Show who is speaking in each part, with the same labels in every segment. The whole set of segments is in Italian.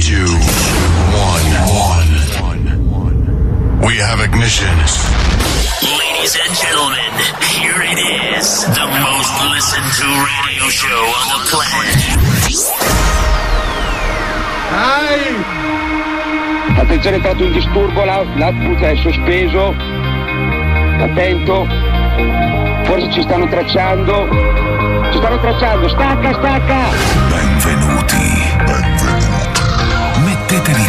Speaker 1: two, one, one. We have ignition.
Speaker 2: Ladies and gentlemen, here it is, the most listened to radio show on the planet.
Speaker 3: Attenzione, è stato un disturbo, l'out- l'output è sospeso. Attento. Forse ci stanno tracciando. Ci stanno tracciando. Stacca, stacca.
Speaker 4: Benvenuti. Benvenuti. Mettetevi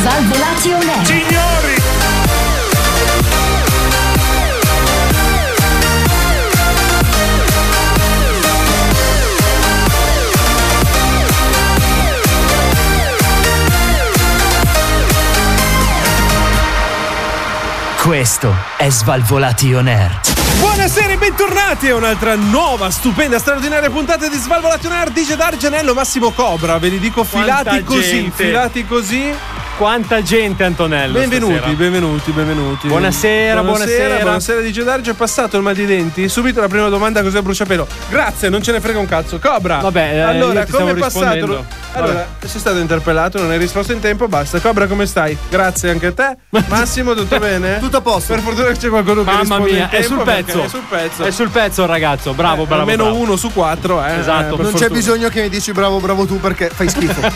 Speaker 5: Svalvolati on air.
Speaker 2: Signori!
Speaker 6: Questo è Svalvolati On Air.
Speaker 7: Buonasera e bentornati a un'altra nuova, stupenda, straordinaria puntata di Svalvolati On Air DJ D'Argenello, Massimo Cobra, ve li dico filati
Speaker 8: Quanta
Speaker 7: così,
Speaker 8: gente.
Speaker 7: filati così.
Speaker 8: Quanta gente, Antonello.
Speaker 7: Benvenuti,
Speaker 8: stasera.
Speaker 7: benvenuti, benvenuti.
Speaker 8: Buonasera, buonasera.
Speaker 7: Buonasera DJ Darge, è passato il mal di denti? Subito la prima domanda cos'è il bruciapelo? Grazie, non ce ne frega un cazzo. Cobra.
Speaker 8: Vabbè, eh,
Speaker 7: allora,
Speaker 8: io ti stavo
Speaker 7: come è passato?
Speaker 8: rispondendo.
Speaker 7: Allora, sei stato interpellato, non hai risposto in tempo, basta. Cobra, come stai? Grazie anche a te. Massimo,
Speaker 8: Eh,
Speaker 7: tutto bene?
Speaker 9: Tutto a posto.
Speaker 7: Per fortuna che c'è qualcuno che
Speaker 8: Mamma
Speaker 7: risponde in
Speaker 8: mia, è
Speaker 7: tempo
Speaker 8: sul
Speaker 7: perché
Speaker 8: pezzo.
Speaker 7: È sul pezzo. Eh,
Speaker 8: È sul pezzo il ragazzo. Bravo, bravo.
Speaker 7: almeno
Speaker 8: bravo.
Speaker 7: uno su quattro eh,
Speaker 8: Esatto.
Speaker 7: eh, per
Speaker 9: Non c'è
Speaker 7: fortuna.
Speaker 9: bisogno che mi dici bravo bravo tu perché fai schifo.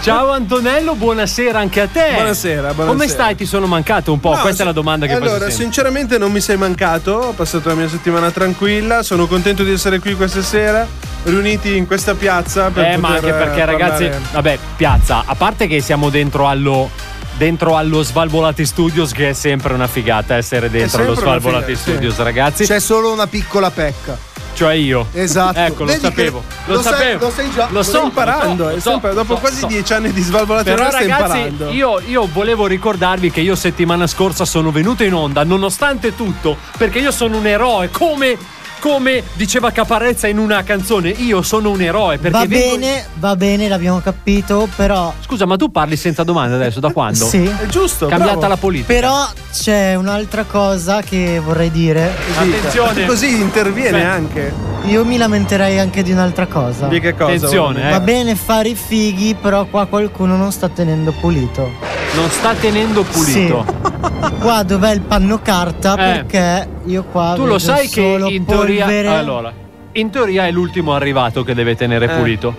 Speaker 8: Ciao Antonello, buonasera anche a te.
Speaker 7: Buonasera, buonasera.
Speaker 8: Come stai? Ti sono mancato un po'?
Speaker 7: No,
Speaker 8: Oh, Questa
Speaker 7: se-
Speaker 8: è la domanda che
Speaker 7: allora
Speaker 8: faccio sempre.
Speaker 7: sinceramente non mi sei mancato ho passato la mia settimana tranquilla sono contento di essere qui questa sera riuniti in questa piazza per
Speaker 8: Eh, ma
Speaker 7: poter,
Speaker 8: anche perché,
Speaker 7: eh,
Speaker 8: ragazzi,
Speaker 7: parlare.
Speaker 8: vabbè, piazza, a parte che siamo dentro allo. Dentro allo Svalvolati Studios, che è sempre una figata essere dentro allo
Speaker 7: sempre una
Speaker 8: Svalvolati
Speaker 7: figata, sì. Cioè,
Speaker 8: Studios, ragazzi.
Speaker 9: C'è solo una piccola pecca.
Speaker 8: cioè io.
Speaker 9: Esatto.
Speaker 8: Ecco, lo
Speaker 9: Vedi che
Speaker 8: sapevo. Lo,
Speaker 9: lo sai-
Speaker 8: sapevo.
Speaker 9: lo sai già,
Speaker 8: Lo
Speaker 9: lo
Speaker 8: sto
Speaker 9: stai
Speaker 7: imparando
Speaker 8: lo
Speaker 7: eh,
Speaker 8: so,
Speaker 7: sto imparando. dopo
Speaker 8: lo
Speaker 7: quasi
Speaker 8: so.
Speaker 7: dieci anni di svalvolate
Speaker 8: Però
Speaker 7: stai
Speaker 8: ragazzi,
Speaker 7: imparando
Speaker 8: io, io volevo ricordarvi che io settimana scorsa sono venuto in onda, nonostante tutto, perché io sono un eroe, come, come diceva Caparezza in una canzone, io sono un eroe. Perché
Speaker 10: Va
Speaker 8: vengo-
Speaker 10: bene, va bene, l'abbiamo capito, però
Speaker 8: Scusa, ma tu parli senza domande adesso, da quando?
Speaker 10: sì.
Speaker 7: è giusto
Speaker 8: Cambiata
Speaker 7: bravo.
Speaker 8: la politica.
Speaker 10: Però c'è un'altra cosa che vorrei dire.
Speaker 8: Attenzione.
Speaker 7: così interviene
Speaker 8: Beh.
Speaker 7: anche
Speaker 10: Io mi lamenterei anche di un'altra cosa.
Speaker 7: di che cosa
Speaker 8: Attenzione,
Speaker 10: Va
Speaker 8: eh.
Speaker 10: bene fare i fighi, però qua qualcuno non sta tenendo pulito.
Speaker 8: non sta tenendo pulito.
Speaker 10: Sì. Qua dov'è il panno carta?
Speaker 8: Eh.
Speaker 10: Perché io qua
Speaker 8: Tu
Speaker 10: vedo
Speaker 8: lo sai che
Speaker 10: solo
Speaker 8: in teoria.
Speaker 10: polvere.
Speaker 8: Allora, in teoria è l'ultimo arrivato che deve tenere
Speaker 7: Eh.
Speaker 8: pulito.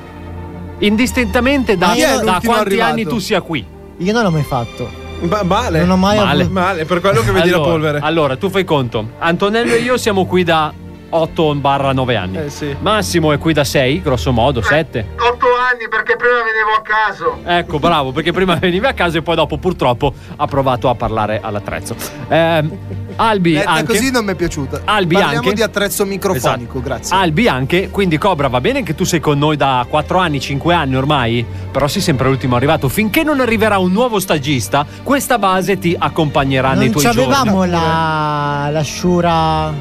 Speaker 8: Indistintamente da,
Speaker 10: Ma chi Ah, è
Speaker 8: da
Speaker 7: l'ultimo
Speaker 8: quanti
Speaker 7: arrivato?
Speaker 8: anni tu sia qui.
Speaker 10: Io non l'ho mai fatto.
Speaker 8: eh.
Speaker 7: Ma- male
Speaker 10: Non ho mai
Speaker 8: Male.
Speaker 10: avuto.
Speaker 7: male per quello che vedi la
Speaker 8: Allora-
Speaker 7: polvere
Speaker 8: Allora, tu fai conto. Antonello e io siamo qui da 8 barra 9 anni.
Speaker 7: Eh, sì.
Speaker 8: Massimo è qui da 6, grosso modo, 7.
Speaker 3: 8 anni perché prima vedevo a caso.
Speaker 8: Ecco, bravo, perché prima veniva a casa e poi dopo purtroppo ha provato a parlare all'attrezzo. Ehm, Albi
Speaker 9: Detta
Speaker 8: anche.
Speaker 9: così non mi è piaciuta.
Speaker 8: Albi
Speaker 9: Parliamo
Speaker 8: anche.
Speaker 9: di attrezzo microfonico,
Speaker 8: Esatto.
Speaker 9: grazie.
Speaker 8: Albi anche, quindi Cobra va bene che tu sei con noi da 4 anni, 5 anni ormai, però sei sempre l'ultimo arrivato. Finché non arriverà un nuovo stagista, questa base ti accompagnerà nei
Speaker 10: non
Speaker 8: tuoi
Speaker 10: ci
Speaker 8: giorni.
Speaker 10: avevamo la l'asciura.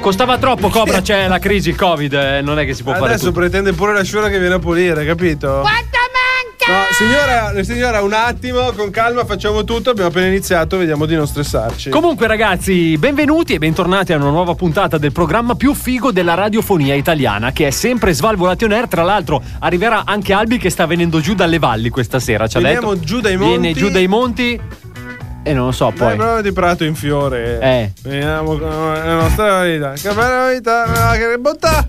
Speaker 8: Costava troppo Cobra, c'è la crisi, il Covid, eh, non è che si può fare
Speaker 7: Adesso
Speaker 8: tutto.
Speaker 7: pretende pure la sciura che viene a pulire, capito? Quanto manca! No, signora, signora, un attimo, con calma, facciamo tutto. Abbiamo appena iniziato, vediamo di non stressarci.
Speaker 8: Comunque ragazzi, benvenuti e bentornati a una nuova puntata del programma più figo della radiofonia italiana che è sempre Svalvolati on Air, tra l'altro arriverà anche Albi che sta venendo giù dalle valli questa sera, ci ha
Speaker 7: Veniamo
Speaker 8: detto.
Speaker 7: giù dai
Speaker 8: Viene
Speaker 7: monti.
Speaker 8: giù dai monti e non lo so
Speaker 7: Dai,
Speaker 8: poi.
Speaker 7: prova di prato in fiore.
Speaker 8: Eh.
Speaker 7: Veniamo con la nostra vita. Che bella vita, ma che bontà!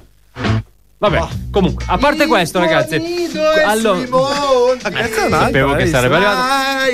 Speaker 8: Vabbè,
Speaker 7: Ah.
Speaker 8: comunque, a parte questo ragazzi. Allora-
Speaker 7: Allora,
Speaker 8: Eh, sapevo che sarebbe arrivato.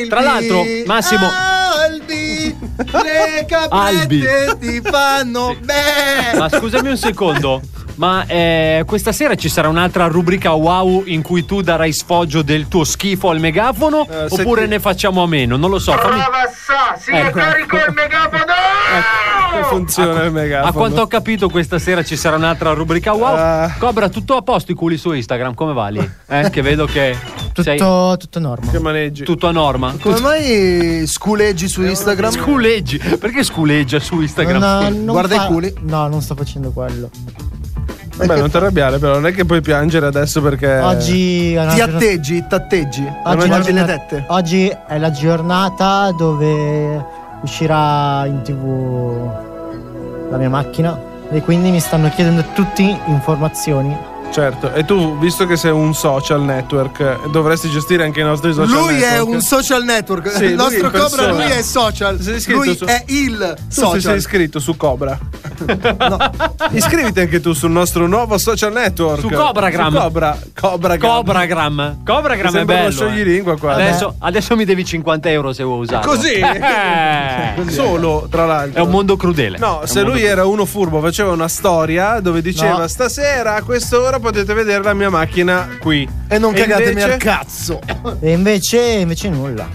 Speaker 8: Tra l'altro, Massimo-
Speaker 9: Albi, le caprette
Speaker 8: Albi.
Speaker 9: ti fanno
Speaker 8: Sì.
Speaker 9: bene.
Speaker 2: Eh.
Speaker 8: Ma scusami un secondo, Ma eh, questa sera ci sarà un'altra rubrica wow in cui tu darai sfoggio del tuo schifo al megafono?
Speaker 7: Eh, se
Speaker 8: oppure
Speaker 7: ti-
Speaker 8: ne facciamo a meno? Non lo so. fammi-
Speaker 2: Ah, si
Speaker 8: è Ecco.
Speaker 2: carico il megafono!
Speaker 7: Che Ecco, funziona il megafono.
Speaker 8: A quanto ho capito, questa sera ci sarà un'altra rubrica wow.
Speaker 7: Ah.
Speaker 8: Cobra, tutto a posto i culi su Instagram, come va lì? Eh, che vedo che sei
Speaker 10: Tutto, tutto norma.
Speaker 7: che maneggi?
Speaker 8: tutto a norma.
Speaker 9: Come mai sculeggi su Instagram?
Speaker 8: Sculeggi, perché sculeggia su Instagram?
Speaker 9: Guarda i culi.
Speaker 10: No, non sto facendo quello.
Speaker 7: Beh, non ti arrabbiare, però non è che puoi piangere adesso perché.
Speaker 10: Oggi è una
Speaker 9: Eh, Ti
Speaker 10: giornata-
Speaker 9: atteggi, t'atteggi.
Speaker 10: Oggi,
Speaker 9: Oggi
Speaker 10: è la
Speaker 9: mangi le
Speaker 10: giornata-
Speaker 9: tette.
Speaker 10: oggi è la giornata dove uscirà in tv la mia macchina e quindi mi stanno chiedendo tutti informazioni.
Speaker 7: Certo. E tu, visto che sei un social network, dovresti gestire anche i nostri social
Speaker 9: Lui
Speaker 7: network.
Speaker 9: è un social network.
Speaker 7: Sì,
Speaker 9: il
Speaker 7: lui
Speaker 9: nostro
Speaker 7: in
Speaker 9: Cobra,
Speaker 7: persona.
Speaker 9: lui è social.
Speaker 7: Sei iscritto
Speaker 9: Lui
Speaker 7: su-
Speaker 9: è il
Speaker 7: Tu se sei
Speaker 9: social.
Speaker 7: iscritto su Cobra. Iscriviti anche tu sul nostro nuovo social network.
Speaker 8: Su Cobragram.
Speaker 7: Su Cobra. Cobra.
Speaker 8: Cobragram. Cobragram
Speaker 7: Mi
Speaker 8: è
Speaker 7: sembra uno
Speaker 8: bello. eh.
Speaker 7: scioglilingua qua.
Speaker 8: Adesso, adesso mi devi 50 euro se vuoi usarlo.
Speaker 7: Così?
Speaker 8: Eh.
Speaker 7: Solo, tra l'altro.
Speaker 8: È un mondo crudele. È
Speaker 7: No,
Speaker 8: un
Speaker 7: se
Speaker 8: mondo
Speaker 7: lui
Speaker 8: crudele.
Speaker 7: era uno furbo, faceva una storia dove diceva
Speaker 10: No.
Speaker 7: stasera a quest'ora potete vedere la mia macchina qui.
Speaker 9: E non cagatemi
Speaker 7: invece-
Speaker 9: al cazzo.
Speaker 10: E invece, invece nulla.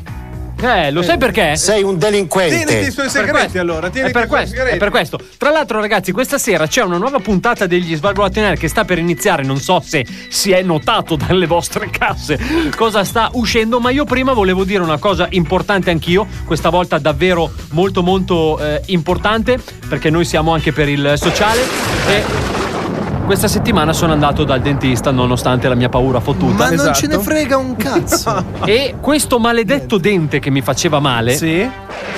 Speaker 8: Eh, lo sai perché?
Speaker 11: Sei un
Speaker 7: Tieniti i
Speaker 11: delinquente.
Speaker 7: suoi
Speaker 8: Per
Speaker 7: segreti
Speaker 8: questo.
Speaker 7: allora, tieniti
Speaker 8: è per,
Speaker 7: i suoi
Speaker 8: questo, è
Speaker 7: segreti.
Speaker 8: per questo. Tra l'altro, ragazzi, questa sera c'è una nuova puntata degli Svalvolati on Air che sta per iniziare. Non so se si è notato dalle vostre casse cosa sta uscendo, ma io prima volevo dire una cosa importante anch'io. Questa volta davvero molto, molto eh, importante, perché noi siamo anche per il sociale. E. Questa settimana sono andato dal dentista nonostante la mia paura fottuta.
Speaker 9: Ma non
Speaker 7: esatto.
Speaker 9: ce ne frega un cazzo.
Speaker 8: E questo maledetto dente che mi faceva male
Speaker 7: Sì?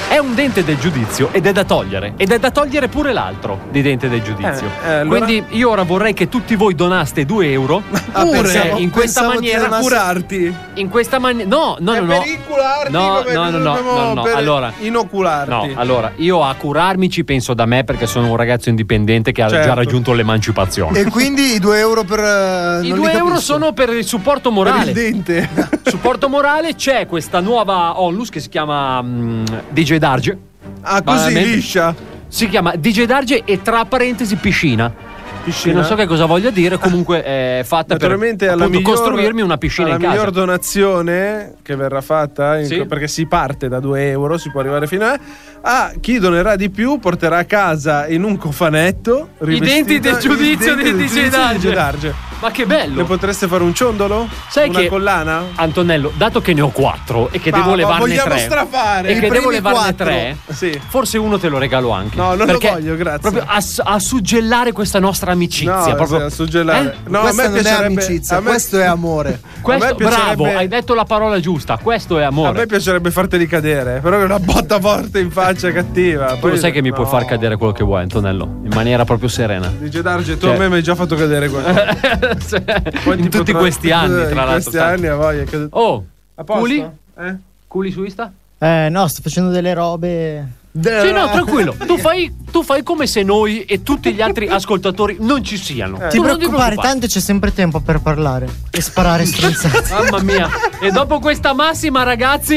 Speaker 8: è un dente del giudizio ed è da togliere. Ed è da togliere pure l'altro di dente del giudizio.
Speaker 7: Eh, eh, allora-
Speaker 8: Quindi io ora vorrei che tutti voi donaste 2 euro.
Speaker 9: Ah,
Speaker 8: pure
Speaker 9: pensavo-
Speaker 8: in questa
Speaker 9: pensavo ti
Speaker 8: maniera.
Speaker 9: donasse-
Speaker 8: pure-
Speaker 7: Curarti.
Speaker 8: in questa maniera. No, no,
Speaker 7: È
Speaker 8: no. no.
Speaker 7: pericolarti
Speaker 8: no,
Speaker 7: come
Speaker 8: no, no, no,
Speaker 7: dobbiamo
Speaker 8: no, no.
Speaker 7: per
Speaker 8: Allora. No,
Speaker 7: inocularti.
Speaker 8: allora, io a curarmi ci penso da me perché sono un ragazzo indipendente che ha già
Speaker 7: Certo.
Speaker 8: raggiunto l'emancipazione.
Speaker 9: E quindi i 2 euro per. eh,
Speaker 8: I
Speaker 9: non li
Speaker 8: 2 euro
Speaker 9: capisco.
Speaker 8: sono per il supporto
Speaker 7: Per
Speaker 8: morale.
Speaker 7: il dente.
Speaker 8: supporto morale c'è questa nuova onlus che si chiama mm, DJ Darge.
Speaker 7: ah, così
Speaker 8: Banalmente.
Speaker 7: liscia.
Speaker 8: Si chiama DJ Darge e tra parentesi piscina. Che
Speaker 7: Piscina.
Speaker 8: non so che cosa voglia dire, comunque è fatta per
Speaker 7: Naturalmente alla
Speaker 8: appunto,
Speaker 7: miglior,
Speaker 8: costruirmi una piscina
Speaker 7: alla
Speaker 8: in casa.
Speaker 7: miglior donazione che verrà fatta, in-
Speaker 8: Sì.
Speaker 7: perché si parte da 2 euro, si può arrivare fino a... A chi donerà di più porterà a casa in un cofanetto
Speaker 8: I denti del
Speaker 7: rivestito- i
Speaker 8: giudizio di
Speaker 7: denti del
Speaker 8: DJ
Speaker 7: giudizio di
Speaker 8: Darge.
Speaker 7: DJ Darge.
Speaker 8: Ma che
Speaker 7: Le
Speaker 8: bello!
Speaker 7: potreste fare un ciondolo?
Speaker 8: Sai
Speaker 7: Una
Speaker 8: che-
Speaker 7: collana?
Speaker 8: Antonello, dato che ne ho quattro e che
Speaker 7: Ma-
Speaker 8: devo
Speaker 7: ma
Speaker 8: levarne
Speaker 7: vogliamo
Speaker 8: tre
Speaker 7: strafare.
Speaker 8: e
Speaker 7: Mi
Speaker 8: che devo
Speaker 9: prendi
Speaker 8: levarne
Speaker 9: quattro.
Speaker 8: tre,
Speaker 7: Sì.
Speaker 8: forse uno te lo regalo anche.
Speaker 7: No, non lo
Speaker 8: Perché
Speaker 7: voglio, grazie.
Speaker 8: Proprio a, a suggellare questa nostra amicizia.
Speaker 7: No,
Speaker 8: proprio,
Speaker 7: sì, a suggellare.
Speaker 8: Eh?
Speaker 7: No, a
Speaker 9: Questa
Speaker 7: me
Speaker 9: non è
Speaker 7: piacerebbe-
Speaker 9: amicizia,
Speaker 7: a me-
Speaker 9: questo è amore.
Speaker 8: Questo-
Speaker 7: A me piacerebbe-
Speaker 8: bravo, hai detto la parola giusta. Questo è amore.
Speaker 7: A me piacerebbe farteli cadere, però è una botta forte in faccia cattiva.
Speaker 8: Tu lo sai che mi puoi
Speaker 7: no.
Speaker 8: far cadere quello che vuoi, Antonello, in maniera proprio serena.
Speaker 7: Dice Darge, tu
Speaker 8: Cioè-
Speaker 7: a me mi hai già fatto cadere questo. Poi
Speaker 8: in
Speaker 7: tipo
Speaker 8: tutti
Speaker 7: tra-
Speaker 8: questi anni, tra
Speaker 7: in
Speaker 8: l'altro.
Speaker 7: questi
Speaker 8: sai.
Speaker 7: anni a voglia. che-
Speaker 8: Oh,
Speaker 7: a posto?
Speaker 8: culi?
Speaker 7: Eh?
Speaker 8: Culi su Insta?
Speaker 10: Eh, no, sto facendo delle robe.
Speaker 7: Eh,
Speaker 8: Sì, no, tranquillo. Tu fai, tu fai come se noi e tutti gli altri ascoltatori non ci siano.
Speaker 7: Eh.
Speaker 10: Ti
Speaker 8: Tu non
Speaker 10: preoccupare
Speaker 8: preoccupare.
Speaker 10: tanto c'è sempre tempo per parlare e sparare stronzate.
Speaker 8: Mamma mia. E dopo questa massima, ragazzi,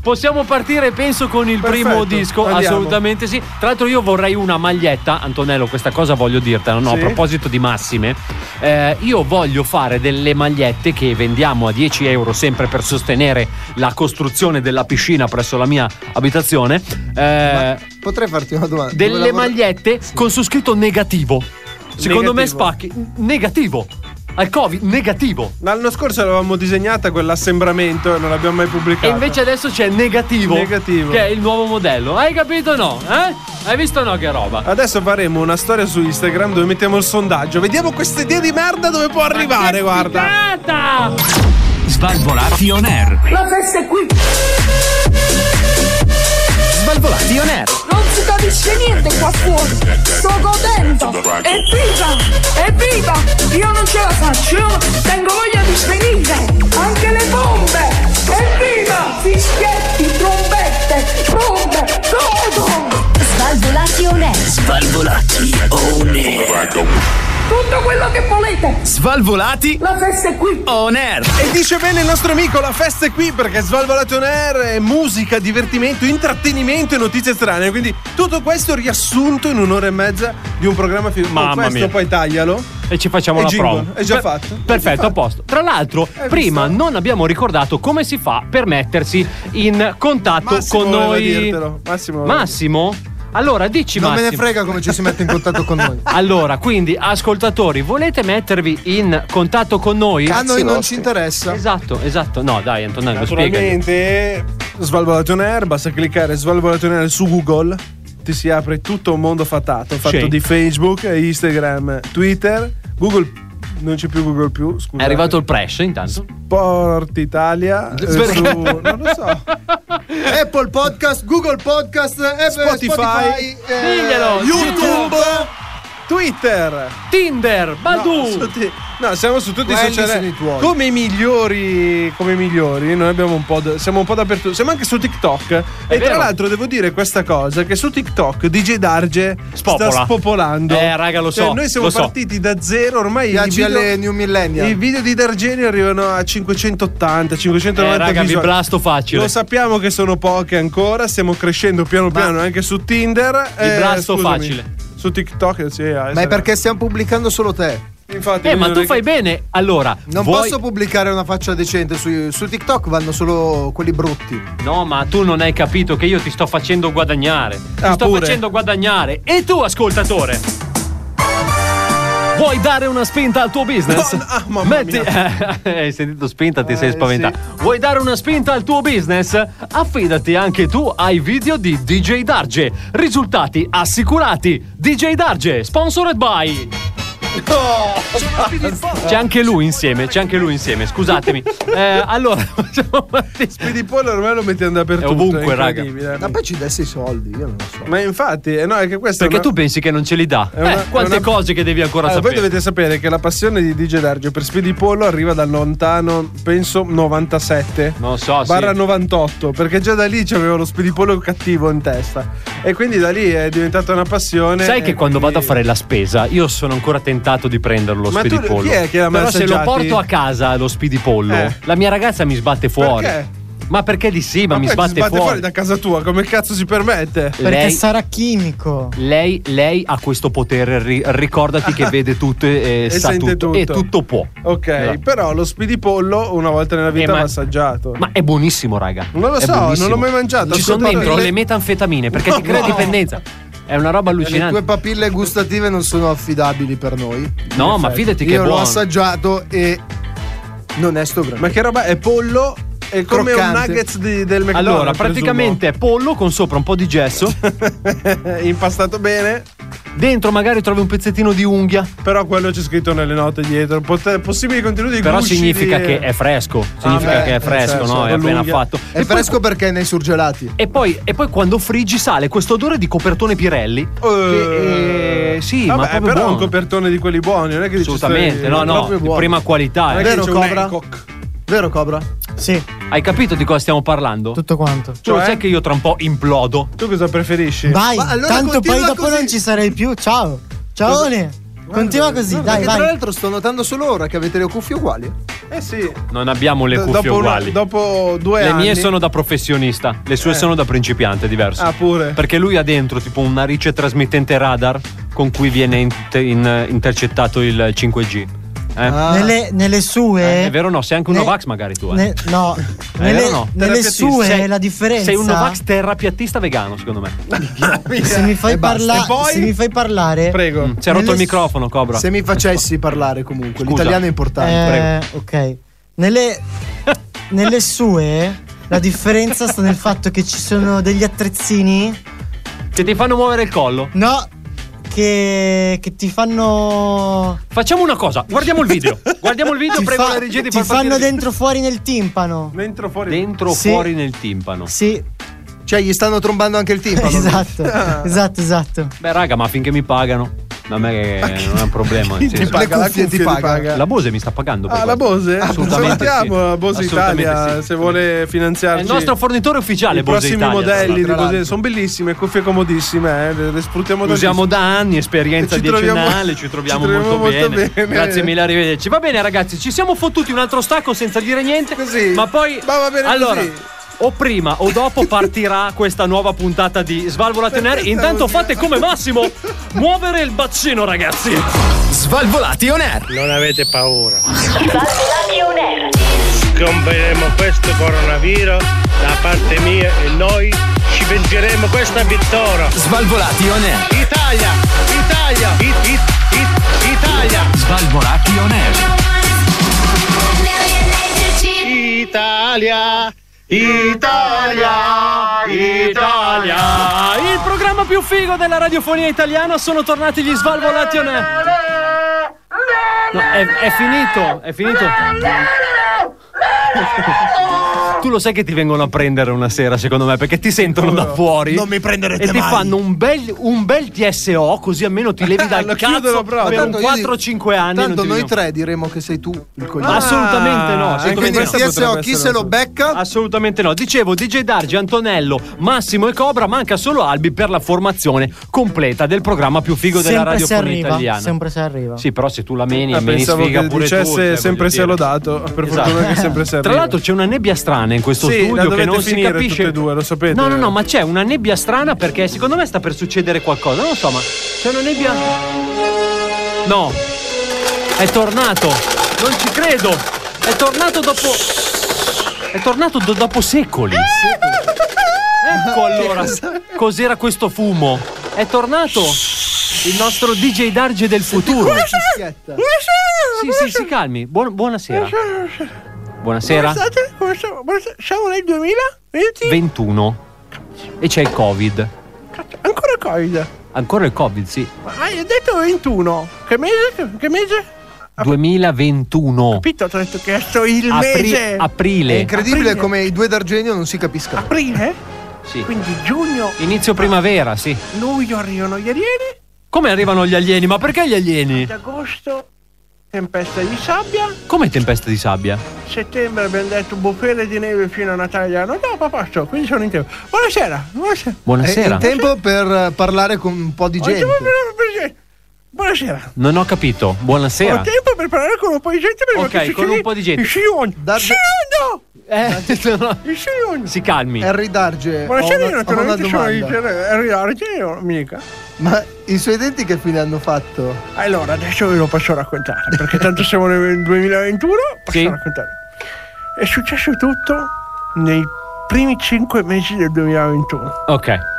Speaker 8: possiamo partire, penso, con il
Speaker 7: Perfetto,
Speaker 8: primo disco.
Speaker 7: andiamo.
Speaker 8: Assolutamente sì. Tra l'altro, io vorrei una maglietta. Antonello, questa cosa voglio dirtela. No,
Speaker 7: Sì.
Speaker 8: a proposito di massime, eh, io voglio fare delle magliette che vendiamo a 10 euro sempre per sostenere la costruzione della piscina presso la mia abitazione. Eh,
Speaker 9: Potrei farti una domanda?
Speaker 8: delle
Speaker 9: Dove lavora-
Speaker 8: magliette con su scritto negativo. Secondo me
Speaker 7: Negativo.
Speaker 8: spacchi. Negativo. Al Covid, negativo.
Speaker 7: L'anno scorso l'avevamo disegnata quell'assembramento e non l'abbiamo mai pubblicata.
Speaker 8: E invece adesso c'è negativo.
Speaker 7: Negativo.
Speaker 8: Che è il nuovo modello. Hai capito o no? Eh? Hai visto o no che roba?
Speaker 7: Adesso faremo una storia su Instagram dove mettiamo il sondaggio. Vediamo queste idee di merda dove può arrivare, guarda.
Speaker 8: Figata!
Speaker 2: Svalvolati on air.
Speaker 11: La festa è qui.
Speaker 6: Svalvolati on air.
Speaker 5: Non si capisce niente qua fuori. Sto godendo. Evviva! Evviva! Io non ce la faccio. Io tengo voglia di svenire. Anche le bombe. Evviva! Fischietti, trombette, bombe, godo! Svalvolati on air.
Speaker 2: Svalvolati on air.
Speaker 5: tutto quello che volete.
Speaker 6: Svalvolati.
Speaker 5: La festa è qui.
Speaker 6: On air.
Speaker 7: E dice bene il nostro amico, la festa è qui perché Svalvolato on Air è musica, divertimento, intrattenimento e notizie strane. Quindi tutto questo riassunto in un'ora e mezza di un programma film.
Speaker 8: Mamma
Speaker 7: questo
Speaker 8: mia.
Speaker 7: poi taglialo.
Speaker 8: E ci facciamo
Speaker 7: E
Speaker 8: la
Speaker 7: jingle,
Speaker 8: prova.
Speaker 7: è già
Speaker 8: Per-
Speaker 7: fatto.
Speaker 8: Perfetto, a posto. Tra l'altro, prima non abbiamo ricordato come si fa per mettersi in contatto
Speaker 7: Massimo
Speaker 8: con
Speaker 7: voleva
Speaker 8: noi.
Speaker 7: dirtelo, Massimo voleva-
Speaker 8: Massimo? Allora, dici
Speaker 9: Non me
Speaker 8: Massimo.
Speaker 9: ne frega come ci si mette in contatto con noi.
Speaker 8: Allora, quindi, ascoltatori, volete mettervi in contatto con noi?
Speaker 9: A noi non ci interessa.
Speaker 8: Esatto, esatto. No, dai, Antonello, spiegami.
Speaker 7: Naturalmente, Svalvolato on Air, basta cliccare Svalvolato on Air su Google. Ti si apre tutto un mondo fatato, fatto
Speaker 8: Sì.
Speaker 7: di Facebook, Instagram, Twitter, Google. Non c'è più Google più, scusa.
Speaker 8: È arrivato il press intanto.
Speaker 7: Sport Italia. eh,
Speaker 8: Perché?
Speaker 7: su- non lo so.
Speaker 9: Apple Podcast, Google Podcast, eh, Spotify,
Speaker 7: Spotify,
Speaker 9: eh,
Speaker 8: Diglielo,
Speaker 7: YouTube, Twitter.
Speaker 8: Tinder, Badu.
Speaker 7: No, su ti- no, siamo su tutti
Speaker 9: Quelli
Speaker 7: i social.
Speaker 9: sono i tuoi.
Speaker 7: Come i migliori, come i migliori, noi abbiamo un po' da- siamo un po' dappertutto. Siamo anche su TikTok. e tra
Speaker 8: vero.
Speaker 7: l'altro devo dire questa cosa: che su TikTok DJ Darge
Speaker 8: Spopola.
Speaker 7: sta spopolando.
Speaker 8: Eh, raga, lo
Speaker 7: Cioè,
Speaker 8: so,
Speaker 7: noi siamo
Speaker 8: lo so.
Speaker 7: partiti da zero, ormai i
Speaker 9: piace
Speaker 7: video,
Speaker 9: alle New
Speaker 7: i
Speaker 9: Millennium.
Speaker 7: video di Dargenio arrivano a 580, 590
Speaker 8: Eh, raga, vi
Speaker 7: visuali.
Speaker 8: blasto facile.
Speaker 7: Lo sappiamo che sono poche ancora, stiamo crescendo piano piano anche su Tinder. Eh,
Speaker 8: Vi blasto facile.
Speaker 7: Su TikTok, sì, eh,
Speaker 9: Ma è perché stiamo pubblicando solo te.
Speaker 7: Infatti,
Speaker 8: Eh, ma
Speaker 7: non
Speaker 8: tu
Speaker 7: è
Speaker 8: fai
Speaker 7: che-
Speaker 8: bene. Allora,
Speaker 9: Non
Speaker 8: vuoi-
Speaker 9: posso pubblicare una faccia decente su, su TikTok, vanno solo quelli brutti.
Speaker 7: Eh,
Speaker 8: No, ma tu non hai capito che io ti sto facendo guadagnare. Ti
Speaker 7: Ah,
Speaker 8: sto
Speaker 7: pure.
Speaker 8: facendo guadagnare. E tu, ascoltatore. Vuoi dare una spinta al tuo business?
Speaker 7: No, no, ah, mamma
Speaker 8: Metti- Hai sentito spinta, ti sei
Speaker 7: Eh,
Speaker 8: spaventato. Vuoi dare una spinta al tuo business? Affidati anche tu ai video di DJ Darge. Risultati assicurati. DJ Darge, sponsored by. C'è anche lui insieme, c'è anche lui insieme, scusatemi. Eh, allora, facciamo partire.
Speaker 7: Speedy Poll ormai lo mettiamo dappertutto.
Speaker 8: È ovunque,
Speaker 7: è incredibile.
Speaker 9: Ma poi ci desse i soldi, io non lo so.
Speaker 7: Ma infatti, eh, no, è che questa
Speaker 8: Perché
Speaker 7: è una-
Speaker 8: tu pensi che non ce li dà?
Speaker 7: è una-
Speaker 8: eh, quante
Speaker 7: è una-
Speaker 8: cose che devi ancora
Speaker 7: Allora, voi
Speaker 8: sapere.
Speaker 7: dovete sapere che la passione di DJ Darge per Speedy Pollo arriva da lontano, penso 97.
Speaker 8: Non so, sì.
Speaker 7: Barra 98, perché già da lì c'avevo lo Speedy Pollo cattivo in testa. E quindi da lì è diventata una passione.
Speaker 8: Sai che
Speaker 7: e
Speaker 8: quando
Speaker 7: quindi-
Speaker 8: vado a fare la spesa, io sono ancora tentato di prenderlo
Speaker 7: Ma tu-
Speaker 8: spedipollo.
Speaker 7: chi è che l'ha mai
Speaker 8: Però se lo
Speaker 7: assaggiati?
Speaker 8: porto a casa lo spedipollo,
Speaker 7: Eh.
Speaker 8: la mia ragazza mi sbatte fuori.
Speaker 7: Perché?
Speaker 8: Ma perché di sì, ma, mi
Speaker 7: poi ti
Speaker 8: sbatte,
Speaker 7: sbatte
Speaker 8: fuori.
Speaker 7: da casa tua, come cazzo si permette?
Speaker 10: Perché
Speaker 8: Lei-
Speaker 10: sarà chimico.
Speaker 8: Lei, lei ha questo potere, ri- ricordati che vede tutto e,
Speaker 7: E
Speaker 8: sa tutto,
Speaker 7: sente tutto.
Speaker 8: e tutto può. Eh.
Speaker 7: Ok,
Speaker 8: Allora.
Speaker 7: però lo Speedy Pollo una volta nella vita
Speaker 8: Esatto. Eh, ma-
Speaker 7: va assaggiato.
Speaker 8: Ma è buonissimo, raga.
Speaker 7: Non lo
Speaker 8: È
Speaker 7: so,
Speaker 8: buonissimo.
Speaker 7: non l'ho mai mangiato.
Speaker 8: Ci sono
Speaker 7: Ascoltatore,
Speaker 8: dentro
Speaker 7: le-
Speaker 8: le metanfetamine perché ti crea
Speaker 7: No.
Speaker 8: dipendenza. È una roba
Speaker 9: Le tue
Speaker 8: allucinante.
Speaker 9: papille gustative non sono affidabili per noi.
Speaker 8: No, ma fidati che
Speaker 9: Io
Speaker 8: è
Speaker 9: l'ho
Speaker 8: buono.
Speaker 9: assaggiato e non è sto granché.
Speaker 7: Ma che roba è pollo? È come
Speaker 9: Croccante.
Speaker 7: un nuggets di- del McDonald's.
Speaker 8: Allora,
Speaker 7: presumo.
Speaker 8: praticamente è pollo con sopra un po' di gesso.
Speaker 7: impastato bene,
Speaker 8: Dentro magari trovi un pezzettino di unghia.
Speaker 7: però quello c'è scritto nelle note dietro. Pot- possibili contenuti
Speaker 8: Però
Speaker 7: gusci
Speaker 8: significa
Speaker 7: di- Ah,
Speaker 8: che è fresco. Significa
Speaker 9: beh,
Speaker 8: che è fresco,
Speaker 7: certo,
Speaker 8: no? È appena
Speaker 7: l'unghia.
Speaker 8: fatto.
Speaker 9: È fresco perché nei surgelati.
Speaker 8: E poi, e poi quando friggi sale questo odore di copertone Pirelli.
Speaker 7: Eh,
Speaker 8: che, eh, sì, ma
Speaker 7: vabbè,
Speaker 8: proprio
Speaker 7: però è un
Speaker 8: buono.
Speaker 7: copertone di quelli buoni, non è che dici
Speaker 8: Assolutamente,
Speaker 7: stai-
Speaker 8: no,
Speaker 7: è
Speaker 8: no,
Speaker 7: proprio
Speaker 8: di
Speaker 7: buono.
Speaker 8: prima
Speaker 7: Non
Speaker 8: qualità.
Speaker 7: è
Speaker 8: eh.
Speaker 7: che
Speaker 9: Vero,
Speaker 7: c'è
Speaker 9: Cobra?
Speaker 7: un Hancock.
Speaker 9: Vero Cobra?
Speaker 10: Sì,
Speaker 8: Hai capito di cosa stiamo parlando? Tu
Speaker 10: tutto quanto.
Speaker 8: lo
Speaker 7: cioè?
Speaker 8: sai che io tra un po' implodo.
Speaker 7: Tu cosa preferisci?
Speaker 10: Vai,
Speaker 9: Ma allora
Speaker 10: tanto poi
Speaker 9: continua
Speaker 10: dopo
Speaker 9: così.
Speaker 10: non ci sarei più. Ciao. Ciao. Continua così, dai,
Speaker 9: Perché tra
Speaker 10: vai.
Speaker 9: l'altro sto notando solo ora che avete le cuffie uguali.
Speaker 7: Eh sì.
Speaker 8: Non abbiamo le
Speaker 7: Do-
Speaker 8: cuffie
Speaker 7: dopo, una-
Speaker 8: uguali.
Speaker 7: dopo due
Speaker 8: le
Speaker 7: anni.
Speaker 8: mie sono da professionista, le sue
Speaker 7: Eh.
Speaker 8: sono da principiante, è diverso.
Speaker 7: Ah, pure.
Speaker 8: Perché lui ha dentro tipo una narice trasmittente radar con cui viene in- in- intercettato il 5G. Eh?
Speaker 9: Ah.
Speaker 10: Nelle, nelle sue.
Speaker 8: Eh, è vero o no? Sei anche un
Speaker 10: ne-
Speaker 8: Novax magari tu, eh.
Speaker 10: ne- no,
Speaker 8: È
Speaker 10: nelle,
Speaker 8: vero o no?
Speaker 10: nelle
Speaker 7: Terapeutista.
Speaker 10: sue
Speaker 8: Sei-
Speaker 10: la differenza.
Speaker 8: Sei un Novax terrapiattista vegano, secondo me.
Speaker 10: se mi, fai
Speaker 9: Ah, E basta.
Speaker 10: parla-
Speaker 7: E poi?
Speaker 10: se mi fai parlare, eh,
Speaker 7: Prego.
Speaker 8: Si è rotto
Speaker 10: Nelle
Speaker 8: il microfono, Cobra.
Speaker 9: Se mi facessi parlare comunque,
Speaker 8: Scusa.
Speaker 9: l'italiano è importante.
Speaker 10: eh, ok. Nelle, nelle sue la differenza sta nel fatto che ci sono degli attrezzini,
Speaker 8: Che ti fanno muovere il collo.
Speaker 10: no, che, che ti fanno.
Speaker 8: Facciamo una cosa, guardiamo il video. Guardiamo il video,
Speaker 10: ti
Speaker 8: prego
Speaker 10: fa-
Speaker 8: la regia di
Speaker 10: ti
Speaker 8: far partire
Speaker 10: fanno
Speaker 8: il-
Speaker 10: dentro fuori nel timpano.
Speaker 7: Dentro fuori.
Speaker 8: Dentro o
Speaker 10: Sì.
Speaker 8: fuori nel timpano.
Speaker 10: Sì,
Speaker 9: Cioè, gli stanno trombando anche il timpano.
Speaker 10: esatto, esatto, esatto.
Speaker 8: Beh, raga, ma finché mi pagano. Ma a me non è un problema.
Speaker 7: Chi
Speaker 8: sì,
Speaker 7: ti
Speaker 8: sì.
Speaker 7: paga? La cuffia ti paga?
Speaker 8: La Bose mi sta pagando. per
Speaker 7: Ah, la
Speaker 8: questo.
Speaker 7: Bose?
Speaker 8: Assolutamente.
Speaker 7: Salutiamo
Speaker 8: sì.
Speaker 7: la Bose
Speaker 8: Assolutamente
Speaker 7: Italia
Speaker 8: sì.
Speaker 7: se vuole finanziarci.
Speaker 8: È il nostro fornitore ufficiale,
Speaker 7: I
Speaker 8: Bose
Speaker 7: prossimi
Speaker 8: Italia,
Speaker 7: modelli
Speaker 8: tra
Speaker 7: di
Speaker 8: l'altro.
Speaker 7: Bose sono bellissime, cuffie comodissime, eh, le, le sfruttiamo
Speaker 8: Usiamo
Speaker 7: tantissimo.
Speaker 8: da anni, esperienza
Speaker 7: Ci troviamo-
Speaker 8: decennale, ci troviamo,
Speaker 7: ci troviamo
Speaker 8: molto,
Speaker 7: molto
Speaker 8: bene.
Speaker 7: bene.
Speaker 8: Grazie mille, arrivederci. Va bene, ragazzi, ci siamo fottuti un altro stacco senza dire niente.
Speaker 7: Così.
Speaker 8: Ma poi.
Speaker 7: Ma va bene
Speaker 8: allora.
Speaker 7: così.
Speaker 8: O prima o dopo partirà questa nuova puntata di Svalvolate on Air.
Speaker 7: Perché
Speaker 8: Intanto
Speaker 7: stavo-
Speaker 8: fate come Massimo, muovere il baccino, ragazzi.
Speaker 6: Svalvolati on air.
Speaker 11: Non avete paura. Scomperemo questo coronavirus da parte mia e noi ci vengeremo questa vittoria.
Speaker 6: Svalvolati on air.
Speaker 11: Italia, Italia, it, it, it, Italia.
Speaker 6: Svalvolati on air.
Speaker 11: Italia, Italia, Italia.
Speaker 8: Ah, il programma più figo della radiofonia italiana sono tornati gli Svalvolati on Air. No, è, è finito, è finito. Tu lo sai che ti vengono a prendere una sera, secondo me, perché ti sentono da fuori.
Speaker 12: Non mi prenderete
Speaker 8: E ti
Speaker 12: mai.
Speaker 8: fanno un bel, un bel TSO, così almeno ti levi dal
Speaker 7: Lo
Speaker 8: cazzo
Speaker 7: chiudono proprio.
Speaker 8: per un
Speaker 7: Tanto io dico-
Speaker 8: 4-5 anni. non
Speaker 9: Tanto
Speaker 8: ti
Speaker 9: noi
Speaker 8: vediamo.
Speaker 9: tre diremo che sei tu il coglione.
Speaker 8: Assolutamente Ah, no,
Speaker 9: E
Speaker 8: assolutamente
Speaker 9: quindi
Speaker 8: no.
Speaker 9: il TSO chi se lo becca?
Speaker 7: Ah.
Speaker 8: Assolutamente no. Dicevo, DJ Dargi, Antonello, Massimo e Cobra, manca solo Albi per la formazione completa del programma più figo della
Speaker 10: Sempre se
Speaker 8: radiofonia
Speaker 10: arriva,
Speaker 8: italiana.
Speaker 10: sempre se arriva.
Speaker 8: Sì, però se tu la meni,
Speaker 7: Ah,
Speaker 8: meni
Speaker 7: pensavo
Speaker 8: sfiga
Speaker 7: che
Speaker 8: pure
Speaker 7: dicesse
Speaker 8: tu, cioè, voglio
Speaker 7: sempre se
Speaker 8: dire.
Speaker 7: l'ho dato. Per
Speaker 8: Esatto.
Speaker 7: fortuna che sempre se
Speaker 8: Tra
Speaker 7: arriva.
Speaker 8: l'altro c'è una nebbia strana in questo
Speaker 7: Sì, la
Speaker 8: studio che
Speaker 7: dovete
Speaker 8: non si
Speaker 7: finire
Speaker 8: capisce.
Speaker 7: tutte e due, lo sapete.
Speaker 8: No, no, no, ma c'è una nebbia strana perché secondo me sta per succedere qualcosa. Non lo so, ma c'è una nebbia. No, è tornato. Non ci credo. È tornato dopo. È tornato do- dopo secoli. Ecco allora cos'era questo fumo. È tornato il nostro DJ Darge del futuro. Sì, sì, si calmi. Buon- buonasera. Buonasera.
Speaker 13: Siamo nel 2020?
Speaker 8: 21 e c'è il covid
Speaker 13: Ancora Covid.
Speaker 8: ancora il covid sì
Speaker 13: Ma Hai detto 21. Che mese? Che, che mese?
Speaker 8: 2021
Speaker 13: Capito? Ti ho detto- ti ho chiesto il
Speaker 8: Apri-
Speaker 13: mese.
Speaker 8: aprile.
Speaker 9: È incredibile
Speaker 13: Aprile.
Speaker 9: come i due d'Argenio non si capiscano.
Speaker 13: Aprile?
Speaker 8: Sì.
Speaker 13: Quindi giugno,
Speaker 8: inizio primavera sì
Speaker 13: luglio arrivano gli alieni,
Speaker 8: come arrivano gli alieni ma perché gli alieni
Speaker 13: ad agosto tempesta di sabbia,
Speaker 8: come tempesta di sabbia
Speaker 13: settembre abbiamo detto bufere di neve fino a Natale l'anno dopo, a posto, quindi sono in tempo. Buonasera, buonasera.
Speaker 9: È
Speaker 8: buonasera
Speaker 9: in tempo per eh, parlare con un po' di
Speaker 13: Oggi-
Speaker 9: gente.
Speaker 13: Buonasera.
Speaker 8: non ho capito buonasera
Speaker 13: Ho tempo per parlare con un po' di gente prima
Speaker 8: Ok,
Speaker 13: che succeda
Speaker 8: con un po' di gente.
Speaker 13: Il Shion.
Speaker 9: Dar-
Speaker 13: Shion,
Speaker 8: eh, no,
Speaker 13: no! Il Shion.
Speaker 8: si calmi
Speaker 13: Er-
Speaker 9: Harry Darge.
Speaker 13: Buonasera,
Speaker 9: ho
Speaker 13: io
Speaker 9: una- ho una
Speaker 13: naturalmente sono il
Speaker 9: domanda.
Speaker 13: Harry Argenio, mica.
Speaker 9: Ma i suoi denti che fine hanno fatto?
Speaker 13: Allora, adesso ve lo posso raccontare, perché tanto siamo nel 2021, posso
Speaker 8: Sì.
Speaker 13: raccontare. È successo tutto nei primi 5 mesi del 2021.
Speaker 8: ok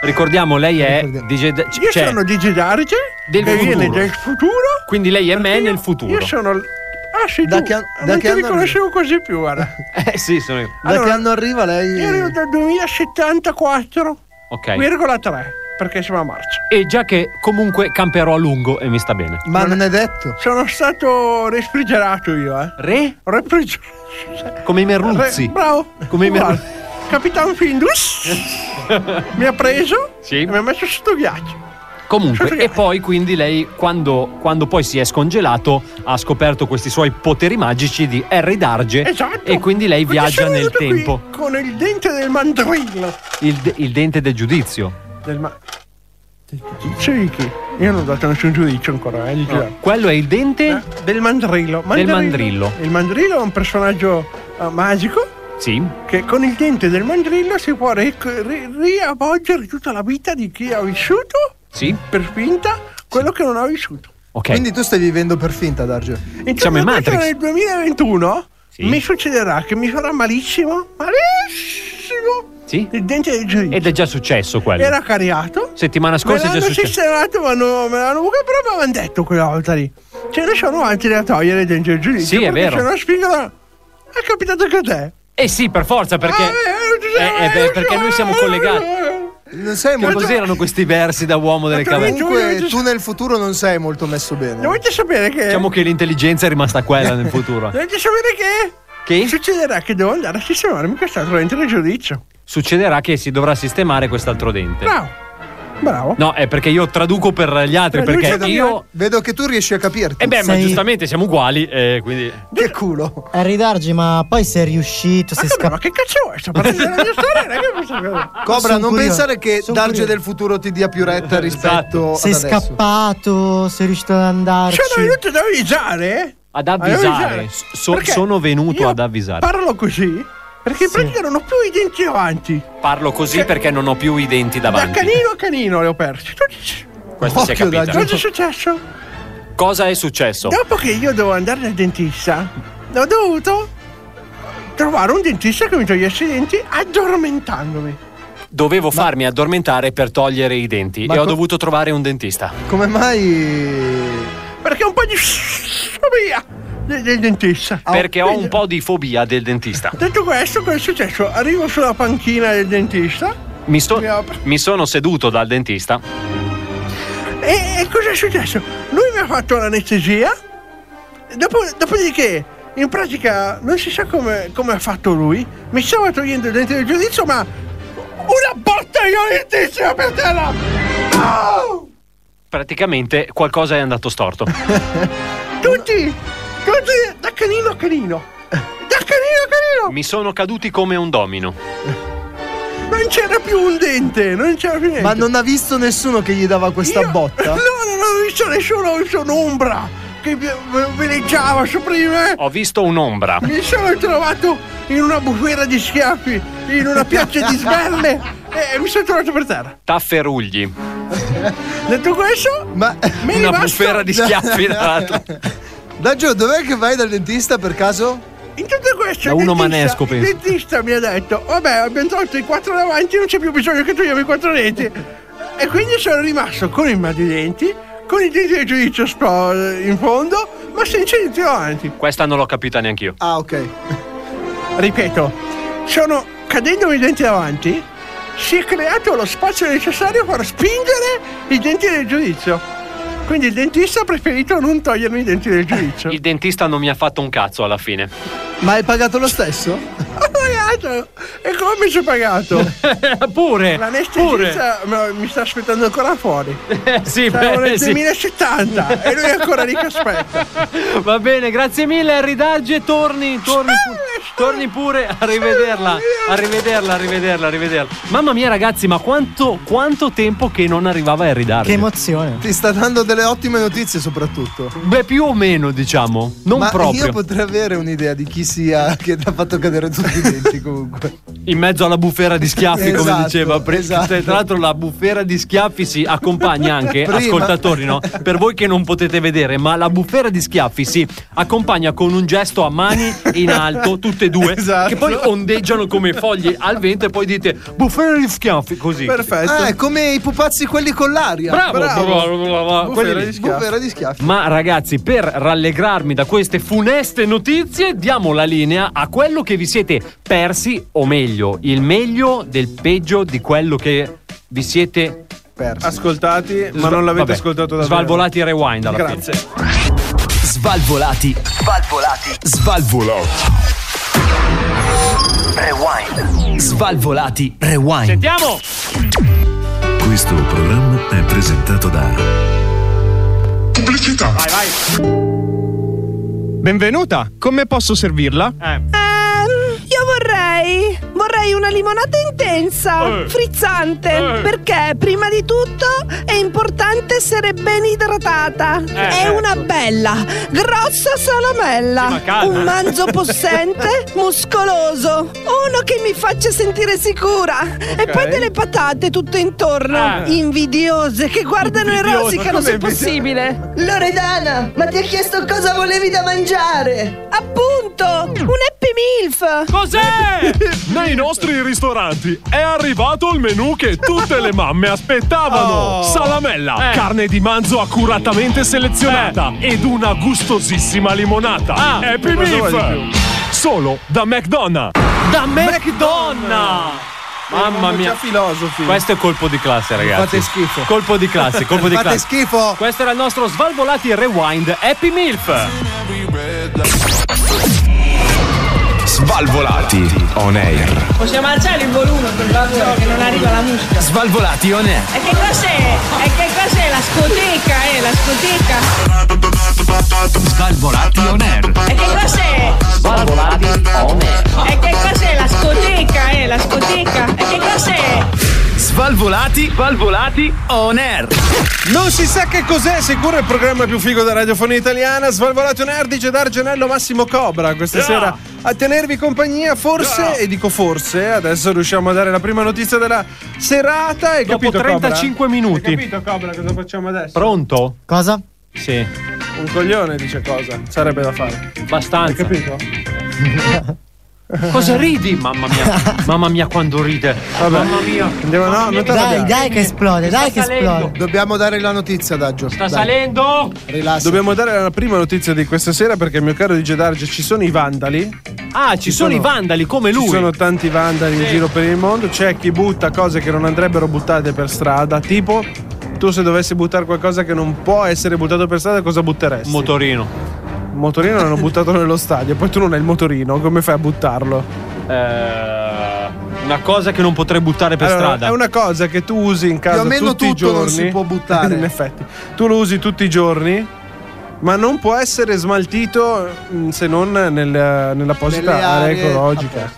Speaker 8: ricordiamo lei è DJ da-
Speaker 13: Io
Speaker 8: cioè,
Speaker 13: sono DJ Darge,
Speaker 8: Del
Speaker 13: che viene
Speaker 8: futuro.
Speaker 13: dal futuro.
Speaker 8: quindi lei è me
Speaker 13: Io-
Speaker 8: nel futuro
Speaker 13: Io sono... Ah sì,
Speaker 9: Da
Speaker 13: tu.
Speaker 9: che an- da
Speaker 13: non
Speaker 9: che
Speaker 13: ti
Speaker 9: anno-
Speaker 13: riconoscevo così più, guarda.
Speaker 8: eh sì sono io
Speaker 9: Da
Speaker 13: Allora-
Speaker 9: che anno arriva lei?
Speaker 13: Io arrivo dal 2074,3
Speaker 8: ok
Speaker 13: perché siamo a marzo.
Speaker 8: e già che comunque camperò a lungo e mi sta bene
Speaker 9: Ma non è detto.
Speaker 13: Sono stato refrigerato io, eh.
Speaker 8: re
Speaker 13: Refrigerato.
Speaker 8: come i merluzzi
Speaker 13: bravo.
Speaker 8: Come i
Speaker 13: Guarda,
Speaker 8: merluzzi.
Speaker 13: Capitan Findus mi ha preso
Speaker 8: Sì.
Speaker 13: e mi ha messo sotto ghiaccio.
Speaker 8: Comunque,
Speaker 13: Sì, sì.
Speaker 8: e poi quindi lei, quando, quando poi si è scongelato, ha scoperto questi suoi poteri magici di Harry Darge.
Speaker 13: Esatto.
Speaker 8: E quindi lei
Speaker 13: Quindi
Speaker 8: viaggia
Speaker 13: sono
Speaker 8: nel
Speaker 13: venuto qui
Speaker 8: tempo.
Speaker 13: Con il dente del mandrillo.
Speaker 8: Il, de- il dente del giudizio.
Speaker 13: Del ma... del giudizio di chi? Io non ho dato nessun giudizio ancora, eh, di giurare.
Speaker 8: Quello è il dente.
Speaker 13: Eh, Del mandrillo.
Speaker 8: mandrillo.
Speaker 13: Il mandrillo è un personaggio eh, magico
Speaker 8: Sì.
Speaker 13: che con il dente del mandrillo si può ri- ri- riavvolgere tutta la vita di chi ha vissuto
Speaker 8: Sì.
Speaker 13: per finta quello che non ha vissuto.
Speaker 8: Ok.
Speaker 9: Quindi tu stai vivendo per finta, Darge.
Speaker 13: Intanto
Speaker 8: Siamo in
Speaker 13: questo
Speaker 8: Matrix.
Speaker 13: Nel 2021
Speaker 8: Sì.
Speaker 13: mi succederà che mi farà malissimo, malissimo,
Speaker 8: Sì.
Speaker 13: il dente del giudizio.
Speaker 8: Ed è già successo quello.
Speaker 13: Era cariato.
Speaker 8: Settimana
Speaker 13: Me
Speaker 8: scorsa è già
Speaker 13: l'hanno
Speaker 8: successo.
Speaker 13: sistemato, ma non- me l'hanno però mi hanno detto quella volta lì. Cioè, Ce ne sono altri da togliere dentro il giudizio.
Speaker 8: Sì, è
Speaker 13: perché
Speaker 8: vero.
Speaker 13: C'è una spigola. È capitato anche a te.
Speaker 8: Eh sì, per forza, perché.
Speaker 13: Ah, eh,
Speaker 8: Eh, eh, beh, perché noi siamo collegati.
Speaker 9: Non sei
Speaker 8: Ma
Speaker 9: molto.
Speaker 8: cos'erano questi versi da uomo delle caverne?
Speaker 9: Comunque, tu nel futuro non sei molto messo bene.
Speaker 13: Dovete sapere che.
Speaker 8: Diciamo che l'intelligenza è rimasta quella nel futuro.
Speaker 13: Dovete sapere che.
Speaker 8: Che
Speaker 13: Succederà che devo andare a sistemarmi quest'altro dentro il giudizio.
Speaker 9: Ah.
Speaker 8: succederà che si dovrà sistemare quest'altro dente.
Speaker 13: Bravo.
Speaker 9: Bravo.
Speaker 8: No, è perché io traduco per gli altri, perché io...
Speaker 7: Vedo che tu riesci a capirti.
Speaker 8: E Eh beh, ma giustamente siamo uguali, eh, quindi...
Speaker 7: Che culo.
Speaker 10: Harry Dargi, ma poi sei riuscito, sei scappato. Ma
Speaker 9: che cazzo è? Sto parlando della mia sorella, che posso capire?
Speaker 7: Cobra,
Speaker 10: Sono
Speaker 7: non
Speaker 10: curioso,
Speaker 7: pensare che
Speaker 10: sono
Speaker 7: Darge
Speaker 10: curioso.
Speaker 7: del futuro ti dia più
Speaker 8: Esatto.
Speaker 7: retta rispetto
Speaker 10: Sei
Speaker 7: ad adesso.
Speaker 10: scappato, sei riuscito ad andarci.
Speaker 9: Sono venuto ad avvisare.
Speaker 8: Ad
Speaker 9: Ad
Speaker 8: avvisare.
Speaker 9: avvisare.
Speaker 8: So-
Speaker 9: Perché
Speaker 8: sono venuto
Speaker 9: io
Speaker 8: ad avvisare.
Speaker 9: Parlo così perché in pratica non ho più i denti davanti.
Speaker 8: Parlo così perché non ho più i denti
Speaker 9: Cioè, Da
Speaker 8: davanti.
Speaker 9: canino a canino le ho persi.
Speaker 8: Questo si è
Speaker 9: Occhio,
Speaker 8: capito.
Speaker 9: Darge. Cosa è successo?
Speaker 8: Cosa è successo?
Speaker 9: Dopo che io devo andare dal dentista, ho dovuto trovare un dentista che mi togliesse i denti addormentandomi.
Speaker 8: Dovevo farmi addormentare per togliere i denti
Speaker 9: Ma
Speaker 8: e ho
Speaker 9: co- Ah,
Speaker 8: dovuto trovare un dentista.
Speaker 7: Come mai?
Speaker 9: Perché un po' di fobia de- del dentista.
Speaker 7: Ah,
Speaker 8: Perché ho un po' di fobia del dentista.
Speaker 9: Detto questo, cosa è successo? Arrivo sulla panchina del dentista
Speaker 8: Mi, sto- mi sono seduto dal dentista.
Speaker 9: e, e cosa è successo? Lui mi ha fatto l'anestesia, dopo, dopodiché, in pratica, non si sa come, come ha fatto lui, mi stava togliendo il dente del giudizio, ma una botta violentissima per terra! Ah!
Speaker 8: Praticamente qualcosa è andato storto.
Speaker 9: Tutti, tutti, da canino a canino, da canino a canino!
Speaker 8: Mi sono caduti come un domino.
Speaker 9: Non c'era più un dente, non c'era più niente.
Speaker 7: Ma non ha visto nessuno che gli dava questa botta?
Speaker 9: No, non ho visto nessuno, ho visto un'ombra che vi- ve- veleggiava sopra di me.
Speaker 8: Ho visto un'ombra.
Speaker 9: Mi sono trovato in una bufera di schiaffi, in una piazza di sberle e mi sono trovato per terra.
Speaker 8: Tafferugli.
Speaker 9: Detto questo,
Speaker 7: ma
Speaker 9: mi è
Speaker 8: Una
Speaker 9: rimasto-
Speaker 8: bufera di schiaffi davanti.
Speaker 7: Daggio, dov'è che vai dal dentista per caso?
Speaker 9: In tutto questo,
Speaker 7: Da
Speaker 9: il
Speaker 7: uno
Speaker 9: dentista-
Speaker 7: manesco,
Speaker 9: il
Speaker 7: penso.
Speaker 9: dentista mi ha detto: Vabbè, abbiamo tolto i quattro davanti, non c'è più bisogno che tu i quattro denti. e quindi sono rimasto con il mal di denti, con i denti del giudizio spro- in fondo, ma senza i denti davanti.
Speaker 8: Questa non l'ho capita neanche io.
Speaker 7: Ah, ok.
Speaker 9: Ripeto, sono cadendomi i denti davanti, si è creato lo spazio necessario per spingere i denti del giudizio. Quindi il dentista ha preferito non togliermi i denti del giudizio.
Speaker 8: Il dentista non mi ha fatto un cazzo alla fine.
Speaker 7: Ma hai pagato lo stesso?
Speaker 9: Ho pagato! E come mi sono pagato?
Speaker 8: pure!
Speaker 9: L'anestesista ma mi sta aspettando ancora fuori.
Speaker 8: Eh, sì,
Speaker 9: Siamo
Speaker 8: beh,
Speaker 9: nel
Speaker 8: sì.
Speaker 9: 2070 e lui è ancora lì che aspetta.
Speaker 8: Va bene, grazie mille, Harry Darge, torni, torni, pu- torni pure, arrivederla, arrivederla, arrivederla, arrivederla. Mamma mia ragazzi, ma quanto, quanto tempo che non arrivava Harry Darge?
Speaker 10: emozione.
Speaker 7: Ti sta dando delle ottime notizie soprattutto.
Speaker 8: Beh, più o meno diciamo, non
Speaker 7: Ma
Speaker 8: proprio.
Speaker 7: io potrei avere un'idea di chi sia che ti ha fatto cadere tutti i denti comunque.
Speaker 8: In mezzo alla bufera di schiaffi, come
Speaker 7: Esatto,
Speaker 8: diceva prima.
Speaker 7: esatto.
Speaker 8: Tra l'altro, la bufera di schiaffi si accompagna anche,
Speaker 7: Prima.
Speaker 8: ascoltatori, no? Per voi che non potete vedere, ma la bufera di schiaffi si accompagna con un gesto a mani in alto, tutte e due,
Speaker 7: Esatto.
Speaker 8: che poi ondeggiano come foglie al vento e poi dite bufera di schiaffi, così.
Speaker 7: Ah, è come i pupazzi quelli con l'aria.
Speaker 8: Bravo, bravo, bravo, bravo.
Speaker 7: Bufera
Speaker 8: Quelli
Speaker 7: di
Speaker 8: lì.
Speaker 7: schiaffi. Bufera di schiaffi.
Speaker 8: Ma ragazzi, per rallegrarmi da queste funeste notizie, diamo la linea a quello che vi siete persi, o meglio, il meglio del peggio di quello che vi siete
Speaker 14: Ascoltati, ma
Speaker 8: Sva-
Speaker 14: non l'avete
Speaker 8: vabbè,
Speaker 14: ascoltato davvero.
Speaker 8: Svalvolati e rewind alla
Speaker 14: Grazie.
Speaker 8: fine. Svalvolati.
Speaker 15: Svalvolati.
Speaker 2: Svalvolati.
Speaker 15: Rewind.
Speaker 2: Svalvolati. Rewind.
Speaker 8: Sentiamo!
Speaker 1: Questo programma è presentato da
Speaker 16: Pubblicità.
Speaker 17: Vai, vai. Benvenuta, come posso servirla?
Speaker 18: Ehm, io vorrei. Vorrei una limonata intensa,
Speaker 17: Eh.
Speaker 18: frizzante.
Speaker 17: Eh.
Speaker 18: Perché prima di tutto è importante essere ben idratata.
Speaker 17: Eh,
Speaker 18: è una bella, grossa
Speaker 17: certo. Sì,
Speaker 18: salamella.
Speaker 17: ma calma.
Speaker 18: un manzo possente, muscoloso. Uno che mi faccia sentire sicura. E
Speaker 17: Ok.
Speaker 18: poi delle patate tutte intorno.
Speaker 17: Eh.
Speaker 18: Invidiose che guardano e
Speaker 17: Invidioso,
Speaker 18: rosicano
Speaker 17: come
Speaker 18: se
Speaker 17: invidioso?
Speaker 18: possibile. Loredana, ma ti ha chiesto cosa volevi da mangiare? Appunto, un Happy Milf!
Speaker 17: Cos'è? Nei nostri ristoranti è arrivato il menù che tutte le mamme aspettavano:
Speaker 19: Oh.
Speaker 17: salamella,
Speaker 19: Eh.
Speaker 17: carne di manzo accuratamente selezionata ed una gustosissima limonata.
Speaker 19: Ah,
Speaker 17: Happy
Speaker 19: cosa vuoi
Speaker 17: Beef! Solo da McDonald's.
Speaker 8: Da McDonald's! Mamma mia,
Speaker 7: filosofi.
Speaker 8: Questo è colpo di classe, ragazzi.
Speaker 7: Fate schifo.
Speaker 8: Colpo di classe, colpo di
Speaker 7: Fate
Speaker 8: classe.
Speaker 7: schifo.
Speaker 8: Questo era il nostro Svalvolati Rewind Happy Milf.
Speaker 20: Svalvolati on air.
Speaker 21: Possiamo alzare il volume per favore che non arriva la musica.
Speaker 20: Svalvolati on air.
Speaker 21: E che cos'è? E che cos'è la scoteca? Eh, la scoteca.
Speaker 20: Svalvolati on air.
Speaker 21: E che cos'è?
Speaker 20: Svalvolati on air.
Speaker 21: E che cos'è la scoteca? Eh, la scoteca. E che cos'è?
Speaker 20: Svalvolati, svalvolati on air.
Speaker 7: Non si sa che cos'è, sicuro è il programma più figo della radiofonia italiana. Svalvolato Nerd dice Dargenello Massimo Cobra questa
Speaker 13: Yeah.
Speaker 7: sera a tenervi compagnia. Forse, e dico forse, adesso riusciamo a dare la prima notizia della serata. Hai
Speaker 8: Dopo
Speaker 7: capito,
Speaker 8: 35
Speaker 7: Cobra?
Speaker 8: minuti.
Speaker 7: Hai capito, Cobra, cosa facciamo adesso?
Speaker 8: Pronto?
Speaker 10: Cosa?
Speaker 8: Sì.
Speaker 7: Un coglione dice cosa? Sarebbe da fare.
Speaker 8: Abbastanza.
Speaker 7: Hai capito?
Speaker 8: Cosa ridi? Mamma mia, mamma mia quando ride. Mamma mia. Mamma mia.
Speaker 10: dai, dai che esplode, dai che esplode.
Speaker 9: Dobbiamo dare la notizia, Daggio. Sta
Speaker 8: salendo.
Speaker 7: Dobbiamo dare la prima notizia di questa sera perché, mio caro DJ Darge, ci sono i vandali.
Speaker 8: Ah, ci, sono, i vandali come lui.
Speaker 7: Ci sono tanti vandali in giro per il mondo. C'è chi butta cose che non andrebbero buttate per strada. Tipo, tu se dovessi buttare qualcosa che non può essere buttato per strada, cosa butteresti?
Speaker 8: Motorino.
Speaker 7: Il motorino l'hanno buttato nello stadio. Poi tu non hai il motorino, come fai a buttarlo?
Speaker 8: Eh, una cosa che non potrei buttare per
Speaker 7: Allora,
Speaker 8: strada.
Speaker 7: È una cosa che tu usi in casa
Speaker 8: Più o meno
Speaker 7: tutti i
Speaker 8: tutto
Speaker 7: giorni.
Speaker 8: non si può buttare.
Speaker 7: In effetti, tu lo usi tutti i giorni. Ma non può essere smaltito mh, se non nel, nell'apposita
Speaker 8: Nelle
Speaker 7: area
Speaker 8: aree
Speaker 7: ecologica.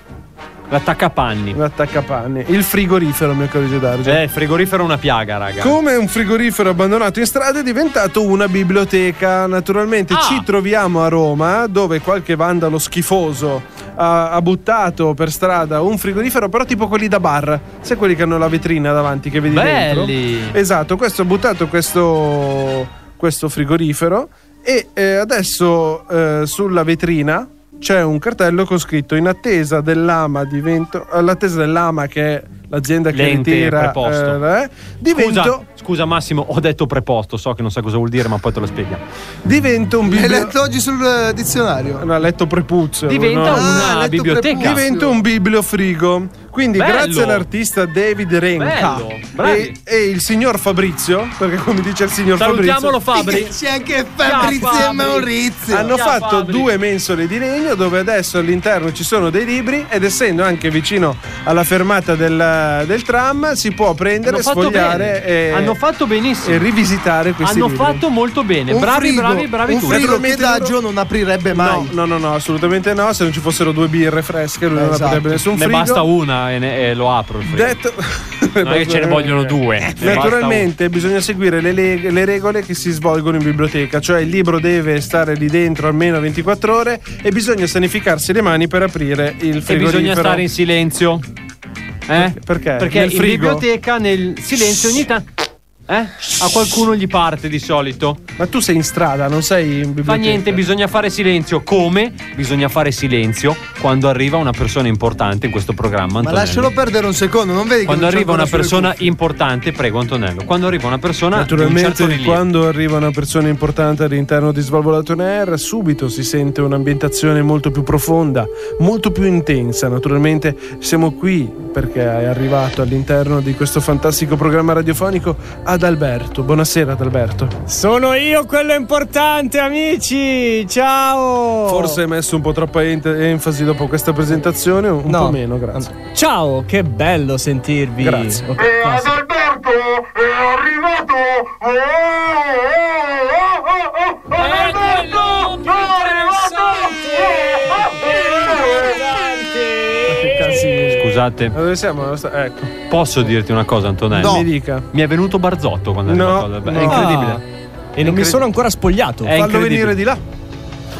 Speaker 8: L'attaccapanni.
Speaker 7: L'attaccapanni. Il frigorifero, mio caro Gedarge.
Speaker 8: Eh, il frigorifero è una piaga, raga.
Speaker 7: Come un frigorifero abbandonato in strada è diventato una biblioteca. Naturalmente
Speaker 8: Ah.
Speaker 7: ci troviamo a Roma dove qualche vandalo schifoso ha, ha buttato per strada un frigorifero, però tipo quelli da bar. Sai quelli che hanno la vetrina davanti che vedi
Speaker 8: Belli.
Speaker 7: dentro? Esatto, questo ha buttato questo, questo frigorifero e eh, adesso eh, sulla vetrina c'è un cartello con scritto in attesa dell'AMA divento all'attesa dell'AMA che è l'azienda che
Speaker 8: L'ente
Speaker 7: ritira
Speaker 8: preposto.
Speaker 7: eh, eh, divento
Speaker 8: Scusa, scusa Massimo, ho detto preposto, so che non sai cosa vuol dire, ma poi te lo spieghiamo.
Speaker 7: Divento un
Speaker 9: L'hai
Speaker 7: biblio-
Speaker 9: letto oggi sul eh, dizionario.
Speaker 7: No, ha letto prepuzio.
Speaker 9: Diventa
Speaker 7: no?
Speaker 9: una Ah, ha letto biblioteca. prepuzio.
Speaker 7: Diventa un bibliofrigo. Quindi,
Speaker 9: Bello.
Speaker 7: grazie all'artista David Renka
Speaker 9: Bello,
Speaker 7: e,
Speaker 9: bravi.
Speaker 7: e il signor Fabrizio, perché come dice il signor
Speaker 9: Salutiamolo,
Speaker 7: Fabrizio,
Speaker 9: Fabri. C'è anche Fabrizio Ciao, Fabri. e Maurizio.
Speaker 8: Ah,
Speaker 7: Hanno
Speaker 9: Ciao,
Speaker 7: fatto
Speaker 9: Fabri.
Speaker 7: due mensole di legno dove adesso all'interno ci sono dei libri ed essendo anche vicino alla fermata del, del tram si può prendere,
Speaker 8: Hanno fatto
Speaker 7: sfogliare
Speaker 8: bene.
Speaker 7: e,
Speaker 8: Hanno fatto benissimo.
Speaker 7: e rivisitare questi
Speaker 8: Hanno
Speaker 7: libri.
Speaker 8: fatto molto bene.
Speaker 7: Un
Speaker 8: bravi,
Speaker 7: frigo,
Speaker 8: bravi, bravi,
Speaker 7: un
Speaker 8: tutti.
Speaker 7: frigo che
Speaker 9: Daggio non aprirebbe mai.
Speaker 7: No, no, no, no, assolutamente no. Se non ci fossero due birre fresche, lui non
Speaker 8: Esatto.
Speaker 7: avrebbe nessun
Speaker 8: ne
Speaker 7: frigo.
Speaker 8: basta una e, ne- e lo apro il frigo.
Speaker 7: Detto-
Speaker 8: non è che ce ne vogliono due. ne basta
Speaker 7: Naturalmente bisogna seguire le, le- le regole che si svolgono in biblioteca, cioè il libro deve stare lì dentro almeno 24 ore e bisogna sanificarsi le mani per aprire il
Speaker 8: e
Speaker 7: frigorifero.
Speaker 8: bisogna stare in silenzio. Eh?
Speaker 7: Perché?
Speaker 8: Perché
Speaker 7: Nel
Speaker 8: in
Speaker 7: frigo?
Speaker 8: biblioteca nel silenzio ogni tanto eh? a qualcuno gli parte di solito.
Speaker 7: Ma tu sei in strada, non sei in biblioteca.
Speaker 8: Fa niente, bisogna fare silenzio. Come? Bisogna fare silenzio quando arriva una persona importante in questo programma.
Speaker 9: Ma
Speaker 8: Antonello.
Speaker 9: lascialo perdere un secondo, non vedi che
Speaker 8: Quando
Speaker 9: non c'è
Speaker 8: arriva
Speaker 9: ancora
Speaker 8: una
Speaker 9: sulle
Speaker 8: persona importante, prego Antonello. Quando arriva una persona di un certo
Speaker 7: Naturalmente,
Speaker 8: rilievo.
Speaker 7: quando arriva una persona importante all'interno di Svalvolato on Air, subito si sente un'ambientazione molto più profonda, molto più intensa. Naturalmente, siamo qui perché è arrivato all'interno di questo fantastico programma radiofonico ad Alberto. Buonasera, ad Alberto.
Speaker 22: Sono io quello importante, amici! Ciao!
Speaker 7: Forse hai messo un po' troppa ent- enfasi dopo questa presentazione, un
Speaker 22: No.
Speaker 7: po' meno, grazie.
Speaker 22: Ciao, che bello sentirvi. Oh,
Speaker 7: Grazie.
Speaker 22: Ok,
Speaker 23: E ad
Speaker 22: basta.
Speaker 23: Alberto è arrivato! Oh, oh, oh, oh, oh, Alberto è arrivato!
Speaker 8: Scusate.
Speaker 7: dove siamo? Ecco.
Speaker 8: Posso dirti una cosa, Antonello?
Speaker 22: No.
Speaker 8: Mi,
Speaker 7: dica.
Speaker 8: mi è venuto barzotto quando è
Speaker 22: No,
Speaker 8: arrivato Alberto. È
Speaker 22: no.
Speaker 8: incredibile.
Speaker 22: Ah, E non mi sono ancora spogliato.
Speaker 8: È incredibile.
Speaker 7: là.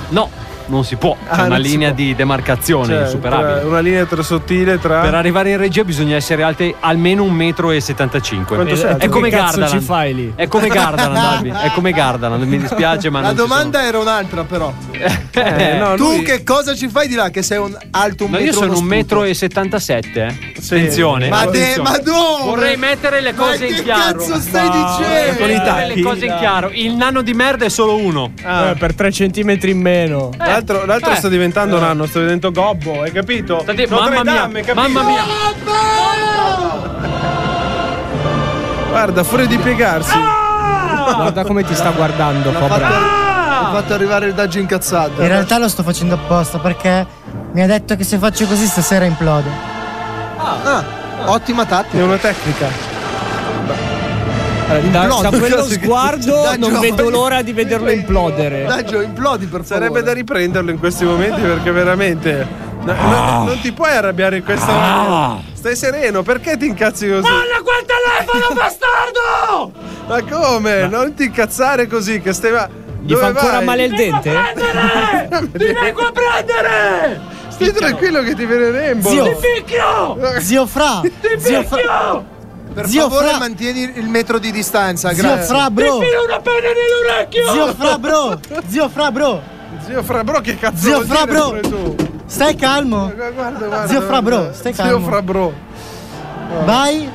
Speaker 8: No, non si può. C'è
Speaker 7: Ah,
Speaker 8: una
Speaker 7: non si
Speaker 8: linea
Speaker 7: può.
Speaker 8: di demarcazione
Speaker 7: Cioè,
Speaker 8: insuperabile.
Speaker 7: tra- una linea tra sottile tra.
Speaker 8: Per arrivare in regia bisogna essere alte almeno 1,75 m.
Speaker 7: Quanto sei alto?
Speaker 8: Eh, È come
Speaker 7: Che cazzo
Speaker 8: Gardaland.
Speaker 7: ci fai lì?
Speaker 8: È come Gardaland, Albi. È come Gardaland. Mi dispiace, ma
Speaker 9: La
Speaker 8: non ci
Speaker 9: domanda era un'altra, però.
Speaker 8: sono. Eh, no,
Speaker 9: tu
Speaker 8: lui-
Speaker 9: che cosa ci fai di là? Che sei un alto un
Speaker 8: No, io
Speaker 9: metro
Speaker 8: sono
Speaker 9: uno
Speaker 8: un
Speaker 9: sputo?
Speaker 8: metro e 77. eh. Attenzione.
Speaker 9: Ma, de,
Speaker 8: Attenzione.
Speaker 9: ma dove?
Speaker 8: Vorrei mettere le
Speaker 9: Ma
Speaker 8: cose
Speaker 9: che
Speaker 8: in chiaro.
Speaker 9: cazzo stai
Speaker 8: Ma-
Speaker 9: dicendo?
Speaker 8: eh, Con i tacchi. Le cose in chiaro. Il nano di merda è solo uno.
Speaker 22: Eh, per 3 centimetri in meno.
Speaker 8: Eh,
Speaker 7: Ah, L'altro, l'altro sta diventando
Speaker 9: Eh.
Speaker 7: un anno, sta diventando gobbo, hai capito?
Speaker 22: Sta di-
Speaker 7: Notre
Speaker 22: mamma mia,
Speaker 7: Dame, capito?
Speaker 22: mamma mia.
Speaker 7: Guarda, fuori di piegarsi.
Speaker 22: Guarda come ti sta guardando,
Speaker 9: Ho
Speaker 22: Cobra.
Speaker 7: Ah!
Speaker 9: fatto arrivare il daggio incazzato.
Speaker 10: In realtà lo sto facendo apposta perché Mi ha detto che se faccio così stasera implodo.
Speaker 24: Ah, ottima tattica. È
Speaker 7: una tecnica.
Speaker 9: Ah. Da,
Speaker 24: Implodo,
Speaker 9: da quello
Speaker 24: cazzo, che-
Speaker 9: sguardo
Speaker 24: Dai,
Speaker 9: non
Speaker 24: Gio.
Speaker 9: vedo l'ora di vederlo implodere.
Speaker 24: Daggio, implodi per favore.
Speaker 7: Sarebbe da riprenderlo in questi momenti perché veramente. no- no-
Speaker 9: Ah.
Speaker 7: non ti puoi arrabbiare in questa.
Speaker 25: Ah.
Speaker 7: Stai sereno, perché ti incazzi così?
Speaker 25: Molla quel telefono, bastardo!
Speaker 7: Ma come? Non ti incazzare così, che stai. Ma...
Speaker 9: Gli fa ancora male il Vengo a dente?
Speaker 7: prendere!
Speaker 25: Ti vengo a prendere!
Speaker 7: Stai tranquillo che ti viene l'embo.
Speaker 24: Zio.
Speaker 25: Ti picchio!
Speaker 10: Zio Fra!
Speaker 25: Ti
Speaker 24: Zio
Speaker 25: picchio!
Speaker 24: Per
Speaker 10: Zio
Speaker 24: favore
Speaker 10: Fra-
Speaker 24: mantieni il metro di distanza,
Speaker 10: Zio
Speaker 24: grazie.
Speaker 10: Fra, bro. Ti filo
Speaker 25: una penna nell'orecchio!
Speaker 10: Zio Fra bro! Zio Fra bro!
Speaker 7: Zio Fra bro che cazzo
Speaker 10: Zio
Speaker 7: vuol
Speaker 10: Fra
Speaker 7: dire pure
Speaker 10: bro! Stai calmo!
Speaker 7: Guarda, guarda,
Speaker 10: Zio Fra
Speaker 7: guarda.
Speaker 10: bro, stai
Speaker 7: Zio
Speaker 10: calmo.
Speaker 7: Fra bro.
Speaker 10: Vai!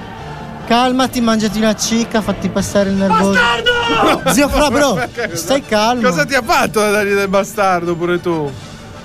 Speaker 10: Calmati, mangiati una cicca, fatti passare il nervoso.
Speaker 7: Bastardo!
Speaker 10: Zio Fra bro!
Speaker 7: Stai calmo. Cosa ti ha fatto da dargli del bastardo pure tu?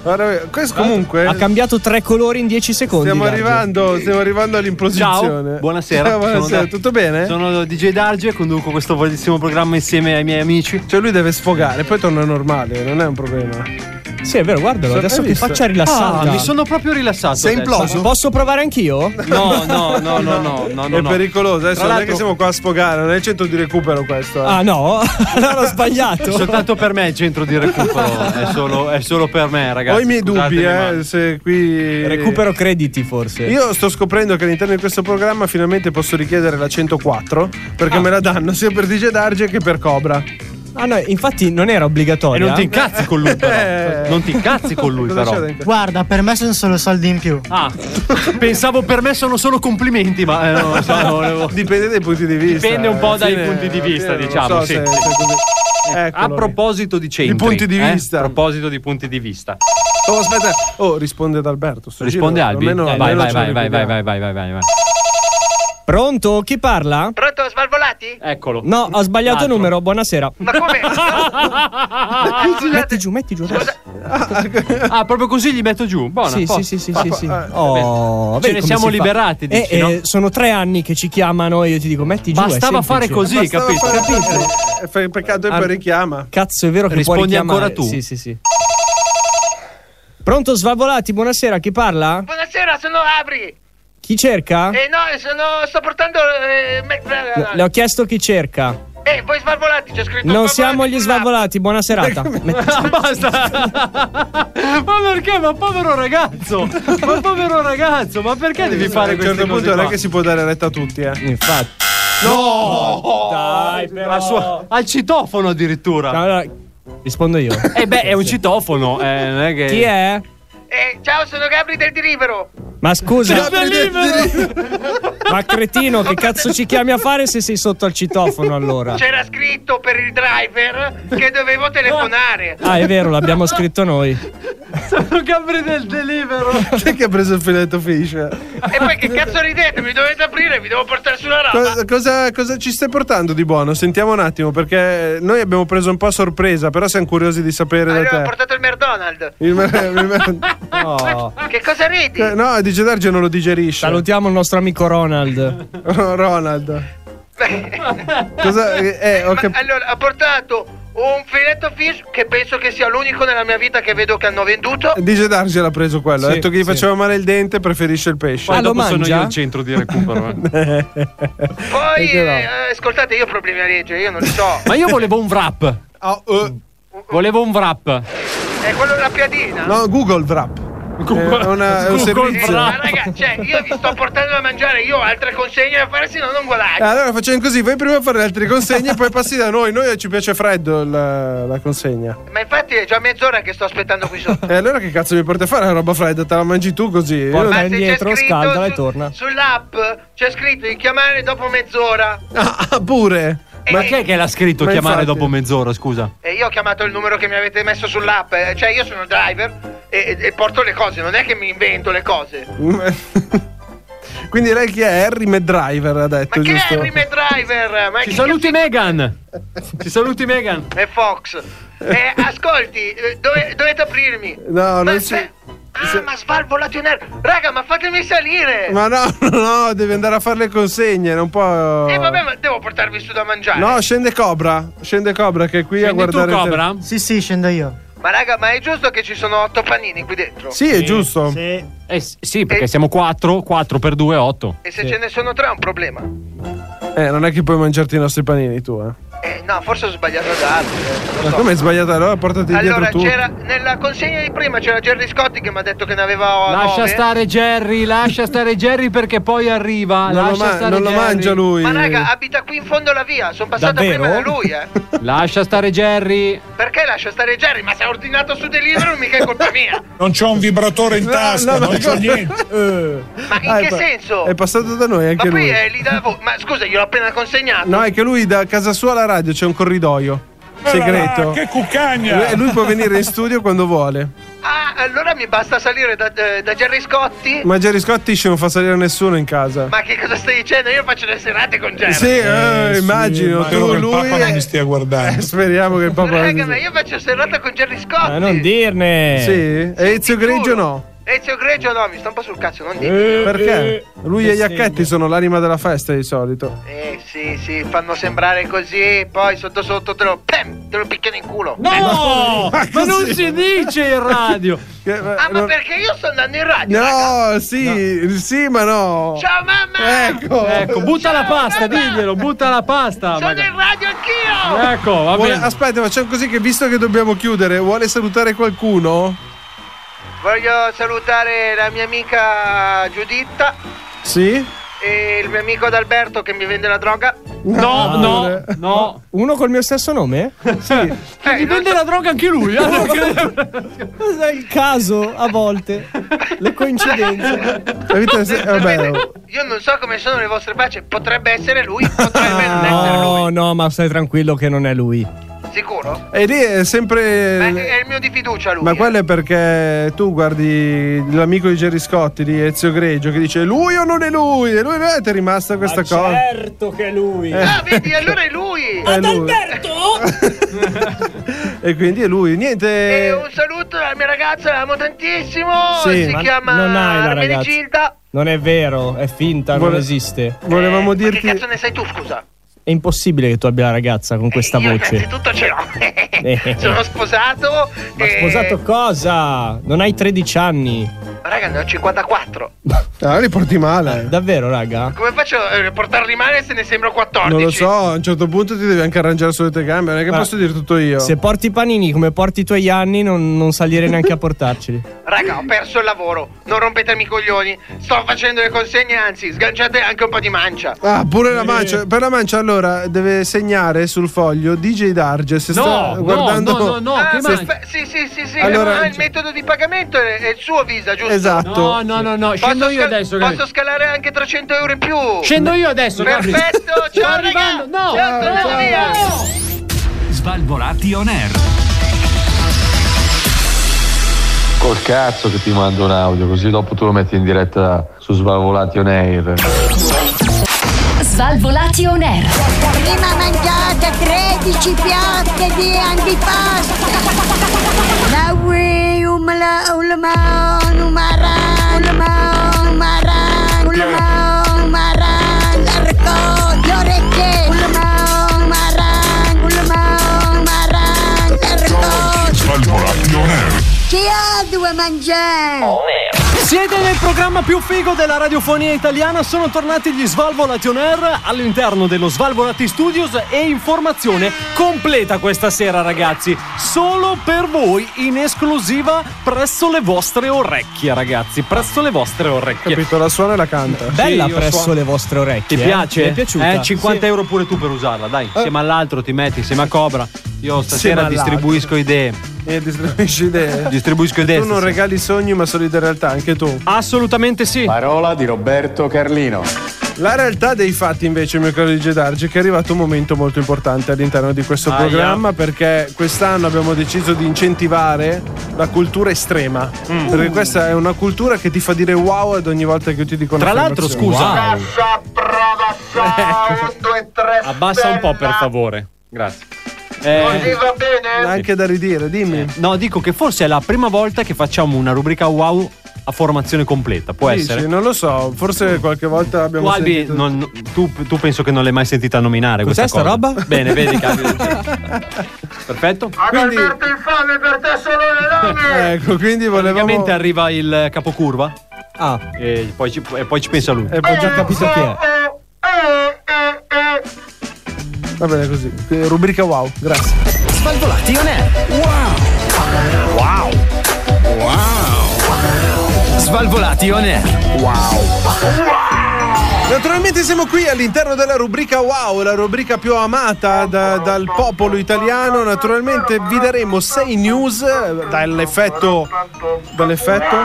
Speaker 7: Guarda, questo comunque. eh,
Speaker 9: Ha cambiato tre colori in 10 secondi.
Speaker 7: Stiamo
Speaker 9: Daggio.
Speaker 7: arrivando, stiamo arrivando all'imposizione.
Speaker 8: Ciao, buonasera.
Speaker 7: Ciao, buonasera.
Speaker 8: Sono da-
Speaker 7: Tutto bene?
Speaker 8: Sono DJ Darge e conduco questo bellissimo programma insieme ai miei amici.
Speaker 7: Cioè lui deve sfogare, poi torna normale, non è un problema.
Speaker 9: Sì, è vero, guardalo.
Speaker 8: Hai
Speaker 9: Adesso ti
Speaker 8: visto?
Speaker 9: faccia rilassare.
Speaker 8: Ah, mi sono proprio rilassato. adesso.
Speaker 9: Posso provare anch'io?
Speaker 8: No, no, no, no, no, no, no.
Speaker 7: è pericoloso, adesso
Speaker 8: Tra
Speaker 7: non è
Speaker 8: l'altro-
Speaker 7: che siamo qua a sfogare, non è il centro di recupero questo. eh.
Speaker 9: Ah, no? Allora ho
Speaker 7: Esatto.
Speaker 9: sbagliato.
Speaker 8: Soltanto per me il centro di recupero è solo, è solo per me, ragazzi.
Speaker 7: Ho i miei dubbi,
Speaker 8: Scusatemi,
Speaker 7: eh, se qui...
Speaker 9: Recupero crediti, forse.
Speaker 7: Io sto scoprendo che all'interno di questo programma finalmente posso richiedere la 104 perché
Speaker 8: Ah.
Speaker 7: me la danno sia per DJ Darge che per Cobra.
Speaker 9: Ah, no, infatti non era
Speaker 8: E
Speaker 9: obbligatorio.
Speaker 8: non ti incazzi con lui, però. Non ti incazzi con lui,
Speaker 9: Cosa c'è
Speaker 8: però.
Speaker 9: dentro?
Speaker 10: Guarda, per me sono solo soldi in più.
Speaker 8: Ah, pensavo per me sono solo complimenti, ma eh, non lo so, non volevo-
Speaker 7: Dipende dai punti di vista.
Speaker 8: Dipende un po'
Speaker 7: Alla
Speaker 8: dai
Speaker 7: fine-
Speaker 8: punti di
Speaker 7: alla
Speaker 8: vista,
Speaker 7: fine non
Speaker 8: diciamo.
Speaker 7: so
Speaker 8: sì. Eh,
Speaker 7: se- se così-
Speaker 8: a
Speaker 7: Eccolo.
Speaker 8: proposito di centri,
Speaker 7: punti di
Speaker 8: eh,
Speaker 7: vista.
Speaker 8: A proposito di punti di vista.
Speaker 7: Oh, aspetta. Oh, risponde ad Alberto. sto
Speaker 8: Risponde
Speaker 7: giro,
Speaker 8: Albi. Eh, Vai,
Speaker 7: almeno-
Speaker 8: vai,
Speaker 7: almeno
Speaker 8: vai,
Speaker 7: ce
Speaker 8: vai,
Speaker 7: ne
Speaker 8: vai, vai,
Speaker 7: vediamo.
Speaker 8: vai, vai, vai, vai.
Speaker 9: Pronto? Chi parla?
Speaker 5: Pronto, svalvolati?
Speaker 8: Eccolo.
Speaker 9: No, ho sbagliato numero. Buonasera.
Speaker 5: Ma come?
Speaker 9: metti giù, metti giù.
Speaker 8: Ah, proprio così gli metto giù. Buona,
Speaker 9: sì,
Speaker 8: posto.
Speaker 9: sì, sì, sì, sì, sì.
Speaker 8: Ah,
Speaker 9: Oh,
Speaker 8: vabbè. ce
Speaker 9: vedi
Speaker 8: ne
Speaker 9: come
Speaker 8: siamo
Speaker 9: si fa.
Speaker 8: liberati.
Speaker 9: Eh,
Speaker 8: Dici,
Speaker 9: eh,
Speaker 8: no?
Speaker 9: Sono tre anni che ci chiamano e io ti dico metti giù. è
Speaker 8: Bastava fare
Speaker 9: semplice.
Speaker 8: così,
Speaker 7: Bastava
Speaker 8: capito?
Speaker 7: fare- eh, fa- Peccato e
Speaker 9: Ah,
Speaker 7: poi richiama.
Speaker 9: Cazzo, è vero che
Speaker 8: Rispondi
Speaker 9: puoi richiamare.
Speaker 8: ancora tu.
Speaker 9: Sì, sì, sì. Pronto, Svalvolati, buonasera, chi parla?
Speaker 5: Buonasera, sono Abri.
Speaker 9: Chi cerca?
Speaker 5: Eh no, sono. sto portando. Eh, me-
Speaker 9: Le- Le ho chiesto chi cerca.
Speaker 5: Eh, voi svalvolati, c'è scritto.
Speaker 9: Non siamo gli Svalvolati, buona serata.
Speaker 8: Ah, Ma perché? Ma povero ragazzo! Ma povero ragazzo, ma perché devi
Speaker 7: a
Speaker 8: fare
Speaker 7: un
Speaker 8: queste
Speaker 7: certo
Speaker 8: cose
Speaker 7: punto non è
Speaker 8: qua?
Speaker 7: che si può dare retta a tutti, eh.
Speaker 9: Infatti.
Speaker 8: No! Dai, però. al citofono addirittura.
Speaker 9: Allora, rispondo io.
Speaker 8: Eh beh, è un citofono, eh, non è che...
Speaker 9: Chi è?
Speaker 5: Eh, ciao, sono Gabri del Dirivero.
Speaker 9: Ma scusa,
Speaker 5: Libero!
Speaker 9: ma cretino, che cazzo ci chiami a fare se sei sotto al citofono allora?
Speaker 5: C'era scritto per il driver che dovevo telefonare.
Speaker 9: Ah, è vero, l'abbiamo scritto noi.
Speaker 8: Sono Gabri del Delivero.
Speaker 7: Chi è che ha preso il filetto fish?
Speaker 5: E poi che cazzo ridete? Mi dovete aprire, vi devo portare sulla roba.
Speaker 7: Co- Cosa, cosa ci stai portando di buono? Sentiamo un attimo, perché noi abbiamo preso un po' a sorpresa, però siamo curiosi di sapere
Speaker 5: Allora ho
Speaker 7: da te.
Speaker 5: portato il McDonald's.
Speaker 7: Il mer- il mer-
Speaker 8: Oh.
Speaker 5: Che cosa ridi?
Speaker 7: Eh, No, dice Darge non lo digerisce.
Speaker 9: Salutiamo il nostro amico Ronald.
Speaker 7: Ronald. Cosa- eh, ho cap-
Speaker 5: Allora, ho portato un filetto fish che penso che sia l'unico nella mia vita che vedo che hanno venduto.
Speaker 7: Dice Darge l'ha preso quello. ha
Speaker 9: Sì,
Speaker 7: detto che gli
Speaker 9: sì.
Speaker 7: faceva male il dente, preferisce il pesce.
Speaker 9: Poi Ah, lo dopo sono mangia? io il
Speaker 8: centro di recupero. eh.
Speaker 5: Poi,
Speaker 7: Perché no?
Speaker 5: eh, ascoltate, io ho problemi a leggere, io non li so.
Speaker 8: Ma io volevo un wrap.
Speaker 7: Ah, oh, eh,
Speaker 8: Volevo un wrap.
Speaker 5: È quello della piadina.
Speaker 7: No, oh, Google Wrap.
Speaker 8: Google-
Speaker 7: è, Eh, una- è un
Speaker 8: Google
Speaker 7: servizio.
Speaker 8: Wrap.
Speaker 5: Ma raga, cioè, io vi sto portando da mangiare, io ho altre consegne da fare, se no non
Speaker 7: Eh,
Speaker 5: guadagno.
Speaker 7: Allora facciamo così, vai prima a fare le altre consegne e poi passi da noi. Noi ci piace freddo la, la consegna.
Speaker 5: Ma infatti è già mezz'ora che sto aspettando qui sotto.
Speaker 7: E allora che cazzo mi porti a fare la roba fredda? Te la mangi tu così? Io-
Speaker 9: Porta
Speaker 5: se c'è
Speaker 9: indietro,
Speaker 5: scritto
Speaker 9: scaldala e
Speaker 5: su-
Speaker 9: torna.
Speaker 5: Sull'app c'è scritto di chiamare dopo mezz'ora.
Speaker 7: Ah, pure.
Speaker 8: Ma chi è che l'ha scritto
Speaker 5: Ma
Speaker 8: chiamare
Speaker 5: infatti.
Speaker 8: dopo mezz'ora, scusa?
Speaker 5: E io ho chiamato il numero che mi avete messo sull'app, eh, cioè io sono driver e, e- e porto le cose, non è che mi invento le cose.
Speaker 7: Quindi lei chi è? Harry Medriver ha detto,
Speaker 5: Ma che
Speaker 7: giusto?
Speaker 5: è Rime Driver? Ma
Speaker 8: Ci
Speaker 5: che
Speaker 8: saluti Megan. Ci saluti Megan.
Speaker 5: E Fox. Eh, ascolti, eh, dove- dovete aprirmi.
Speaker 7: No, non si.
Speaker 5: Ah, ma svalvolati in aereo. er- Raga, ma fatemi salire.
Speaker 7: Ma no, no, no, devi andare a fare le consegne, non può.
Speaker 5: Eh, vabbè, ma devo portarvi su da mangiare.
Speaker 7: No, scende Cobra. Scende Cobra che è qui a guardare. il tele-
Speaker 10: Sì, sì, scendo io.
Speaker 9: Ma raga, ma è giusto che ci sono otto panini qui dentro?
Speaker 8: giusto.
Speaker 26: Sì,
Speaker 8: Eh, sì perché siamo 4, 4 per 2 8.
Speaker 9: E se ce ne sono tre è un problema.
Speaker 7: Eh, non è che puoi mangiarti i nostri panini tu, eh.
Speaker 9: Eh, no, forse ho sbagliato ad altro. eh, non lo
Speaker 7: Ma
Speaker 9: so.
Speaker 7: come è sbagliata? Allora portati
Speaker 9: Allora,
Speaker 7: dietro tu.
Speaker 9: c'era nella consegna di prima c'era Gerry Scotti che mi ha detto che ne aveva
Speaker 8: Lascia
Speaker 9: nove.
Speaker 8: stare Jerry, lascia stare Jerry perché poi arriva.
Speaker 7: Non lo
Speaker 8: lascia
Speaker 7: ma-
Speaker 8: stare
Speaker 7: non lo
Speaker 8: Jerry.
Speaker 7: mangia lui.
Speaker 9: Ma raga, abita qui in fondo alla via, sono passato
Speaker 8: Davvero?
Speaker 9: prima da lui, eh.
Speaker 8: Lascia stare Jerry.
Speaker 9: Perché lascia stare Jerry? Ma se ha ordinato su Deliveroo mica è colpa mia.
Speaker 27: Non c'ho un vibratore in tasca, non c'ho niente.
Speaker 9: Ma in
Speaker 7: Ah, è
Speaker 9: che
Speaker 7: pa-
Speaker 9: senso?
Speaker 7: È passato da noi anche
Speaker 9: ma
Speaker 7: lui.
Speaker 9: qui è lì da voi. Ma scusa, gliel'ho appena consegnato.
Speaker 7: No, è che lui da casa sua alla radio c'è un corridoio segreto.
Speaker 9: che cuccagna!
Speaker 7: E lui può venire in studio quando vuole.
Speaker 9: Ah, allora mi basta salire da, eh, da Jerry Scotti?
Speaker 7: Ma Jerry Scottish non fa salire nessuno in casa.
Speaker 9: Ma che cosa stai dicendo? Io faccio le serate con Jerry.
Speaker 7: Sì, eh, immagino.
Speaker 27: spero
Speaker 7: tu,
Speaker 27: che il
Speaker 7: lui
Speaker 27: Papa non mi
Speaker 7: stia guardando. speriamo che il Papa.
Speaker 9: Raga, ma io faccio serata con Jerry Scotti.
Speaker 7: dirne. Sì? E Eh, Ezio Greggio no. Eh.
Speaker 9: Ezio Greggio no, mi sta un po' sul cazzo, non dico.
Speaker 28: Eh,
Speaker 7: Perché? Lui e Iacchetti sono l'anima della festa di solito.
Speaker 9: Eh sì, sì, fanno sembrare così, poi sotto sotto te lo, pam, te lo picchiano in culo.
Speaker 8: No!
Speaker 9: Eh.
Speaker 8: Ma non si dice in radio.
Speaker 9: Ah, ma perché io sto andando in radio? raga? Cioè,
Speaker 7: eh, No, sì, sì, ma no.
Speaker 9: Ciao mamma!
Speaker 7: Ecco.
Speaker 8: Ecco, butta la pasta, diglielo, butta la pasta.
Speaker 9: Sono
Speaker 8: magari.
Speaker 9: in radio anch'io!
Speaker 8: Ecco, va
Speaker 7: Vuole-
Speaker 8: bene.
Speaker 7: aspetta, facciamo così che visto che dobbiamo chiudere, vuole salutare qualcuno?
Speaker 9: Voglio salutare la mia amica Giuditta
Speaker 7: Sì?
Speaker 9: e il mio amico Adalberto che mi vende la droga.
Speaker 28: No, no,
Speaker 8: no.
Speaker 28: Uno col mio stesso nome? Sì.
Speaker 9: Che
Speaker 8: gli vende la droga anche lui. eh.
Speaker 28: Cos'è il caso a volte? Le coincidenze.
Speaker 7: La vita è- eh, vabbè.
Speaker 9: Io non so come sono le vostre pace, potrebbe essere lui,
Speaker 28: No, no, ma stai tranquillo che non è lui.
Speaker 9: sicuro?
Speaker 7: E lì è
Speaker 9: Ma
Speaker 7: sempre.
Speaker 9: è il mio di fiducia lui. eh.
Speaker 7: Ma quello è perché Eh, tu guardi l'amico di Gerry Scotti di Ezio Greggio che dice lui o non è lui? E lui non è ti è rimasta questa cosa.
Speaker 28: Certo che è lui.
Speaker 9: Ah, vedi, allora è lui!
Speaker 7: È lui. E quindi è lui. Niente.
Speaker 9: E un saluto alla mia ragazza, l'amo tantissimo.
Speaker 28: Sì,
Speaker 9: Eh, oh, si
Speaker 28: ma
Speaker 9: chiama
Speaker 28: non hai una ragazza.
Speaker 9: Armenegilda.
Speaker 28: Non è vero, è finta, non esiste.
Speaker 9: Eh, Ma che cazzo ne sei tu, scusa?
Speaker 28: È impossibile che tu abbia la ragazza con questa
Speaker 9: Io
Speaker 28: voce.
Speaker 9: innanzitutto ce l'ho.
Speaker 28: Eh.
Speaker 9: Sono sposato.
Speaker 28: Ma
Speaker 9: e-
Speaker 28: sposato cosa? Non hai 13 anni.
Speaker 9: Ma raga, ne ho 54.
Speaker 7: Ah, li porti male.
Speaker 28: davvero, raga?
Speaker 9: Come faccio a portarli male se ne sembro 14?
Speaker 7: Non lo so, a un certo punto ti devi anche arrangiare sulle tue gambe, non è che
Speaker 28: Ma-
Speaker 7: posso dire tutto io.
Speaker 28: Se porti i panini come porti i tuoi anni, non, non salire neanche a portarceli.
Speaker 9: Raga, ho perso il lavoro. Non rompetemi i coglioni. Sto facendo le consegne, anzi, sganciate anche un po' di mancia.
Speaker 7: Ah, pure la mancia. Per la mancia, allora, deve segnare sul foglio DJ Darge. Se sta
Speaker 8: Eh,
Speaker 7: guardando.
Speaker 9: Ah,
Speaker 7: se
Speaker 9: ma
Speaker 7: sta-
Speaker 9: aspe- sì, sì, sì, sì.
Speaker 7: Allora- cioè-
Speaker 9: ma il metodo di pagamento è, è il suo Visa, giusto?
Speaker 7: Esatto.
Speaker 8: No, no, no, no, scendo
Speaker 9: Posso
Speaker 8: io
Speaker 9: scal-
Speaker 8: adesso,
Speaker 9: Posso
Speaker 8: Gabri.
Speaker 9: scalare anche 300 euro in più.
Speaker 8: Scendo io adesso, Gabri.
Speaker 9: Perfetto,
Speaker 8: Sto
Speaker 9: ciao
Speaker 8: arrivando.
Speaker 9: raga.
Speaker 8: No,
Speaker 9: Ciao,
Speaker 8: no,
Speaker 9: andiamo
Speaker 8: no,
Speaker 9: via.
Speaker 29: Svalvolati on air.
Speaker 13: Col cazzo che ti mando un audio, così dopo tu lo metti in diretta su Svalvolati on Air.
Speaker 5: Svalvolati on air. Prima mangiate 13 piatte di antipasto. La ui umla ulma numara ulma numara ulma numara l'arco l'orecchie ulma numara ulma numara l'arco.
Speaker 1: Svalvolati on air.
Speaker 5: Chi ha due mangiare?
Speaker 8: Siete nel programma più figo della radiofonia italiana, sono tornati gli Svalvolati On Air all'interno dello Svalvolati Studios e informazione completa questa sera ragazzi, solo per voi in esclusiva presso le vostre orecchie ragazzi, presso le vostre orecchie.
Speaker 7: Capito, la suona e la canta.
Speaker 28: Bella
Speaker 8: io
Speaker 28: presso
Speaker 8: suono.
Speaker 28: le vostre orecchie.
Speaker 8: Ti
Speaker 28: eh?
Speaker 8: piace?
Speaker 28: Mi è piaciuta.
Speaker 8: Eh, 50 euro pure tu per usarla, dai. Insieme all'altro ti metti, insieme a Cobra. Io stasera
Speaker 7: all'altro.
Speaker 8: distribuisco idee.
Speaker 7: E distribuisci idee.
Speaker 8: Distribuisco idee.
Speaker 7: Tu non
Speaker 8: stasera.
Speaker 7: regali sogni, ma solide realtà, anche tu.
Speaker 8: Assolutamente sì.
Speaker 13: Parola di Roberto Carlino.
Speaker 7: La realtà dei fatti, invece, mio caro DJ Darge, che è arrivato un momento molto importante all'interno di questo
Speaker 8: Aia.
Speaker 7: programma perché quest'anno abbiamo deciso di incentivare la cultura estrema.
Speaker 8: Mm.
Speaker 7: Perché questa è una cultura che ti fa dire wow ad ogni volta che io ti dico una
Speaker 8: Tra l'altro,
Speaker 7: affermazione.
Speaker 8: scusa.
Speaker 7: Ecco.
Speaker 8: Abbassa un po', per favore. Grazie. Eh,
Speaker 7: Anche da ridire, dimmi.
Speaker 8: No, dico che forse è la prima volta che facciamo una rubrica wow a formazione completa, può
Speaker 7: Dici,
Speaker 8: essere?
Speaker 7: non lo so, forse qualche volta abbiamo
Speaker 8: Tu, Albi,
Speaker 7: sentito
Speaker 8: non- tu, tu penso che non l'hai mai sentita nominare
Speaker 7: Cos'è
Speaker 8: questa
Speaker 7: sta
Speaker 8: cosa.
Speaker 7: roba?
Speaker 8: Bene, vedi, Gabi. Perfetto.
Speaker 7: Quindi-
Speaker 23: Alberto infame per te solo le lame!
Speaker 7: Ecco, quindi volevamo
Speaker 8: Ovviamente arriva il capocurva. Ah. E poi ci, e poi ci pensa lui.
Speaker 7: E Eh, ho già capito chi è. Va bene così. Eh, Rubrica wow, grazie.
Speaker 20: Svalvolati on air. Wow. Wow. Wow. Svalvolati on air.
Speaker 7: Naturalmente siamo qui all'interno della rubrica Wow, la rubrica più amata da- dal popolo italiano. Naturalmente vi daremo 6 news eh, dall'effetto. dall'effetto.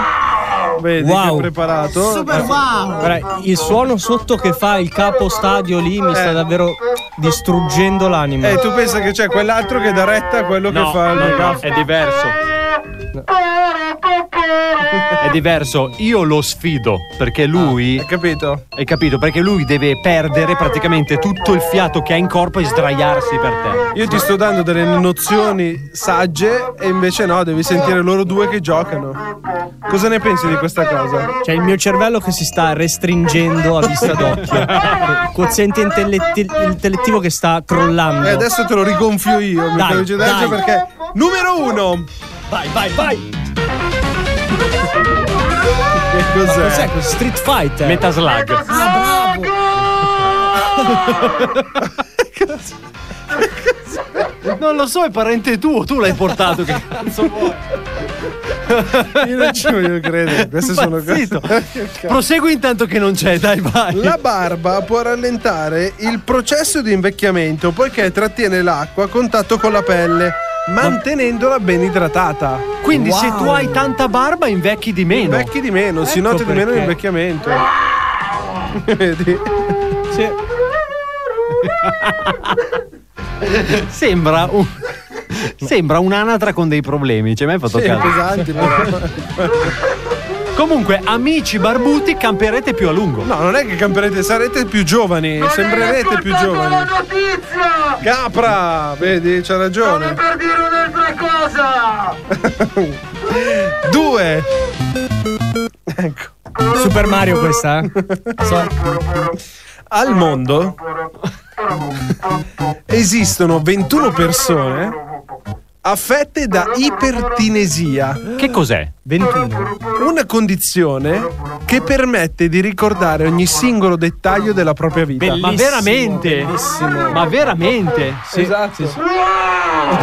Speaker 7: Vedi che è preparato.
Speaker 10: Super wow.
Speaker 22: Guarda, il suono sotto che fa il capo stadio lì mi sta davvero distruggendo l'anima.
Speaker 8: Eh,
Speaker 7: E Eh, tu pensa che c'è quell'altro che dà retta a quello
Speaker 22: No,
Speaker 7: che fa
Speaker 22: no,
Speaker 7: il
Speaker 22: no,
Speaker 8: È diverso. È diverso. Io lo sfido perché
Speaker 22: Ah,
Speaker 8: lui. hai
Speaker 7: capito?
Speaker 8: Hai capito? Perché lui deve perdere praticamente tutto il fiato che ha in corpo e sdraiarsi per te.
Speaker 7: Io ti sto dando delle nozioni sagge e invece no, devi sentire loro due che giocano. Cosa ne pensi di questa cosa?
Speaker 22: C'è il mio cervello che si sta restringendo a vista d'occhio. Quoziente intelletti- intellettivo che sta crollando.
Speaker 7: E Eh, adesso te lo rigonfio io, mi
Speaker 22: Dai,
Speaker 7: Luigi
Speaker 22: dai.
Speaker 7: D'Angelo, perché numero uno.
Speaker 22: Vai, vai, vai.
Speaker 7: Che cos'è?
Speaker 22: Ma cos'è? questo? Street Fighter.
Speaker 8: Meta Slug.
Speaker 22: Ah,
Speaker 8: Non lo so, è parente tuo, tu l'hai portato. Che cazzo vuoi?
Speaker 7: Io non ci voglio credere. Queste sono
Speaker 8: Impazzito.
Speaker 7: cose.
Speaker 8: Prosegui intanto che non c'è, dai, vai.
Speaker 7: La barba può rallentare il processo di invecchiamento poiché trattiene l'acqua a contatto con la pelle, mantenendola ben idratata.
Speaker 8: Quindi se tu hai tanta barba invecchi di meno.
Speaker 7: Invecchi di meno, si
Speaker 8: Ecco
Speaker 7: nota di meno
Speaker 8: perché.
Speaker 7: l'invecchiamento. Vedi?
Speaker 8: sembra un. Sembra un'anatra con dei problemi, cioè, ci hai mai fatto
Speaker 7: Sì,
Speaker 8: caso?
Speaker 7: pesanti, però.
Speaker 8: Comunque, amici barbuti, camperete più a lungo.
Speaker 7: No, non è che camperete, sarete più giovani, sembrerete più
Speaker 23: la
Speaker 7: giovani.
Speaker 23: notizia!
Speaker 7: Capra, vedi, c'ha
Speaker 23: Stavo
Speaker 7: ragione.
Speaker 23: per dire un'altra cosa!
Speaker 7: Due.
Speaker 23: Ecco.
Speaker 22: bravo. Super Mario questa? eh? So.
Speaker 7: Al mondo esistono 21 persone affette da ipertinesia.
Speaker 8: Che cos'è?
Speaker 7: 21. Una condizione che permette di ricordare ogni singolo dettaglio della propria vita.
Speaker 8: Ma veramente? Ma veramente? Sì,
Speaker 7: Esatto.
Speaker 8: sì, sì.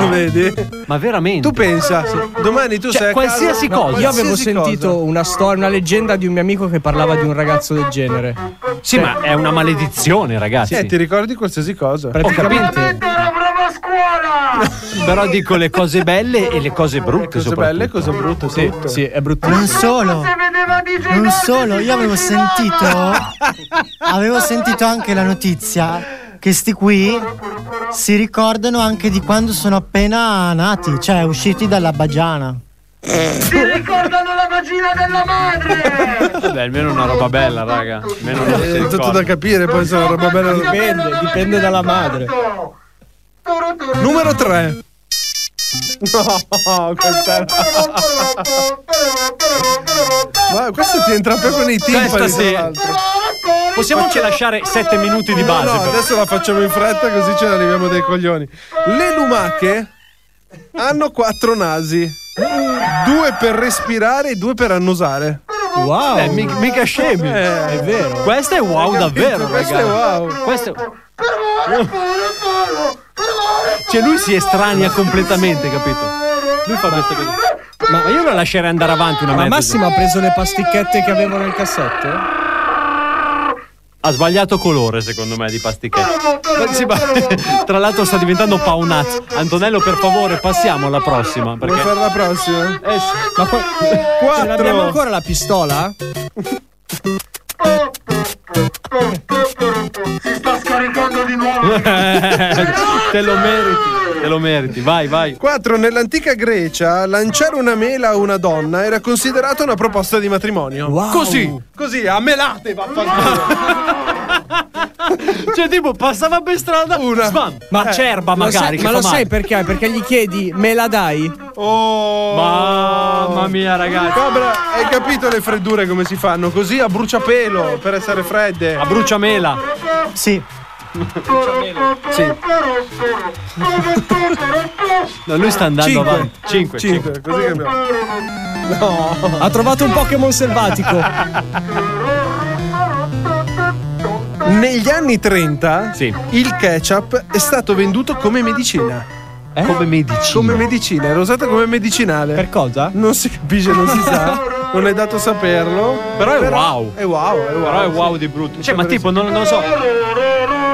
Speaker 7: Vedi?
Speaker 8: Ma veramente?
Speaker 7: Tu pensa, domani tu
Speaker 22: Cioè,
Speaker 7: sei a casa- No,
Speaker 22: Io avevo
Speaker 7: qualsiasi cosa.
Speaker 22: sentito una storia, una leggenda di un mio amico che parlava di un ragazzo del genere.
Speaker 8: Sì, ma è una maledizione, ragazzi.
Speaker 7: Eh, ti ricordi qualsiasi cosa?
Speaker 22: Praticamente.
Speaker 8: Però dico le cose belle e le cose brutte.
Speaker 7: Cose belle e cose brutte, sì.
Speaker 22: Sì, è bruttissimo.
Speaker 10: Non solo, non solo, io avevo sentito, avevo sentito anche la notizia che sti qui si ricordano anche di quando sono appena nati, cioè usciti dalla bagiana.
Speaker 23: Si ricordano la vagina della madre!
Speaker 8: Vabbè, almeno una roba bella, raga. Almeno non
Speaker 7: È Eh, tutto da capire, poi se è una roba bella
Speaker 22: Dipende, dipende dalla madre.
Speaker 7: Numero 3. No, questa è- Ma questo ti entra proprio nei timpani.
Speaker 8: Questa
Speaker 7: tra
Speaker 8: sì.
Speaker 7: l'altro.
Speaker 8: Possiamo anche lasciare 7 minuti di
Speaker 7: No,
Speaker 8: base.
Speaker 7: no,
Speaker 8: però.
Speaker 7: adesso la facciamo in fretta così ce ne arriviamo dei coglioni. Le lumache hanno quattro nasi. Due per respirare e due per annusare.
Speaker 22: Wow!
Speaker 8: Eh, mi- mica scemi.
Speaker 7: Eh,
Speaker 8: è vero. Questa è wow
Speaker 7: Hai capito?
Speaker 8: davvero,
Speaker 7: Questa
Speaker 8: raga.
Speaker 7: è wow.
Speaker 8: Questa è- Cioè lui si estranea completamente, capito? Lui fa queste cose. Ma io la lascerei andare avanti una
Speaker 22: Ma
Speaker 8: mezza.
Speaker 22: Massimo ha preso le pasticchette che avevo nel cassetto?
Speaker 8: Ha sbagliato colore, secondo me, di pasticchetta. Ma- sì, ma- Tra l'altro sta diventando paonazzo. Antonello, per favore, passiamo alla prossima.
Speaker 7: Vuoi
Speaker 8: Perché...
Speaker 7: fare la prossima?
Speaker 8: Eh sì.
Speaker 22: Ma poi. Ce
Speaker 7: Quattro.
Speaker 22: Cioè, l'abbiamo ancora la pistola?
Speaker 23: Si sta scaricando di nuovo!
Speaker 8: te lo meriti, te lo meriti. Vai, vai.
Speaker 7: 4. Nell'antica Grecia lanciare una mela a una donna era considerata una proposta di matrimonio. Così, così, a melate vaffanculo.
Speaker 8: Cioè, tipo, passava per strada. Una. Ma cerba,
Speaker 22: Lo sai-
Speaker 8: magari. che
Speaker 22: ma
Speaker 8: fa
Speaker 22: lo
Speaker 8: male.
Speaker 22: sai perché? Perché gli chiedi me la dai?
Speaker 7: Oh,
Speaker 8: Mamma Mamma mia, ragazzi.
Speaker 7: Cobra, hai capito le freddure come si fanno? Così a bruciapelo per essere fredde.
Speaker 8: A bruciamela.
Speaker 10: Sì.
Speaker 7: Sì.
Speaker 8: No, lui sta andando
Speaker 7: Cinque.
Speaker 8: avanti. 5.
Speaker 7: Cinque, così capiamo.
Speaker 8: No.
Speaker 22: Ha trovato un Pokémon selvatico.
Speaker 7: Negli anni 30 il ketchup è stato venduto come medicina.
Speaker 8: Eh? Come medicina?
Speaker 7: Come medicina, era usato come medicinale. Per
Speaker 22: cosa?
Speaker 7: Non si capisce, non si sa, non è dato saperlo.
Speaker 8: Però è wow.
Speaker 7: È wow, è wow.
Speaker 8: Però è
Speaker 7: sì.
Speaker 8: wow di brutto. Cioè, ma tipo, non, non lo so.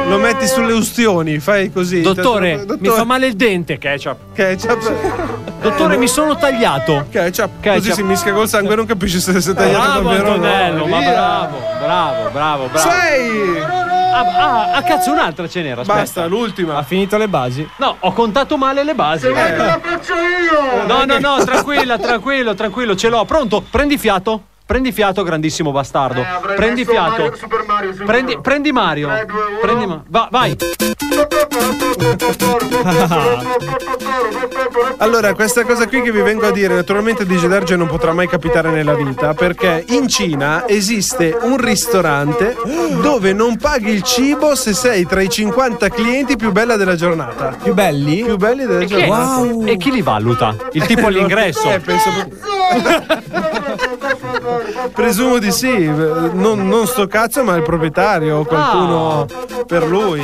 Speaker 7: Lo metti sulle ustioni, fai così.
Speaker 8: Dottore,
Speaker 7: Dottore,
Speaker 8: mi fa male il dente, ketchup.
Speaker 22: Eh,
Speaker 7: Ketchup.
Speaker 8: Dottore, mi sono tagliato.
Speaker 7: Ketchup.
Speaker 8: Ketchup.
Speaker 7: Così si mischia col sangue, non capisce se si è
Speaker 22: Ah,
Speaker 7: tagliato
Speaker 8: Bravo
Speaker 7: davvero. o no.
Speaker 8: Antonello, ma
Speaker 7: Via.
Speaker 8: bravo, bravo, bravo, bravo.
Speaker 7: Sei!
Speaker 8: Ah, ah, ah, cazzo, un'altra ce n'era. aspetta.
Speaker 7: Basta, l'ultima.
Speaker 22: Ha finito le basi.
Speaker 8: No, ho contato male le basi.
Speaker 23: la faccio io!
Speaker 8: No, no, no, tranquilla, tranquillo, tranquillo, ce l'ho. Pronto? Prendi fiato. Prendi fiato, grandissimo bastardo.
Speaker 23: avrei
Speaker 8: Prendi
Speaker 23: messo
Speaker 8: fiato.
Speaker 23: Mario- Eh, Super Mario, sicuro.
Speaker 8: Prendi, prendi Mario. Prendi Ma- va- vai.
Speaker 7: Allora, questa cosa qui che vi vengo a dire, naturalmente di Gidarge non potrà mai capitare nella vita, perché in Cina esiste un ristorante dove non paghi il cibo se sei tra i 50 clienti più bella della giornata.
Speaker 22: Più belli?
Speaker 7: Più belli della
Speaker 8: E chi, è?
Speaker 7: giornata.
Speaker 8: E chi li valuta? Il tipo all'ingresso.
Speaker 7: Eh, penso pro- Presumo di sì, non, non sto cazzo, ma il proprietario o qualcuno per lui.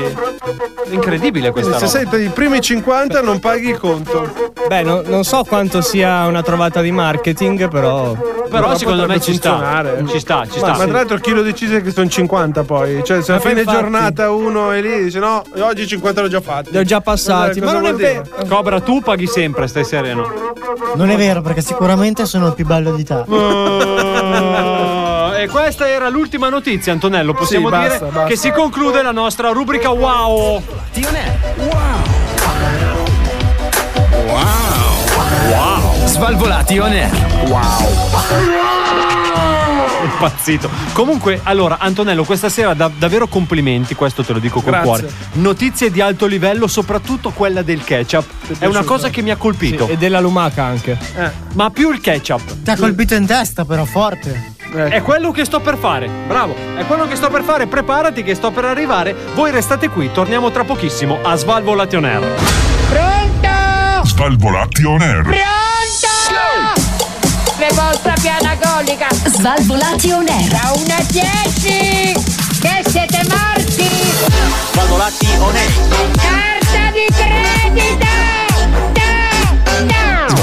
Speaker 8: Incredibile questa
Speaker 7: Quindi se
Speaker 8: roba.
Speaker 7: sei tra i primi 50 non paghi il conto.
Speaker 22: Beh, no- non so quanto sia una trovata di marketing, però.
Speaker 8: Però secondo me
Speaker 7: potrebbe
Speaker 8: ci sta.
Speaker 7: funzionare.
Speaker 8: Ci sta, ci
Speaker 7: ma,
Speaker 8: sta.
Speaker 7: ma tra l'altro chi lo decise che sono 50 poi? Cioè se a
Speaker 22: Ma
Speaker 7: fine
Speaker 22: infatti.
Speaker 7: giornata uno è lì e dice no, oggi 50 l'ho già fatti.
Speaker 22: Li ho già passati,
Speaker 7: Cosa-
Speaker 22: ma non
Speaker 7: cosa
Speaker 22: è
Speaker 7: vuol dire?
Speaker 22: vero.
Speaker 8: Cobra, tu paghi sempre, stai sereno.
Speaker 10: Non è vero, perché sicuramente sono il più bello di te.
Speaker 8: Oh, e questa era l'ultima notizia, Antonello. Possiamo
Speaker 7: Sì, basta,
Speaker 8: dire
Speaker 7: basta.
Speaker 8: che si conclude la nostra rubrica
Speaker 20: Ecco.
Speaker 8: Wow.
Speaker 20: Wow. Svalvolati on air. Wow.
Speaker 8: Impazzito. Comunque, allora, Antonello, questa sera da- davvero complimenti, questo te lo dico col
Speaker 7: Grazie.
Speaker 8: cuore. Notizie di alto livello, soprattutto quella del ketchup. È una cosa che mi ha colpito.
Speaker 22: E della lumaca anche.
Speaker 7: eh.
Speaker 8: Ma più il ketchup.
Speaker 10: Ti ha colpito in testa, però forte.
Speaker 8: È quello che sto per fare, bravo, è quello che sto per fare, preparati che sto per arrivare, voi restate qui, torniamo tra pochissimo a Svalvolation Air.
Speaker 23: Pronto?
Speaker 1: Svalvolati on air.
Speaker 23: Pronto? Le vostra piana colica!
Speaker 3: Svalvolati on air.
Speaker 23: Da 1 a 10! Che siete morti!
Speaker 2: Svalvolati on air.
Speaker 23: Carta di credito! Da! Da!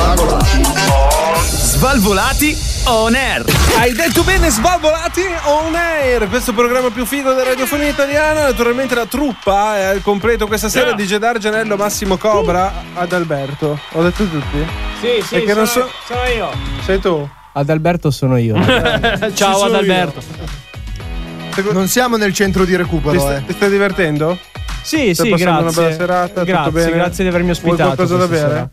Speaker 20: Svalvolati on air.
Speaker 7: Hai detto bene, svalvolati on air! Questo programma più figo della radiofonia italiana. Naturalmente la truppa è al completo questa
Speaker 22: Ah.
Speaker 7: sera di Gedar Gianello Massimo Cobra ad Alberto. Ho detto tutti?
Speaker 22: Sì,
Speaker 7: sì, Perché non sono- so-
Speaker 8: Eh,
Speaker 22: io.
Speaker 7: Sei tu?
Speaker 22: Ad Alberto sono io.
Speaker 8: Ciao
Speaker 7: sono
Speaker 8: ad Alberto.
Speaker 9: Non siamo nel centro di recupero,
Speaker 7: Ti, sta-
Speaker 9: eh.
Speaker 7: ti stai divertendo?
Speaker 22: Sì,
Speaker 7: Stai
Speaker 22: sì, grazie.
Speaker 7: passando una bella serata, tutto
Speaker 22: grazie,
Speaker 7: bene?
Speaker 22: grazie di avermi
Speaker 7: Vuoi
Speaker 22: ospitato.
Speaker 7: qualcosa da
Speaker 22: questa
Speaker 7: bere?
Speaker 22: sera.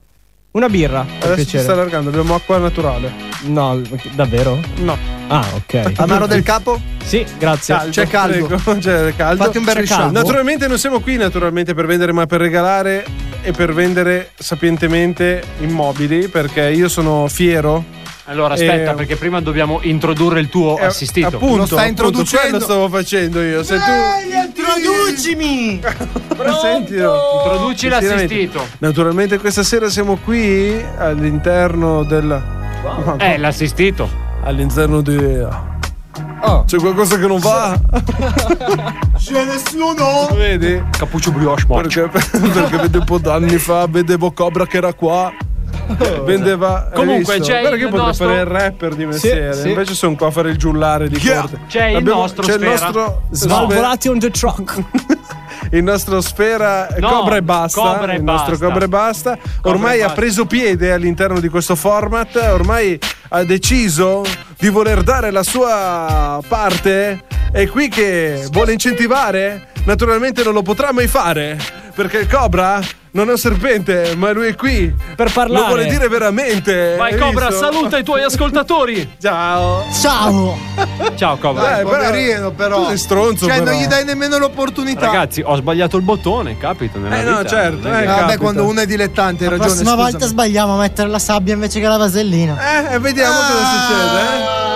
Speaker 22: Una birra, per
Speaker 7: Adesso ci sta
Speaker 22: piacere.
Speaker 7: allargando, abbiamo acqua naturale.
Speaker 22: No, davvero?
Speaker 7: No.
Speaker 22: Ah, ok.
Speaker 9: Amaro del capo?
Speaker 22: Sì, grazie.
Speaker 9: C'è caldo.
Speaker 7: prego, c'è caldo.
Speaker 9: Fate un bel
Speaker 7: C'è
Speaker 9: risciacquo.
Speaker 7: caldo. Naturalmente non siamo qui naturalmente per vendere, ma per regalare e per vendere sapientemente immobili, perché io sono fiero.
Speaker 8: Allora aspetta
Speaker 7: Eh,
Speaker 8: perché prima dobbiamo introdurre il tuo
Speaker 7: eh,
Speaker 8: assistito.
Speaker 7: Appunto,
Speaker 9: Lo sta
Speaker 7: appunto,
Speaker 9: introducendo.
Speaker 7: quello stavo facendo io. Se tu
Speaker 10: Introducimi!
Speaker 7: sentilo.
Speaker 8: Introduci l'assistito.
Speaker 7: Naturalmente questa sera siamo qui all'interno del
Speaker 8: Eh, l'assistito.
Speaker 7: all'interno di C'è qualcosa che non va?
Speaker 9: Oh. C'è nessuno!
Speaker 7: Vedi?
Speaker 8: Cappuccio brioche morcio.
Speaker 7: Perché, perché vedevo anni fa, vedevo Cobra che era qua. Vendeva. hai
Speaker 8: Comunque,
Speaker 7: visto?
Speaker 8: c'è
Speaker 7: Guarda
Speaker 8: il
Speaker 7: che potrei
Speaker 8: nostro-
Speaker 7: fare il rapper di mestiere.
Speaker 22: sì.
Speaker 7: Invece sono qua a fare il giullare di
Speaker 8: Yeah.
Speaker 7: corte.
Speaker 8: C'è il nostro
Speaker 7: c'è
Speaker 8: Sfera.
Speaker 7: il nostro
Speaker 22: Svalvolati on the truck.
Speaker 7: il nostro sfera
Speaker 8: No,
Speaker 7: Cobra e basta.
Speaker 8: Cobra e
Speaker 7: il nostro
Speaker 8: basta.
Speaker 7: Cobra e basta.
Speaker 8: e
Speaker 7: Ormai
Speaker 8: basta.
Speaker 7: ha preso piede all'interno di questo format. Ormai ha deciso di voler dare la sua parte. È qui che vuole incentivare. Naturalmente non lo potrà mai fare perché il Cobra Non è un serpente, ma lui è qui.
Speaker 8: Per parlare.
Speaker 7: Lo vuole dire veramente.
Speaker 8: Vai
Speaker 7: hai
Speaker 8: Cobra,
Speaker 7: visto?
Speaker 8: saluta i tuoi ascoltatori.
Speaker 7: Ciao.
Speaker 10: Ciao.
Speaker 8: Ciao Cobra.
Speaker 9: Dai, poverino, però.
Speaker 7: Tu sei stronzo,
Speaker 9: Cioè,
Speaker 7: però. eh.
Speaker 9: non gli dai nemmeno l'opportunità.
Speaker 8: Ragazzi, ho sbagliato il bottone, capito? Nella
Speaker 9: Eh, no,
Speaker 8: vita.
Speaker 9: certo,
Speaker 8: Non è
Speaker 9: eh,
Speaker 8: che-
Speaker 9: vabbè, quando uno è dilettante, hai
Speaker 10: La
Speaker 9: ragione.
Speaker 10: prossima
Speaker 9: scusami.
Speaker 10: volta sbagliamo a mettere la sabbia invece che la vasellina.
Speaker 9: Eh, e vediamo cosa succede, eh.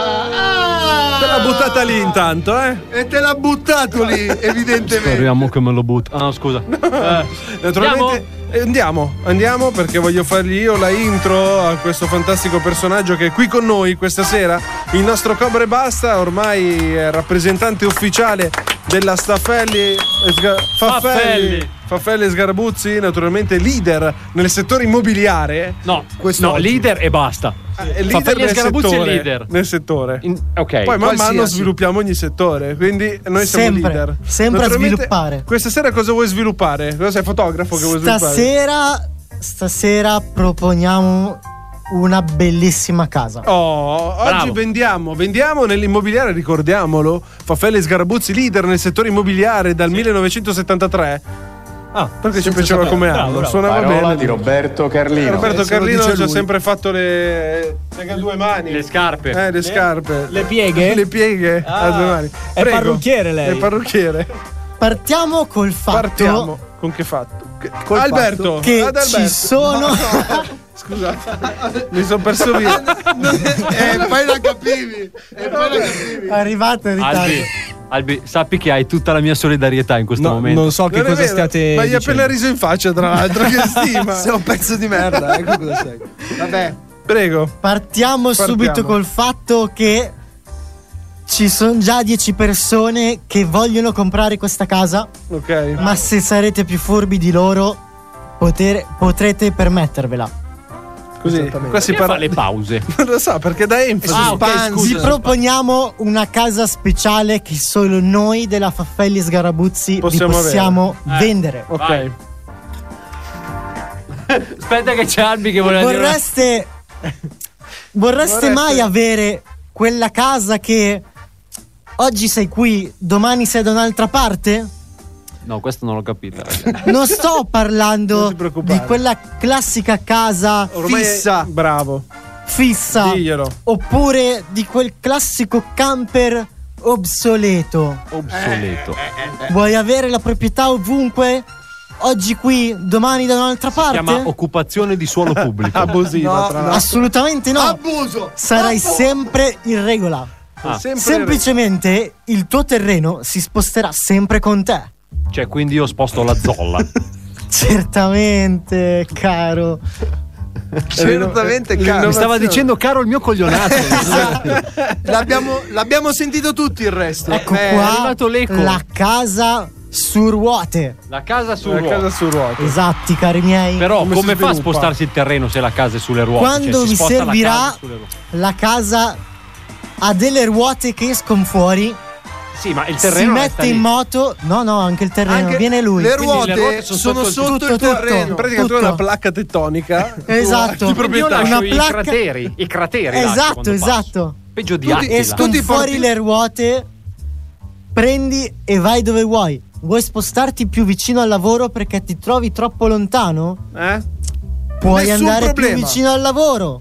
Speaker 7: Te l'ha buttata lì intanto, eh?
Speaker 9: E te l'ha buttato lì, evidentemente.
Speaker 8: Speriamo che me lo butta. Ah, no, scusa. Eh.
Speaker 7: Naturalmente eh, andiamo, andiamo perché voglio fargli io la intro a questo fantastico personaggio che è qui con noi questa sera, il nostro Cobra e Basta, ormai è rappresentante ufficiale della Staffelli e Sga- Faffelli.
Speaker 8: Faffelli.
Speaker 7: Faffelli e Sgarabuzzi, naturalmente leader nel settore immobiliare. Ah,
Speaker 8: No, no, leader e basta.
Speaker 7: È leader
Speaker 8: Faffelli e
Speaker 7: nel
Speaker 8: Sgarabuzzi
Speaker 7: settore,
Speaker 8: è leader.
Speaker 7: Nel settore.
Speaker 8: ok.
Speaker 7: Poi man mano
Speaker 8: Qualsiasi.
Speaker 7: sviluppiamo ogni settore, quindi noi siamo
Speaker 10: Sempre,
Speaker 7: leader.
Speaker 10: sempre a
Speaker 7: Naturalmente,
Speaker 10: sviluppare.
Speaker 7: Questa sera cosa vuoi sviluppare? Cosa sei fotografo che vuoi sviluppare?
Speaker 10: Stasera, stasera proponiamo una bellissima casa.
Speaker 7: Oh, oggi
Speaker 10: Bravo.
Speaker 7: vendiamo, vendiamo nell'immobiliare, ricordiamolo. Faffelli e Sgarabuzzi, leader nel settore immobiliare dal 1973. Ah, perché ci
Speaker 30: senza
Speaker 7: piaceva
Speaker 30: sapere.
Speaker 7: come
Speaker 30: Bravo,
Speaker 7: anno,
Speaker 30: bravo.
Speaker 7: suonava
Speaker 30: Parola
Speaker 7: bene.
Speaker 30: di Roberto Carlino.
Speaker 7: Roberto
Speaker 30: Eh, se lo
Speaker 7: Carlino
Speaker 30: dice
Speaker 7: ci ha
Speaker 30: lui.
Speaker 7: sempre fatto le. a due mani.
Speaker 8: Le scarpe.
Speaker 7: Eh, le,
Speaker 8: Le-
Speaker 7: scarpe.
Speaker 22: le pieghe?
Speaker 7: Le pieghe a due mani.
Speaker 22: è
Speaker 7: Prego.
Speaker 22: parrucchiere lei.
Speaker 7: È parrucchiere.
Speaker 10: Partiamo col fatto
Speaker 7: Partiamo. Con che fatto?
Speaker 10: col
Speaker 7: Alberto,
Speaker 10: fatto che
Speaker 7: ad Alberto.
Speaker 10: ci sono
Speaker 7: Scusate, mi sono perso via.
Speaker 9: E poi la capivi. E poi la capivi.
Speaker 10: arrivato in ritardo.
Speaker 8: Albi, Albi, sappi che hai tutta la mia solidarietà in questo momento.
Speaker 22: non so che
Speaker 7: Non è
Speaker 22: cosa
Speaker 7: vero,
Speaker 22: stiate
Speaker 7: Ma gli ha
Speaker 22: dicendo.
Speaker 7: appena riso in faccia, tra l'altro. Che stima.
Speaker 9: Sei un pezzo di merda, ecco cosa sei. Vabbè.
Speaker 7: Prego.
Speaker 10: Partiamo, subito col fatto che ci sono già 10 persone che vogliono comprare questa casa,
Speaker 7: Ok.
Speaker 10: ma se sarete più furbi di loro poter- potrete permettervela.
Speaker 7: Così, qua
Speaker 8: Perché
Speaker 7: si parla
Speaker 8: fa le pause.
Speaker 7: Non lo so, perché da enfasi.
Speaker 8: Ah, ok,
Speaker 10: Vi
Speaker 8: scusa.
Speaker 10: proponiamo una casa speciale che solo noi della Faffelli Sgarabuzzi
Speaker 7: Possiamo
Speaker 10: vi possiamo
Speaker 8: avere. Eh.
Speaker 10: vendere.
Speaker 7: Ok.
Speaker 8: Vai. Aspetta che c'è Albi che voleva dire... una-
Speaker 10: Vorreste, vorreste mai avere quella casa che oggi sei qui, domani sei da un'altra parte?
Speaker 8: No, questo non l'ho capito, ragazzi.
Speaker 10: Non sto parlando
Speaker 7: Non ti preoccupare.
Speaker 10: di quella classica casa
Speaker 7: Ormai è-
Speaker 10: fissa,
Speaker 7: Bravo.
Speaker 10: fissa,
Speaker 7: Diglielo.
Speaker 10: oppure di quel classico camper obsoleto.
Speaker 8: Obsoleto.
Speaker 10: Vuoi avere la proprietà ovunque? Oggi qui, domani da un'altra parte?
Speaker 8: Chiama occupazione di suolo pubblico.
Speaker 7: Ah, Abusiva,
Speaker 8: No,
Speaker 7: tra
Speaker 8: no.
Speaker 7: l'altro.
Speaker 10: Assolutamente no.
Speaker 9: Abuso.
Speaker 10: Sarai
Speaker 9: Abuso.
Speaker 10: sempre irregola.
Speaker 8: Ah.
Speaker 7: Sempre-
Speaker 10: Semplicemente il tuo terreno si sposterà sempre con te.
Speaker 8: Cioè, quindi io sposto la zolla.
Speaker 10: Certamente, caro.
Speaker 9: Certamente,
Speaker 7: l'inno-
Speaker 9: caro.
Speaker 8: Mi stava
Speaker 7: Innovazione.
Speaker 8: dicendo caro il mio coglionato.
Speaker 9: L'abbiamo, l'abbiamo sentito tutti il resto.
Speaker 10: Ecco
Speaker 9: Eh,
Speaker 8: è
Speaker 10: qua
Speaker 8: arrivato l'eco.
Speaker 10: la casa su ruote.
Speaker 8: La casa su
Speaker 7: La
Speaker 8: ruote.
Speaker 7: casa su
Speaker 10: Eh,
Speaker 7: ruote.
Speaker 10: Esatti, cari miei.
Speaker 8: Però come,
Speaker 7: Come si
Speaker 8: fa a
Speaker 7: sviluppa?
Speaker 8: spostarsi il terreno se la casa è sulle ruote?
Speaker 10: Quando
Speaker 8: Cioè, si
Speaker 10: vi
Speaker 8: sposta la
Speaker 10: servirà
Speaker 8: casa sulle ruote.
Speaker 10: la casa ha delle ruote che escono fuori,
Speaker 8: Sì, ma il
Speaker 10: si
Speaker 8: terreno resta
Speaker 10: mette in
Speaker 8: lì.
Speaker 10: moto. No, no, anche il terreno,
Speaker 9: anche
Speaker 10: viene lui.
Speaker 9: Le
Speaker 10: Quindi-
Speaker 8: le
Speaker 9: ruote,
Speaker 8: ruote sono
Speaker 9: sono
Speaker 8: sotto
Speaker 9: sotto,
Speaker 10: tutto,
Speaker 9: il terreno.
Speaker 10: tutto.
Speaker 7: Praticamente tu hai una
Speaker 10: Tutto.
Speaker 7: placca tettonica.
Speaker 10: Esatto.
Speaker 7: Di
Speaker 8: Quindi Io
Speaker 7: proprietà.
Speaker 8: lascio
Speaker 10: Una
Speaker 8: i
Speaker 10: placca-
Speaker 8: crateri. I crateri. lascio
Speaker 10: Esatto,
Speaker 8: quando passo.
Speaker 10: esatto.
Speaker 8: Peggio di
Speaker 9: Tutti-
Speaker 8: Attila.
Speaker 9: esco-
Speaker 10: Con
Speaker 9: ti
Speaker 10: fuori
Speaker 9: porti-
Speaker 10: le ruote, prendi e vai dove vuoi. Vuoi spostarti più vicino al lavoro perché ti trovi troppo lontano?
Speaker 7: Eh?
Speaker 10: Puoi
Speaker 9: Nessun
Speaker 10: andare più
Speaker 9: problema.
Speaker 10: vicino al lavoro.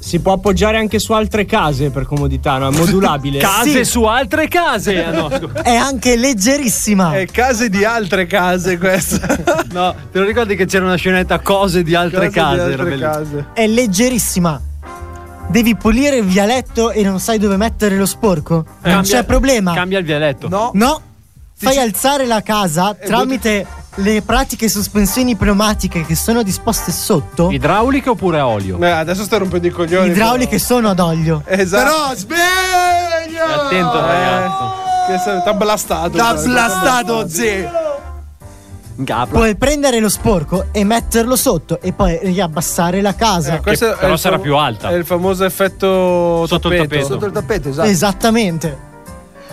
Speaker 22: Si può appoggiare anche su altre case per comodità, no? È modulabile.
Speaker 8: Case
Speaker 10: Sì.
Speaker 8: su altre case. Ah, no, scusa.
Speaker 10: È anche leggerissima.
Speaker 9: Ecco.
Speaker 7: È case di altre case questa.
Speaker 8: No, te lo ricordi che c'era una scenetta cose di altre
Speaker 7: Case
Speaker 8: case?
Speaker 7: di
Speaker 8: era
Speaker 7: altre
Speaker 8: bellissimo.
Speaker 7: case.
Speaker 10: È leggerissima. Devi pulire il vialetto e non sai dove mettere lo sporco?
Speaker 8: Eh,
Speaker 10: non
Speaker 8: cambia-
Speaker 10: c'è problema.
Speaker 8: Cambia il dialetto.
Speaker 7: No.
Speaker 10: No, fai alzare la casa tramite le pratiche sospensioni pneumatiche che sono disposte sotto.
Speaker 8: Idrauliche oppure a olio?
Speaker 7: Beh, Eh, adesso stai rompendo i coglioni.
Speaker 10: Idrauliche sono ad olio.
Speaker 7: però. Esatto.
Speaker 9: Però sveglio!
Speaker 8: Attento,
Speaker 10: eh.
Speaker 8: ragazzo.
Speaker 7: Però. T'ha blastato.
Speaker 9: T'ha
Speaker 7: Guarda,
Speaker 9: blastato, zio!
Speaker 8: Gabla.
Speaker 10: Puoi prendere lo sporco e metterlo sotto e poi riabbassare la casa.
Speaker 7: Eh, questo
Speaker 8: Cioè, Che
Speaker 7: è
Speaker 8: però
Speaker 7: il
Speaker 8: sarà
Speaker 7: famo-
Speaker 8: più alta.
Speaker 7: È il famoso effetto
Speaker 8: Sotto il tappeto.
Speaker 9: Sotto il tappeto, esatto.
Speaker 10: Esattamente.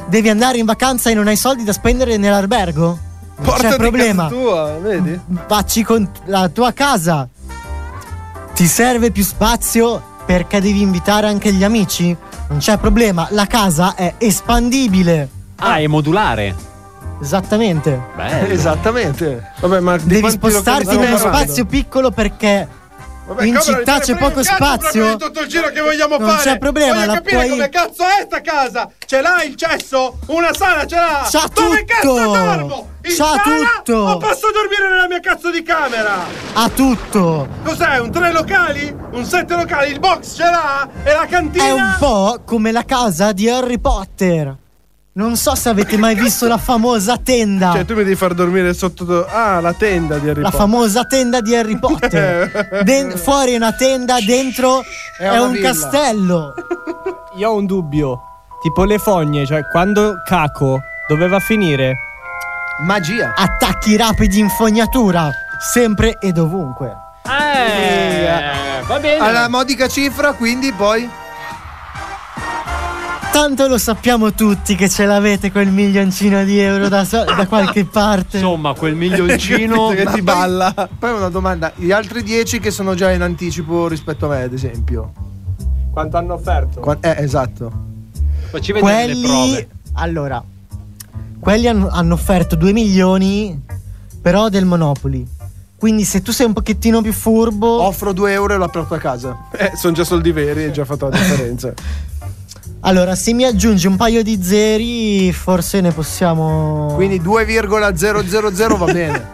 Speaker 10: Devi andare in vacanza e non hai soldi da spendere nell'albergo? Non c'è
Speaker 7: Portati
Speaker 10: problema.
Speaker 7: casa tua, vedi?
Speaker 10: Facci con la tua casa. Ti serve più spazio perché devi invitare anche gli amici? Non c'è problema, la casa è espandibile.
Speaker 8: Ah, è modulare.
Speaker 10: Esattamente. Esatto.
Speaker 13: Esattamente.
Speaker 7: Vabbè, ma di
Speaker 10: Eh, Devi
Speaker 7: quanti
Speaker 10: spostarti
Speaker 7: locali
Speaker 10: in uno
Speaker 7: stiamo parlando?
Speaker 10: spazio piccolo perché in
Speaker 7: cavolo,
Speaker 10: città
Speaker 3: cioè,
Speaker 10: c'è poco spazio.
Speaker 3: tutto il giro che vogliamo
Speaker 10: Non
Speaker 3: fare.
Speaker 10: c'è problema,
Speaker 3: Voglio
Speaker 10: la
Speaker 3: capire
Speaker 10: puoi-
Speaker 3: come cazzo è sta casa. Ce l'ha il cesso? Una sala ce l'ha.
Speaker 10: C'ha
Speaker 3: Dove cazzo
Speaker 10: tutto.
Speaker 3: dormo? In
Speaker 10: C'ha
Speaker 3: sala
Speaker 10: tutto.
Speaker 3: O posso dormire nella mia cazzo di camera?
Speaker 10: Ha tutto.
Speaker 3: Cos'è? Un tre locali? Un sette locali? Il box ce l'ha? E la cantina?
Speaker 10: È un po' come la casa di Harry Potter. Non so se avete mai visto la famosa tenda.
Speaker 7: Cioè, tu mi devi far dormire sotto. Ah, la tenda di Harry
Speaker 10: la
Speaker 7: Potter.
Speaker 10: famosa tenda di Harry Potter. Den- fuori è una tenda, dentro è,
Speaker 22: una
Speaker 10: un
Speaker 22: villa.
Speaker 10: castello.
Speaker 22: Io ho un dubbio. Tipo le fogne, cioè quando Caco doveva finire.
Speaker 10: Magia. Attacchi rapidi in fognatura, sempre e dovunque.
Speaker 9: Eh,
Speaker 8: va bene.
Speaker 9: Alla modica cifra, quindi poi.
Speaker 10: Tanto lo sappiamo tutti che ce l'avete quel milioncino di euro da, so- da qualche parte.
Speaker 8: Insomma, quel
Speaker 9: Ma
Speaker 8: milioncino
Speaker 9: poi- Poi una domanda: gli altri 10 che sono già in anticipo rispetto a me, ad esempio.
Speaker 22: Quanto hanno offerto?
Speaker 9: Qua- eh, esatto.
Speaker 8: Ma
Speaker 9: ci vediamo le
Speaker 10: Quelli.
Speaker 9: prove.
Speaker 10: Allora, quelli hanno, hanno offerto 2 milioni, però del Monopoli. Quindi se tu sei un pochettino più furbo.
Speaker 9: Offro 2 euro e l'ho aperto a casa.
Speaker 7: Oh. Eh, sono già soldi veri e già fatto la differenza.
Speaker 10: Allora, se mi aggiungi un paio di zeri, forse ne possiamo.
Speaker 9: Quindi 2,000 va bene.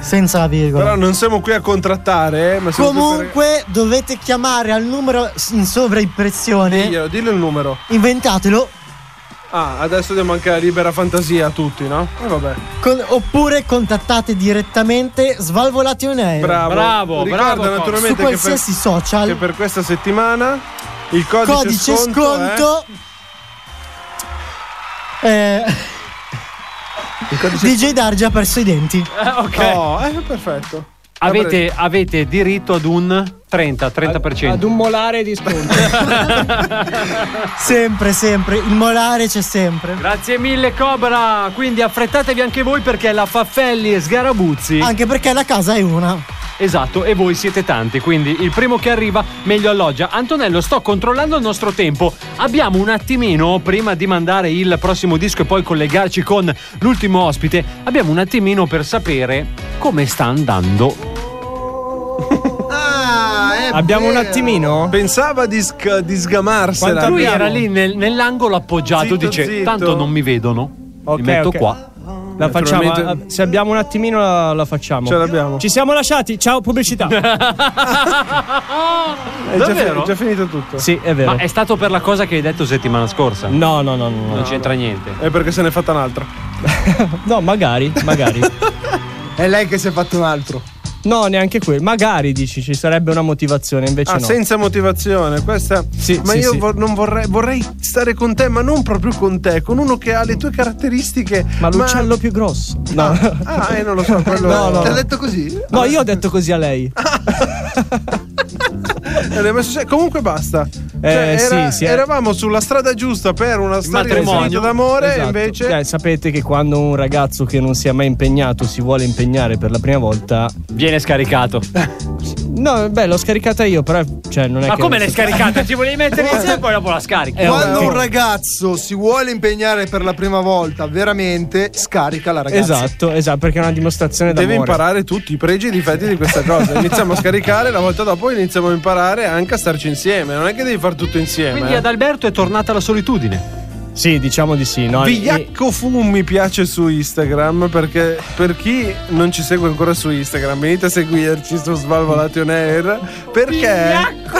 Speaker 10: Senza la virgola.
Speaker 7: Però non siamo qui a contrattare, eh, ma siamo qui per-
Speaker 10: Comunque dovete chiamare al numero s- in sovraimpressione.
Speaker 7: Diglielo, dillo il numero.
Speaker 10: Inventatelo.
Speaker 7: Ah, adesso diamo anche la libera fantasia a tutti, no? E vabbè.
Speaker 10: con- oppure contattate direttamente Svalvolati on
Speaker 9: Eh,
Speaker 10: Air.
Speaker 7: Bravo. Ricorda
Speaker 10: Su
Speaker 7: naturalmente
Speaker 10: qualsiasi
Speaker 7: che per,
Speaker 10: social.
Speaker 7: Che per questa settimana il codice,
Speaker 10: Codice
Speaker 7: sconto,
Speaker 10: sconto. eh, DJ Darge ha perso i denti.
Speaker 8: ok.
Speaker 7: Oh, eh, perfetto.
Speaker 8: Avete, avete diritto ad un 30, 30%.
Speaker 22: Ad un molare di sconto.
Speaker 10: Sempre, sempre. Il molare c'è sempre.
Speaker 8: Grazie mille Cobra, quindi affrettatevi anche voi perché la Faffelli e Sgarabuzzi.
Speaker 10: Anche perché la casa è una.
Speaker 8: Esatto, e voi siete tanti, quindi il primo che arriva meglio alloggia. Antonello, sto controllando il nostro tempo. Abbiamo un attimino, prima di mandare il prossimo disco e poi collegarci con l'ultimo ospite, abbiamo un attimino per sapere come sta andando
Speaker 22: Abbiamo un attimino?
Speaker 7: Pensava di, sc- di sgamarsela.
Speaker 8: Quando lui era lì nel- nell'angolo appoggiato,
Speaker 7: Zitto,
Speaker 8: dice:
Speaker 7: zitto.
Speaker 8: Tanto non mi vedono, mi metto
Speaker 22: ok.
Speaker 8: qua.
Speaker 22: La facciamo.
Speaker 8: Naturalmente-
Speaker 22: ah, Se abbiamo un attimino, la, la facciamo.
Speaker 8: Ce l'abbiamo.
Speaker 22: Ci siamo lasciati. Ciao, pubblicità.
Speaker 7: È già, fi-
Speaker 8: Davvero?
Speaker 7: è già finito tutto.
Speaker 22: Sì, è vero.
Speaker 8: Ma è stato per la cosa che hai detto settimana scorsa?
Speaker 22: No, no, no. no
Speaker 8: non c'entra niente.
Speaker 7: È perché se n'è fatta un'altra.
Speaker 22: No, magari, magari.
Speaker 9: È lei che si è fatto un altro.
Speaker 7: Ah,
Speaker 22: No, neanche quello. Magari dici ci sarebbe una motivazione, invece
Speaker 7: Ah,
Speaker 22: no.
Speaker 7: senza motivazione, questa. ma
Speaker 22: sì,
Speaker 7: io
Speaker 22: sì.
Speaker 7: vor- non vorrei, vorrei stare con te, ma non proprio con te, con uno che ha le tue caratteristiche.
Speaker 22: Ma l'uccello più grosso. No.
Speaker 7: Ah, eh, non lo so, quello.
Speaker 22: No, no.
Speaker 7: Te l'ha
Speaker 9: detto così?
Speaker 22: No, io ho detto così a lei.
Speaker 7: E l'hai messo- cioè, comunque basta. Cioè,
Speaker 22: Eh, sì,
Speaker 7: era-
Speaker 22: sì, eh.
Speaker 7: Eravamo sulla strada giusta per una storia di finita d'amore,
Speaker 22: Esatto.
Speaker 7: invece.
Speaker 22: Cioè, sapete che quando un ragazzo che non si è mai impegnato si vuole impegnare per la prima volta.
Speaker 8: Viene scaricato.
Speaker 22: No, beh, l'ho scaricata io, però. Cioè, non Eh, è
Speaker 8: Ma
Speaker 22: che
Speaker 8: come l'hai scaricata? Ci volevi mettere insieme e poi dopo la scarichi.
Speaker 9: Quando un ragazzo si vuole impegnare per la prima volta, veramente scarica la ragazza.
Speaker 22: Esatto, esatto, perché è una dimostrazione
Speaker 7: Deve
Speaker 22: d'amore.
Speaker 7: imparare tutti i pregi e i difetti di questa cosa. Iniziamo a scaricare, la volta dopo iniziamo a imparare anche a starci insieme. Non è che devi fare tutto insieme.
Speaker 8: Quindi
Speaker 7: eh.
Speaker 8: ad Alberto è tornata la solitudine.
Speaker 22: Sì, diciamo di sì. No?
Speaker 7: Vigliacco Fu mi piace su Instagram perché per chi non ci segue ancora su Instagram venite a seguirci su Svalvolation Air perché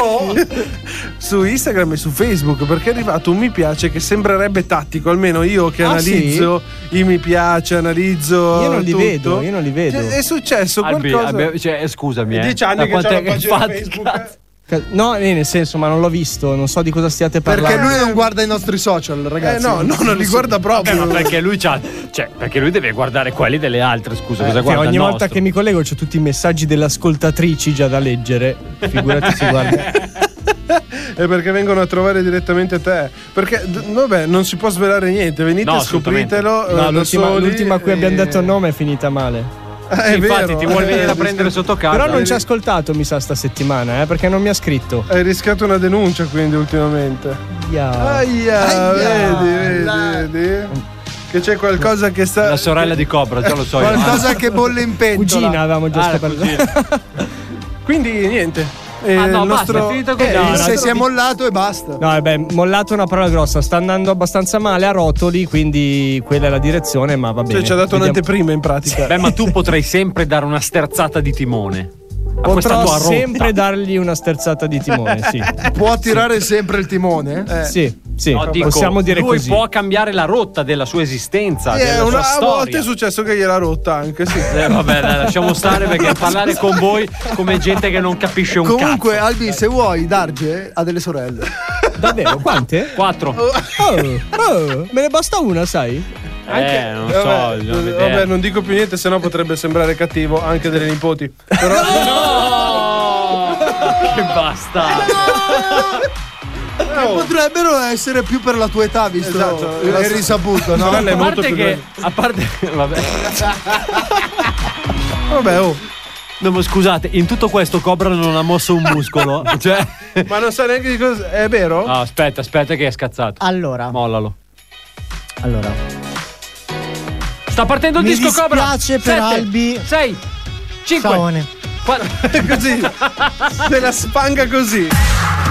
Speaker 7: su Instagram e su Facebook perché è arrivato un mi piace che sembrerebbe tattico almeno io che
Speaker 22: Ah,
Speaker 7: analizzo i mi piace analizzo
Speaker 22: Io non li
Speaker 7: tutto.
Speaker 22: vedo, io non li vedo.
Speaker 7: Cioè, è successo
Speaker 8: Albi,
Speaker 7: qualcosa
Speaker 8: abbi- cioè, scusami, eh.
Speaker 7: Dieci anni
Speaker 8: Da
Speaker 7: che
Speaker 8: quant'è
Speaker 7: c'ho la
Speaker 8: che
Speaker 7: pagina
Speaker 8: fate-
Speaker 22: Ca- No, eh, nel senso, ma non l'ho visto, non so di cosa stiate parlando.
Speaker 9: Perché lui non guarda i nostri social, ragazzi.
Speaker 7: Eh, no, no, non li guarda
Speaker 8: Vabbè,
Speaker 7: proprio
Speaker 8: Eh, ma perché lui c'ha- Cioè, perché lui deve guardare quelli delle altre, scusa, cosa
Speaker 22: Che
Speaker 8: guarda?
Speaker 22: Eh, ogni
Speaker 8: il
Speaker 22: volta
Speaker 8: nostro?
Speaker 22: che mi collego c'ho tutti i messaggi delle ascoltatrici già da leggere. Figurati si guarda.
Speaker 7: è perché vengono a trovare direttamente te perché d- vabbè non si può svelare niente venite
Speaker 22: No, assolutamente.
Speaker 7: scopritelo eh,
Speaker 22: No,
Speaker 7: da
Speaker 22: l'ultima,
Speaker 7: soli,
Speaker 22: l'ultima a cui abbiamo
Speaker 7: e-
Speaker 22: detto il nome è finita male.
Speaker 7: Eh, è
Speaker 8: Infatti,
Speaker 7: vero.
Speaker 8: ti vuol venire a
Speaker 7: Eh,
Speaker 8: prendere sotto casa.
Speaker 22: Però non ci ha ascoltato, mi sa, sta settimana, eh, perché non mi ha scritto.
Speaker 7: Hai rischiato una
Speaker 9: Ah.
Speaker 22: Ah,
Speaker 7: denuncia quindi ultimamente.
Speaker 22: Aia.
Speaker 7: Aia,
Speaker 22: Aia.
Speaker 7: vedi, vedi, vedi.
Speaker 9: Che c'è qualcosa che sta.
Speaker 8: La sorella di Cobra, già lo so. io. eh.
Speaker 9: Qualcosa che bolle in pentola.
Speaker 8: Cugina avevamo già
Speaker 9: Ah, la
Speaker 8: scoperto.
Speaker 9: cugina.
Speaker 31: Quindi niente.
Speaker 9: Eh,
Speaker 32: Ah, no,
Speaker 9: il
Speaker 32: basta, è finito così.
Speaker 9: eh,
Speaker 32: No, no,
Speaker 9: se
Speaker 32: no.
Speaker 9: si è mollato e basta.
Speaker 32: No, eh beh, mollato è una parola grossa, sta andando abbastanza male a rotoli, quindi quella è la direzione, ma va bene.
Speaker 31: Cioè, ci ha dato
Speaker 32: Vediamo-
Speaker 31: un'anteprima in pratica.
Speaker 8: Beh, ma tu potrai sempre dare una sterzata di timone. A questa
Speaker 32: Potrò
Speaker 8: tua rotta.
Speaker 32: sempre dargli una sterzata di timone, sì.
Speaker 9: Può tirare sempre il timone? Eh.
Speaker 32: Sì, sì,
Speaker 8: No, dico,
Speaker 32: possiamo dire
Speaker 8: lui
Speaker 32: così.
Speaker 8: può cambiare la rotta della sua esistenza,
Speaker 31: Eh,
Speaker 8: della sua
Speaker 31: una- a
Speaker 8: storia.
Speaker 31: volte è successo che gliela rotta anche, sì.
Speaker 8: Eh, vabbè, dai, lasciamo stare perché parlare con voi come gente che non capisce un
Speaker 9: Comunque, Albi, se vuoi, Darge ha delle sorelle.
Speaker 32: Davvero? Quante?
Speaker 8: Quattro.
Speaker 32: me ne basta una, sai?
Speaker 8: Eh,
Speaker 31: Anche- vabbè, vabbè, non dico più niente, sennò potrebbe sembrare cattivo anche delle nipoti. Però
Speaker 8: Oh! cazzo. Basta.
Speaker 9: Che potrebbero essere più per la tua età, visto
Speaker 31: Esatto.
Speaker 9: il risaputo, no?
Speaker 8: a parte che, a parte, vabbè.
Speaker 9: vabbè, oh.
Speaker 8: No, ma scusate, in tutto questo Cobra non ha mosso un muscolo. cioè...
Speaker 31: Ma non sa neanche di cosa. È vero?
Speaker 8: No, aspetta, aspetta, che è scazzato.
Speaker 10: Allora.
Speaker 8: Mollalo.
Speaker 10: Allora.
Speaker 8: Sta partendo il
Speaker 10: Mi
Speaker 8: disco Cobra.
Speaker 10: dispiace per
Speaker 8: Sette,
Speaker 10: Albi.
Speaker 8: Sei. Cinque.
Speaker 10: Ciaone.
Speaker 8: Quattro.
Speaker 31: così. Se la spanga così.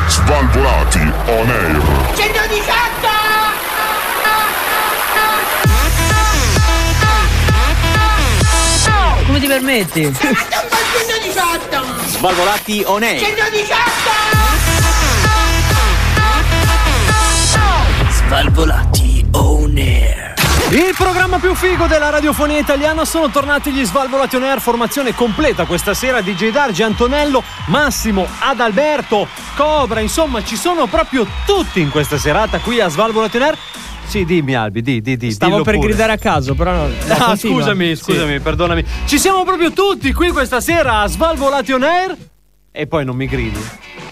Speaker 1: Svalvolati on air.
Speaker 5: 118!
Speaker 33: Come ti permetti?
Speaker 5: 118!
Speaker 2: Svalvolati on air.
Speaker 5: 118!
Speaker 2: Svalvolati on air.
Speaker 8: Il programma più figo della radiofonia italiana sono tornati gli Svalvolati on Air, formazione completa questa sera DJ Dargi, Antonello, Massimo, Adalberto, Cobra, insomma ci sono proprio tutti in questa serata qui a Svalvolati on Air. Sì, dimmi Albi, di, di, di.
Speaker 32: Stavo
Speaker 8: dillo
Speaker 32: per
Speaker 8: pure.
Speaker 32: gridare a caso, però no. no,
Speaker 8: Ah,
Speaker 32: continua.
Speaker 8: scusami,
Speaker 32: Sì.
Speaker 8: scusami, perdonami. Ci siamo proprio tutti qui questa sera a Svalvolati on Air e poi non mi gridi.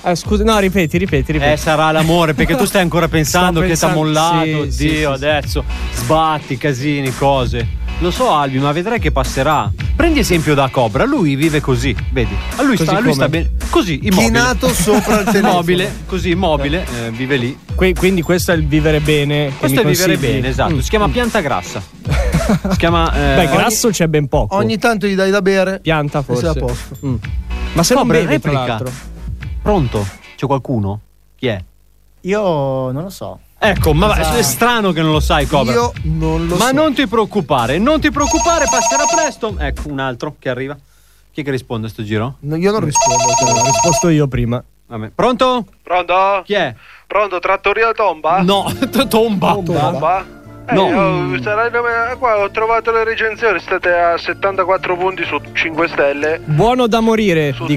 Speaker 32: Ah, scusa, no, ripeti, ripeti, ripeti.
Speaker 8: Eh, sarà l'amore, perché tu stai ancora pensando,
Speaker 32: Sto
Speaker 8: che t'ha
Speaker 32: pensando-
Speaker 8: mollato,
Speaker 32: sì,
Speaker 8: oddio,
Speaker 32: sì, sì, sì.
Speaker 8: adesso sbatti, casini, cose. Lo so, Albi, ma vedrai che passerà. Prendi esempio da Cobra, lui vive così, vedi? A lui,
Speaker 32: Così
Speaker 8: sta, a lui
Speaker 32: come?
Speaker 8: sta bene. Così, immobile.
Speaker 32: Chinato sopra il telefono.
Speaker 8: Immobile, così, immobile, eh, vive lì.
Speaker 32: Que- quindi questo è il vivere bene. che
Speaker 8: Questo è
Speaker 32: mi
Speaker 8: vivere
Speaker 32: consigli?
Speaker 8: bene, esatto.
Speaker 32: Mm.
Speaker 8: Si chiama pianta grassa. Si chiama. eh,
Speaker 32: Beh, grasso c'è ben poco.
Speaker 9: Ogni tanto gli dai da bere.
Speaker 32: pianta
Speaker 9: E sei
Speaker 32: forse.
Speaker 9: a posto.
Speaker 32: Mm. Ma se non
Speaker 8: Cobra,
Speaker 32: bevi, tra
Speaker 8: replica.
Speaker 32: l'altro.
Speaker 8: Pronto? C'è qualcuno? Chi è?
Speaker 10: Io non lo so.
Speaker 8: Ecco, ma va-
Speaker 10: Esatto.
Speaker 8: è strano che non lo sai, Cobra.
Speaker 9: Io non lo
Speaker 8: Ma
Speaker 9: so.
Speaker 8: non ti preoccupare, non ti preoccupare, passerà presto. Ecco, un altro che arriva. Chi è che risponde a sto giro?
Speaker 9: No, io non rispondo. cioè,
Speaker 32: Ho risposto io prima.
Speaker 8: Vabbè. Pronto?
Speaker 7: Pronto?
Speaker 8: Chi è? Mm.
Speaker 7: Pronto, trattoria tomba?
Speaker 8: No, t- tomba.
Speaker 7: Tomba? Eh,
Speaker 8: No.
Speaker 7: oh, sarà il nome- qua ho trovato le recensioni, state a 74 punti su 5 stelle
Speaker 32: Buono da morire, dicono.
Speaker 7: su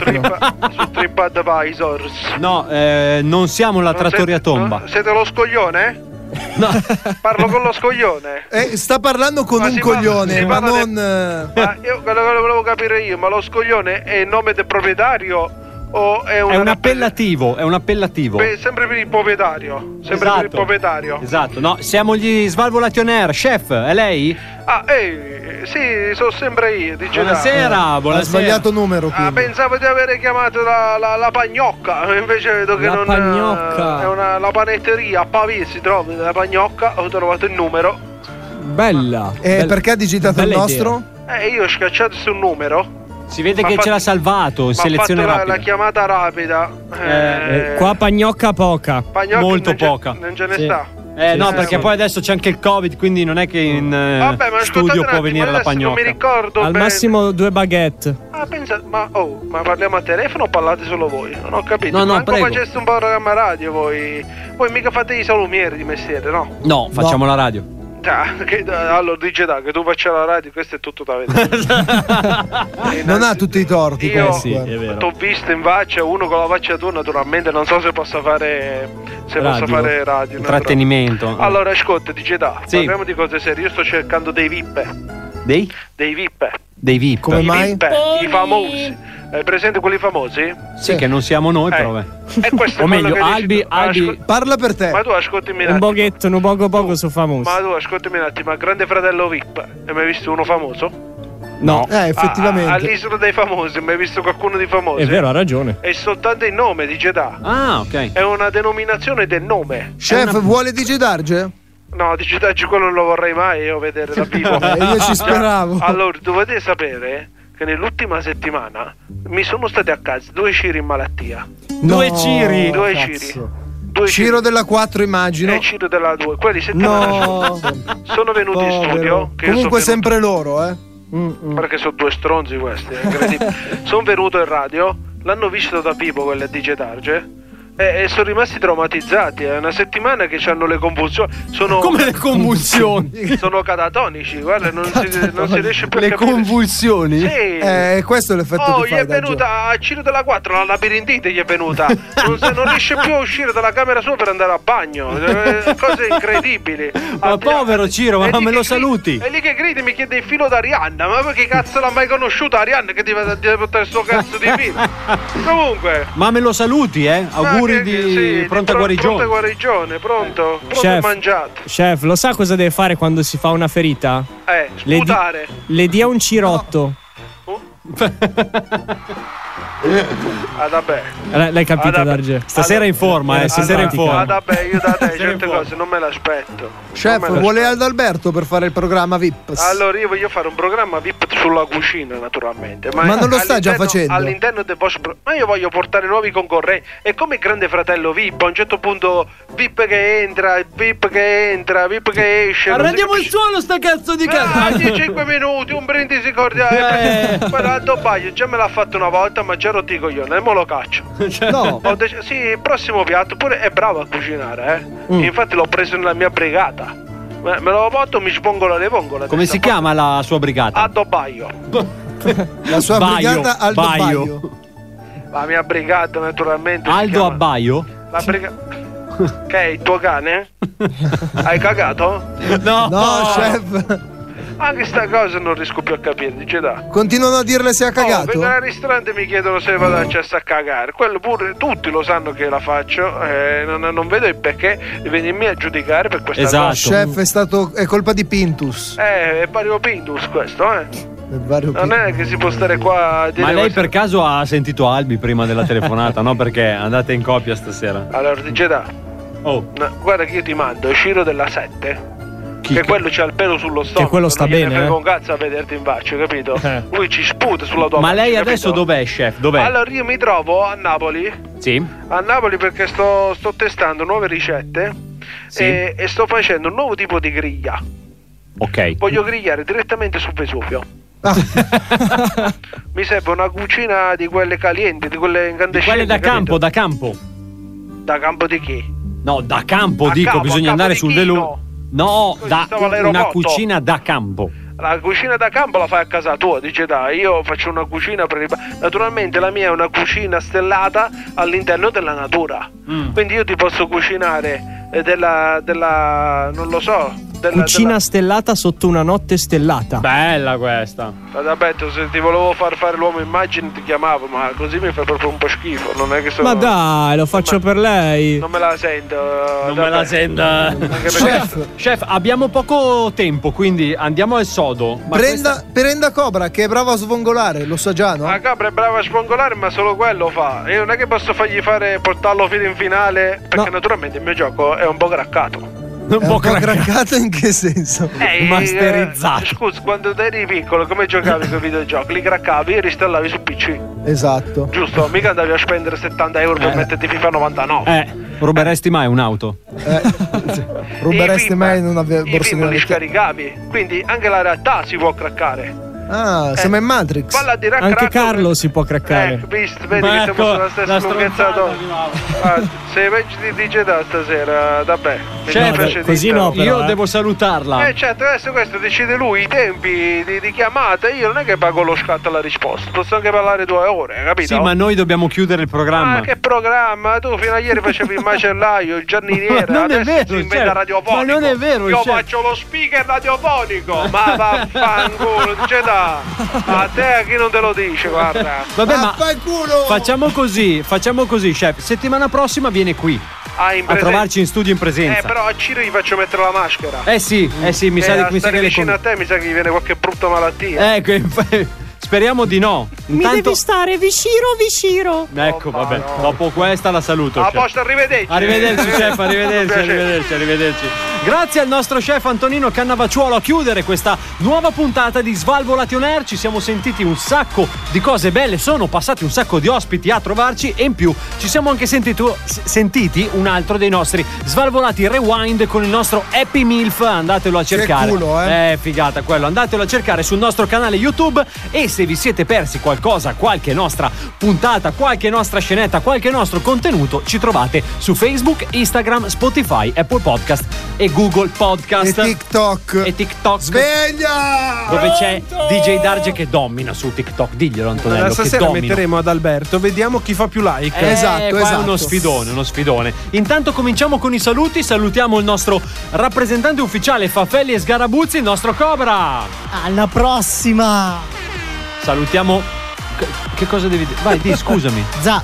Speaker 7: TripAdvisors.
Speaker 8: No, eh, non siamo la trattoria tomba.
Speaker 7: Siete lo scoglione? No. Parlo con lo scoglione.
Speaker 9: Eh, sta parlando con
Speaker 7: Ma
Speaker 9: un
Speaker 7: si parla-
Speaker 9: coglione,
Speaker 7: si
Speaker 9: ma
Speaker 7: parla
Speaker 9: non.
Speaker 7: del-
Speaker 9: eh,
Speaker 7: Ma Ah, io quello che volevo capire io, ma lo scoglione è il nome del proprietario o è una
Speaker 8: È un appellativo, è un appellativo.
Speaker 7: Beh, sempre per il proprietario. Sempre per il
Speaker 8: Esatto.
Speaker 7: proprietario.
Speaker 8: Esatto, no, siamo gli Svalvolation Air. Chef, è lei?
Speaker 7: Ah, ehi, sì, sono sempre io. Di
Speaker 8: Buonasera,
Speaker 7: Genaro.
Speaker 9: Ha
Speaker 8: Ah, buonasera.
Speaker 9: sbagliato numero.
Speaker 7: Ah,
Speaker 9: quindi.
Speaker 7: pensavo di avere chiamato la, la, la pagnocca, invece vedo che
Speaker 32: La
Speaker 7: non
Speaker 32: Pagnocca.
Speaker 7: è una la panetteria a Pavia si trova la pagnocca, ho trovato il numero.
Speaker 32: Bella.
Speaker 9: Eh,
Speaker 32: Bella-
Speaker 9: perché ha digitato il
Speaker 32: bella idea.
Speaker 9: nostro?
Speaker 7: Eh, io ho scacciato sul numero.
Speaker 8: Si vede
Speaker 7: Ma
Speaker 8: che
Speaker 7: fa-
Speaker 8: ce l'ha salvato,
Speaker 7: ma ho
Speaker 8: selezione
Speaker 7: fatto la-
Speaker 8: rapida.
Speaker 7: La, chiamata rapida.
Speaker 32: Eh, qua pagnocca poca.
Speaker 7: Pagnocchi
Speaker 8: molto
Speaker 7: non c'è-
Speaker 8: poca.
Speaker 7: non ce ne
Speaker 8: Sì.
Speaker 7: sta.
Speaker 8: Eh
Speaker 7: Sì,
Speaker 8: no,
Speaker 7: sì,
Speaker 8: perché
Speaker 7: sì.
Speaker 8: poi adesso c'è anche il Covid, quindi non è che in eh,
Speaker 7: Vabbè, ma ascoltate
Speaker 8: studio
Speaker 7: un
Speaker 8: può
Speaker 7: attimo,
Speaker 8: venire la
Speaker 7: adesso non
Speaker 8: pagnocca.
Speaker 7: mi ricordo
Speaker 32: Al
Speaker 7: bene.
Speaker 32: massimo due baguette.
Speaker 7: Ah, pensa, ma, oh, ma parliamo a telefono o parlate solo voi? Non ho capito.
Speaker 8: No, no,
Speaker 7: Manco
Speaker 8: prego.
Speaker 7: faceste un programma radio voi. Voi mica fate i salumieri di mestiere, no?
Speaker 8: No, facciamo la radio.
Speaker 7: Già, Ah, che, allora dice da che tu faccia la radio, questo è tutto da vedere.
Speaker 9: Non ha tutti i torti.
Speaker 7: Io
Speaker 9: comunque.
Speaker 7: t'ho visto in faccia, uno con la faccia tua naturalmente, non so se possa fare se possa
Speaker 8: Radio.
Speaker 7: fare radio.
Speaker 8: Intrattenimento.
Speaker 7: naturalmente. Allora ascolta, dice da,
Speaker 8: Sì.
Speaker 7: parliamo di cose serie, io sto cercando dei VIP,
Speaker 8: Dei?
Speaker 7: dei VIP,
Speaker 8: Dei VIP.
Speaker 7: i VIP, i famosi. Hai presente quelli famosi?
Speaker 8: Sì, che non siamo noi, però.
Speaker 7: Eh.
Speaker 8: eh. vabbè.
Speaker 7: E questo
Speaker 8: O
Speaker 7: è quello
Speaker 8: meglio,
Speaker 7: che dici
Speaker 8: Albi-
Speaker 7: tu.
Speaker 8: Albi-
Speaker 9: Parla per te.
Speaker 7: Ma tu ascoltami un
Speaker 32: Un
Speaker 7: attimo.
Speaker 32: boghetto, un poco poco su famoso.
Speaker 7: Ma tu ascoltami un attimo, a Grande Fratello VIP, hai mai visto uno famoso?
Speaker 32: No.
Speaker 9: Eh, effettivamente.
Speaker 7: Ah, all'isola dei famosi, hai mai visto qualcuno di famoso?
Speaker 32: È vero, ha ragione.
Speaker 7: È soltanto il nome di Jeddah.
Speaker 8: Ah, ok.
Speaker 7: È una denominazione del nome.
Speaker 9: Chef, vuole digitarge?
Speaker 7: No, digitaggi quello non lo vorrei mai io vedere da vivo.
Speaker 9: Eh, io ci speravo.
Speaker 10: Oh.
Speaker 7: Allora, dovete sapere che nell'ultima settimana mi sono stati a casa due Ciri in malattia.
Speaker 9: Due
Speaker 7: Ciri? Due
Speaker 9: cazzo.
Speaker 7: Ciri. Due
Speaker 9: Ciro della 4 immagino.
Speaker 7: E Ciro della 2. Quelli settimana
Speaker 9: No.
Speaker 7: scorsa sono venuti in studio. Che io sono
Speaker 9: Comunque
Speaker 7: venuto-
Speaker 9: sempre loro, eh.
Speaker 7: Perché sono due stronzi questi, è incredibile. sono venuto in radio, l'hanno visto da vivo quelle DJ Darge. E, e sono rimasti traumatizzati. È una settimana che hanno le convulsioni. Sono
Speaker 8: Come le convulsioni?
Speaker 7: sono catatonici, guarda, non, si, non si riesce più a
Speaker 9: Le
Speaker 7: capire.
Speaker 9: convulsioni?
Speaker 7: Sì.
Speaker 9: Eh, questo è l'effetto
Speaker 7: Oh,
Speaker 9: che
Speaker 7: gli
Speaker 9: fa
Speaker 7: è
Speaker 9: il raggio.
Speaker 7: venuta a Ciro della 4, la labirintite gli è venuta. Non, se- non riesce più a uscire dalla camera sua per andare a bagno. Eh, Cose incredibili.
Speaker 8: Ma povero Ciro, ma
Speaker 7: E
Speaker 8: non
Speaker 7: lì
Speaker 8: me
Speaker 7: che
Speaker 8: lo
Speaker 7: gridi-
Speaker 8: saluti.
Speaker 7: E lì che gridi mi chiede il filo d'Arianna, ma perché cazzo l'ha mai conosciuta Arianna che ti va a dire portare sto cazzo di filo? Comunque.
Speaker 8: Ma me lo saluti, eh? Auguri
Speaker 7: ma che- sì,
Speaker 8: di pronta
Speaker 7: pro-
Speaker 8: guarigione.
Speaker 7: Pronta guarigione, pronto. Pronto e mangiato.
Speaker 10: chef, lo sa cosa deve fare quando si fa una ferita?
Speaker 7: Eh,
Speaker 10: Le di-
Speaker 7: sputare.
Speaker 10: Le dia un cirotto.
Speaker 7: Ah, vabbè.
Speaker 10: L- L'hai capito,
Speaker 7: Ah, vabbè.
Speaker 10: Darge? Stasera è in
Speaker 7: Ah,
Speaker 10: forma, eh. Stasera è in
Speaker 7: vabbè.
Speaker 10: forma.
Speaker 7: Ah, vabbè, io da te certe cose non me l'aspetto. Non me
Speaker 9: Chef,
Speaker 7: l'aspetto.
Speaker 9: vuole Adalberto per fare il programma VIP.
Speaker 7: Allora io voglio fare un programma VIP sulla cucina naturalmente
Speaker 9: Ma non lo sta già
Speaker 7: all'interno-
Speaker 9: facendo?
Speaker 7: All'interno del vostro pro- Ma io voglio portare nuovi concorrenti È come il grande fratello VIP A un certo punto VIP che entra VIP che entra VIP che esce non si
Speaker 8: Arrendiamo il suono sta cazzo di
Speaker 7: Ah,
Speaker 8: cazzo.
Speaker 7: 5 minuti, un brindisi cordiale. Guarda, Aldo Baio già me l'ha fatto una volta, ma già rotto i coglioni, e mo lo caccio.
Speaker 10: Cioè,
Speaker 9: No.
Speaker 7: Ho dec- sì, il prossimo piatto pure è bravo a cucinare, eh.
Speaker 8: Mm.
Speaker 7: Infatti l'ho preso nella mia brigata. Me, me lo porto, mi spongola le vongole.
Speaker 8: Come si chiama la sua brigata?
Speaker 7: Aldo Baio.
Speaker 9: La sua
Speaker 8: Baio,
Speaker 9: brigata Aldo
Speaker 8: Baio.
Speaker 9: Baio.
Speaker 7: La mia brigata, naturalmente. si
Speaker 8: Aldo
Speaker 7: chiama-
Speaker 8: Abbaio?
Speaker 7: La brigata. Che è il tuo cane? Hai cagato?
Speaker 8: No,
Speaker 9: No, chef.
Speaker 7: Anche sta cosa non riesco più a capire, dice da.
Speaker 9: Continuano a dirle se ha
Speaker 7: Oh,
Speaker 9: cagato.
Speaker 7: vengo
Speaker 22: eh.
Speaker 7: al ristorante e mi chiedono se vado
Speaker 8: Mm.
Speaker 7: a cesso a cagare. Quello pure tutti lo sanno che la faccio. eh, non, non vedo il perché di venirmi a giudicare per questa
Speaker 8: Esatto.
Speaker 7: cosa.
Speaker 9: Chef è stato. è colpa di Pintus.
Speaker 7: Eh, è Mario Pindus questo, eh.
Speaker 9: Del vario
Speaker 7: Non è che si può stare qua a dire
Speaker 8: Ma lei
Speaker 7: queste-
Speaker 8: per caso ha sentito Albi prima della telefonata? No, perché andate in coppia stasera.
Speaker 7: Allora, dice da.
Speaker 8: Oh.
Speaker 7: No, guarda che io ti mando Ciro della 7. Che quello c'ha il pelo sullo stomaco.
Speaker 10: quello sta
Speaker 7: non gliene
Speaker 10: bene,
Speaker 7: frega
Speaker 10: eh.
Speaker 7: un cazzo a vederti in faccia, capito? Lui ci sputa sulla tua
Speaker 8: Ma
Speaker 7: faccia,
Speaker 8: lei
Speaker 7: capito?
Speaker 8: adesso dov'è, chef? Dov'è?
Speaker 7: Allora io mi trovo a Napoli.
Speaker 8: Sì.
Speaker 7: a Napoli perché sto, sto testando nuove ricette e, e sto facendo un nuovo tipo di griglia.
Speaker 8: Ok.
Speaker 7: Voglio grigliare direttamente su Vesuvio.
Speaker 10: Ah.
Speaker 7: Mi serve una cucina di quelle calienti, di quelle
Speaker 8: Di
Speaker 7: incandescenti.
Speaker 8: quelle da
Speaker 7: capito?
Speaker 8: campo, da campo.
Speaker 7: Da campo di chi?
Speaker 8: No, da campo
Speaker 7: A
Speaker 8: dico,
Speaker 7: capo, a
Speaker 8: bisogna
Speaker 7: capo
Speaker 8: andare
Speaker 7: di
Speaker 8: sul
Speaker 7: chi,
Speaker 8: velo.
Speaker 7: no?
Speaker 8: No,
Speaker 7: Così
Speaker 8: da
Speaker 7: stavo
Speaker 8: una
Speaker 7: all'aeroporto.
Speaker 8: cucina da campo.
Speaker 7: La cucina da campo la fai a casa tua, dice dai, io faccio una cucina per il... ba- Naturalmente la mia è una cucina stellata all'interno della natura.
Speaker 8: Mm.
Speaker 7: Quindi io ti posso cucinare eh, della... della non lo so. Della,
Speaker 10: Cucina
Speaker 7: della-
Speaker 10: stellata sotto una notte stellata.
Speaker 8: Bella questa.
Speaker 7: Vabbè, tu, se ti volevo far fare l'uomo immagine ti chiamavo, ma così mi fa proprio un po' schifo, non è che sono...
Speaker 10: Ma dai, lo faccio per lei.
Speaker 7: Non me la sento. eh,
Speaker 8: Non me la senta.
Speaker 10: Certo,
Speaker 8: Chef, chef, abbiamo poco tempo, quindi andiamo al sodo. Ma
Speaker 9: Prenda, prenda Cobra che è brava a svongolare, lo sa già, no?
Speaker 7: La capra è brava a spongolare, ma solo quello fa. Io non è che posso fargli fare portarlo fino in finale, perché naturalmente il mio gioco è un po' craccato.
Speaker 9: È un po' craccato in che senso?
Speaker 7: Eh, eh, scusa, quando eri piccolo come giocavi con i videogiochi? Li craccavi e ristallavi su PC.
Speaker 9: Esatto.
Speaker 7: Giusto, mica andavi a spendere 70 euro per
Speaker 8: Eh.
Speaker 7: metterti FIFA 99.
Speaker 8: Eh, ruberesti mai un'auto?
Speaker 9: Eh, Ruberesti
Speaker 7: I
Speaker 9: mai in una ve-
Speaker 7: I
Speaker 9: borsa di
Speaker 7: film
Speaker 9: una
Speaker 7: li
Speaker 9: vecchia-
Speaker 7: scaricavi, quindi anche la realtà si può craccare.
Speaker 9: Ah,
Speaker 7: Eh,
Speaker 9: siamo in Matrix.
Speaker 7: Falla di raccracco.
Speaker 10: Anche Carlo si può
Speaker 7: Ecco,
Speaker 10: craccare.
Speaker 7: visto, vedi
Speaker 10: Ma
Speaker 7: che
Speaker 10: ecco,
Speaker 7: siamo sulla stessa
Speaker 10: la
Speaker 7: lunghezza
Speaker 10: stronzata
Speaker 7: d'onda. Ah, Sei peggio di DJ da stasera, vabbè. mi
Speaker 8: Chef,
Speaker 7: dispiace di
Speaker 10: Certo, così no,
Speaker 7: interrompere.
Speaker 10: però,
Speaker 8: Io
Speaker 10: eh.
Speaker 8: devo salutarla.
Speaker 7: Eh certo, adesso questo decide lui i tempi di, di chiamata io non è che pago lo scatto alla risposta, posso anche parlare due ore, capito?
Speaker 8: Sì, ma noi dobbiamo chiudere il programma.
Speaker 7: Ah, che programma? Tu fino a ieri facevi il macellaio, il giardiniere,
Speaker 8: Ma non è
Speaker 7: adesso
Speaker 8: vero,
Speaker 7: si inventa
Speaker 8: chef.
Speaker 7: radiofonico.
Speaker 8: Ma non è vero, certo.
Speaker 7: Io
Speaker 8: chef.
Speaker 7: faccio lo speaker radiofonico. Ma vaffanculo, c'è da. A te a chi non te lo dice, guarda.
Speaker 8: Vabbè, ma
Speaker 9: Vaffanculo!
Speaker 8: facciamo così, facciamo così, chef. Settimana prossima viene qui
Speaker 7: Ah, in
Speaker 8: a
Speaker 7: presenza-
Speaker 8: trovarci in studio in
Speaker 7: Eh,
Speaker 8: presenza.
Speaker 7: però a Ciro gli faccio mettere la maschera.
Speaker 8: Eh sì, eh sì, mi
Speaker 7: Eh,
Speaker 8: sa
Speaker 7: a
Speaker 8: di mi sa
Speaker 7: stare
Speaker 8: che le
Speaker 7: vicino
Speaker 8: con-
Speaker 7: a te mi sa che gli viene qualche brutta malattia.
Speaker 8: Eh, que- speriamo di no. Intanto
Speaker 34: stare vicino, vicino.
Speaker 8: Ecco, vabbè. Dopo questa la saluto,
Speaker 7: A
Speaker 8: chef.
Speaker 7: posto, arrivederci.
Speaker 8: certo, Arrivederci, chef,
Speaker 7: Un
Speaker 8: arrivederci,
Speaker 7: piacere.
Speaker 8: arrivederci, arrivederci. Grazie al nostro chef Antonino Cannavacciuolo a chiudere questa nuova puntata di Svalvolation Air. Ci siamo sentiti un sacco di cose belle, sono passati un sacco di ospiti a trovarci e in più ci siamo anche sentiti, sentiti un altro dei nostri Svalvolati Rewind con il nostro Happy Milf. Andatelo a cercare.
Speaker 9: culo,
Speaker 8: eh. figata quello. Andatelo a cercare sul nostro canale YouTube e se vi siete persi qualcosa, qualche nostra puntata, qualche nostra scenetta, qualche nostro contenuto, ci trovate su Facebook, Instagram, Spotify, Apple Podcast e Google Podcast.
Speaker 9: E TikTok.
Speaker 8: E TikTok.
Speaker 9: Sveglia!
Speaker 8: Dove c'è DJ Darge che domina su TikTok. Diglielo Antonello
Speaker 7: Allora,
Speaker 8: che
Speaker 7: stasera
Speaker 8: domina.
Speaker 7: metteremo ad Alberto, vediamo chi fa più like.
Speaker 8: Eh,
Speaker 9: Esatto,
Speaker 8: qua
Speaker 7: esatto.
Speaker 8: È uno sfidone, uno sfidone. Intanto cominciamo con i saluti. Salutiamo il nostro rappresentante ufficiale Fafelli e Sgarabuzzi, il nostro Cobra.
Speaker 10: Alla Ah, prossima!
Speaker 8: Salutiamo. Che- Che cosa devi dire? Vai, di, scusami.
Speaker 10: Za,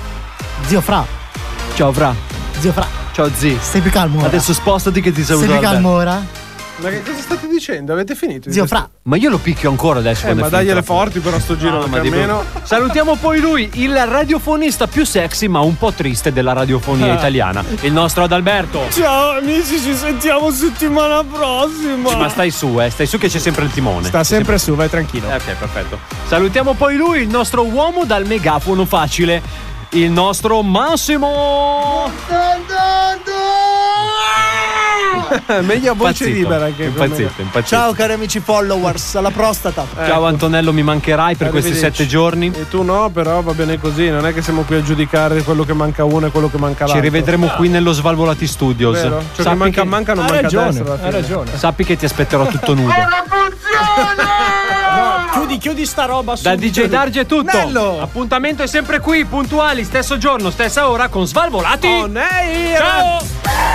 Speaker 10: zio Fra,
Speaker 8: Ciao, Fra.
Speaker 10: zio Fra,
Speaker 8: Ciao, zi.
Speaker 10: stai più calmo ora.
Speaker 8: Adesso spostati che ti saluto.
Speaker 10: Stai più calmo
Speaker 8: Alberto.
Speaker 10: ora?
Speaker 7: Ma che cosa state dicendo? Avete finito? di
Speaker 8: Zio
Speaker 7: questo-
Speaker 8: Fra. Ma io lo picchio ancora adesso.
Speaker 7: Eh,
Speaker 8: quando è
Speaker 7: ma
Speaker 8: finita
Speaker 7: dagliele
Speaker 8: la puntata.
Speaker 7: forti però sto giro,
Speaker 8: ma
Speaker 7: perché
Speaker 8: di
Speaker 7: almeno-
Speaker 8: brutto. Salutiamo poi lui, il radiofonista più sexy ma un po' triste della radiofonia
Speaker 4: Ah.
Speaker 8: italiana, il nostro Adalberto.
Speaker 4: Ciao amici, ci sentiamo settimana prossima.
Speaker 8: Ma stai su, eh, stai su che c'è sempre il timone. Eh,
Speaker 4: Sta sempre su, vai tranquillo.
Speaker 8: Ok, perfetto. Salutiamo poi lui, il nostro uomo dal megafono facile, il nostro Massimo.
Speaker 7: Meglio a voce
Speaker 8: Impazzito,
Speaker 7: libera che
Speaker 8: Impazzito, impazzito.
Speaker 5: Ciao cari amici followers, alla prostata.
Speaker 8: Ciao Antonello, mi mancherai per questi
Speaker 7: Eh. Arrivederci.
Speaker 8: sette giorni.
Speaker 7: E tu no, però va bene così, non è che siamo qui a giudicare quello che manca uno e quello che manca
Speaker 8: Ci
Speaker 7: l'altro.
Speaker 8: rivedremo qui nello Svalvolati Studios.
Speaker 7: Esatto. Vero? Ciò che manca manca Eh, non manca adesso, alla fine.
Speaker 8: Sappi che ti aspetterò tutto nudo.
Speaker 4: Chiudi, chiudi sta roba
Speaker 8: Da
Speaker 4: subito.
Speaker 8: DJ Darge è tutto. Appuntamento è sempre qui, puntuali, stesso giorno, stessa ora con Svalvolati.
Speaker 7: Oh,
Speaker 8: Ciao!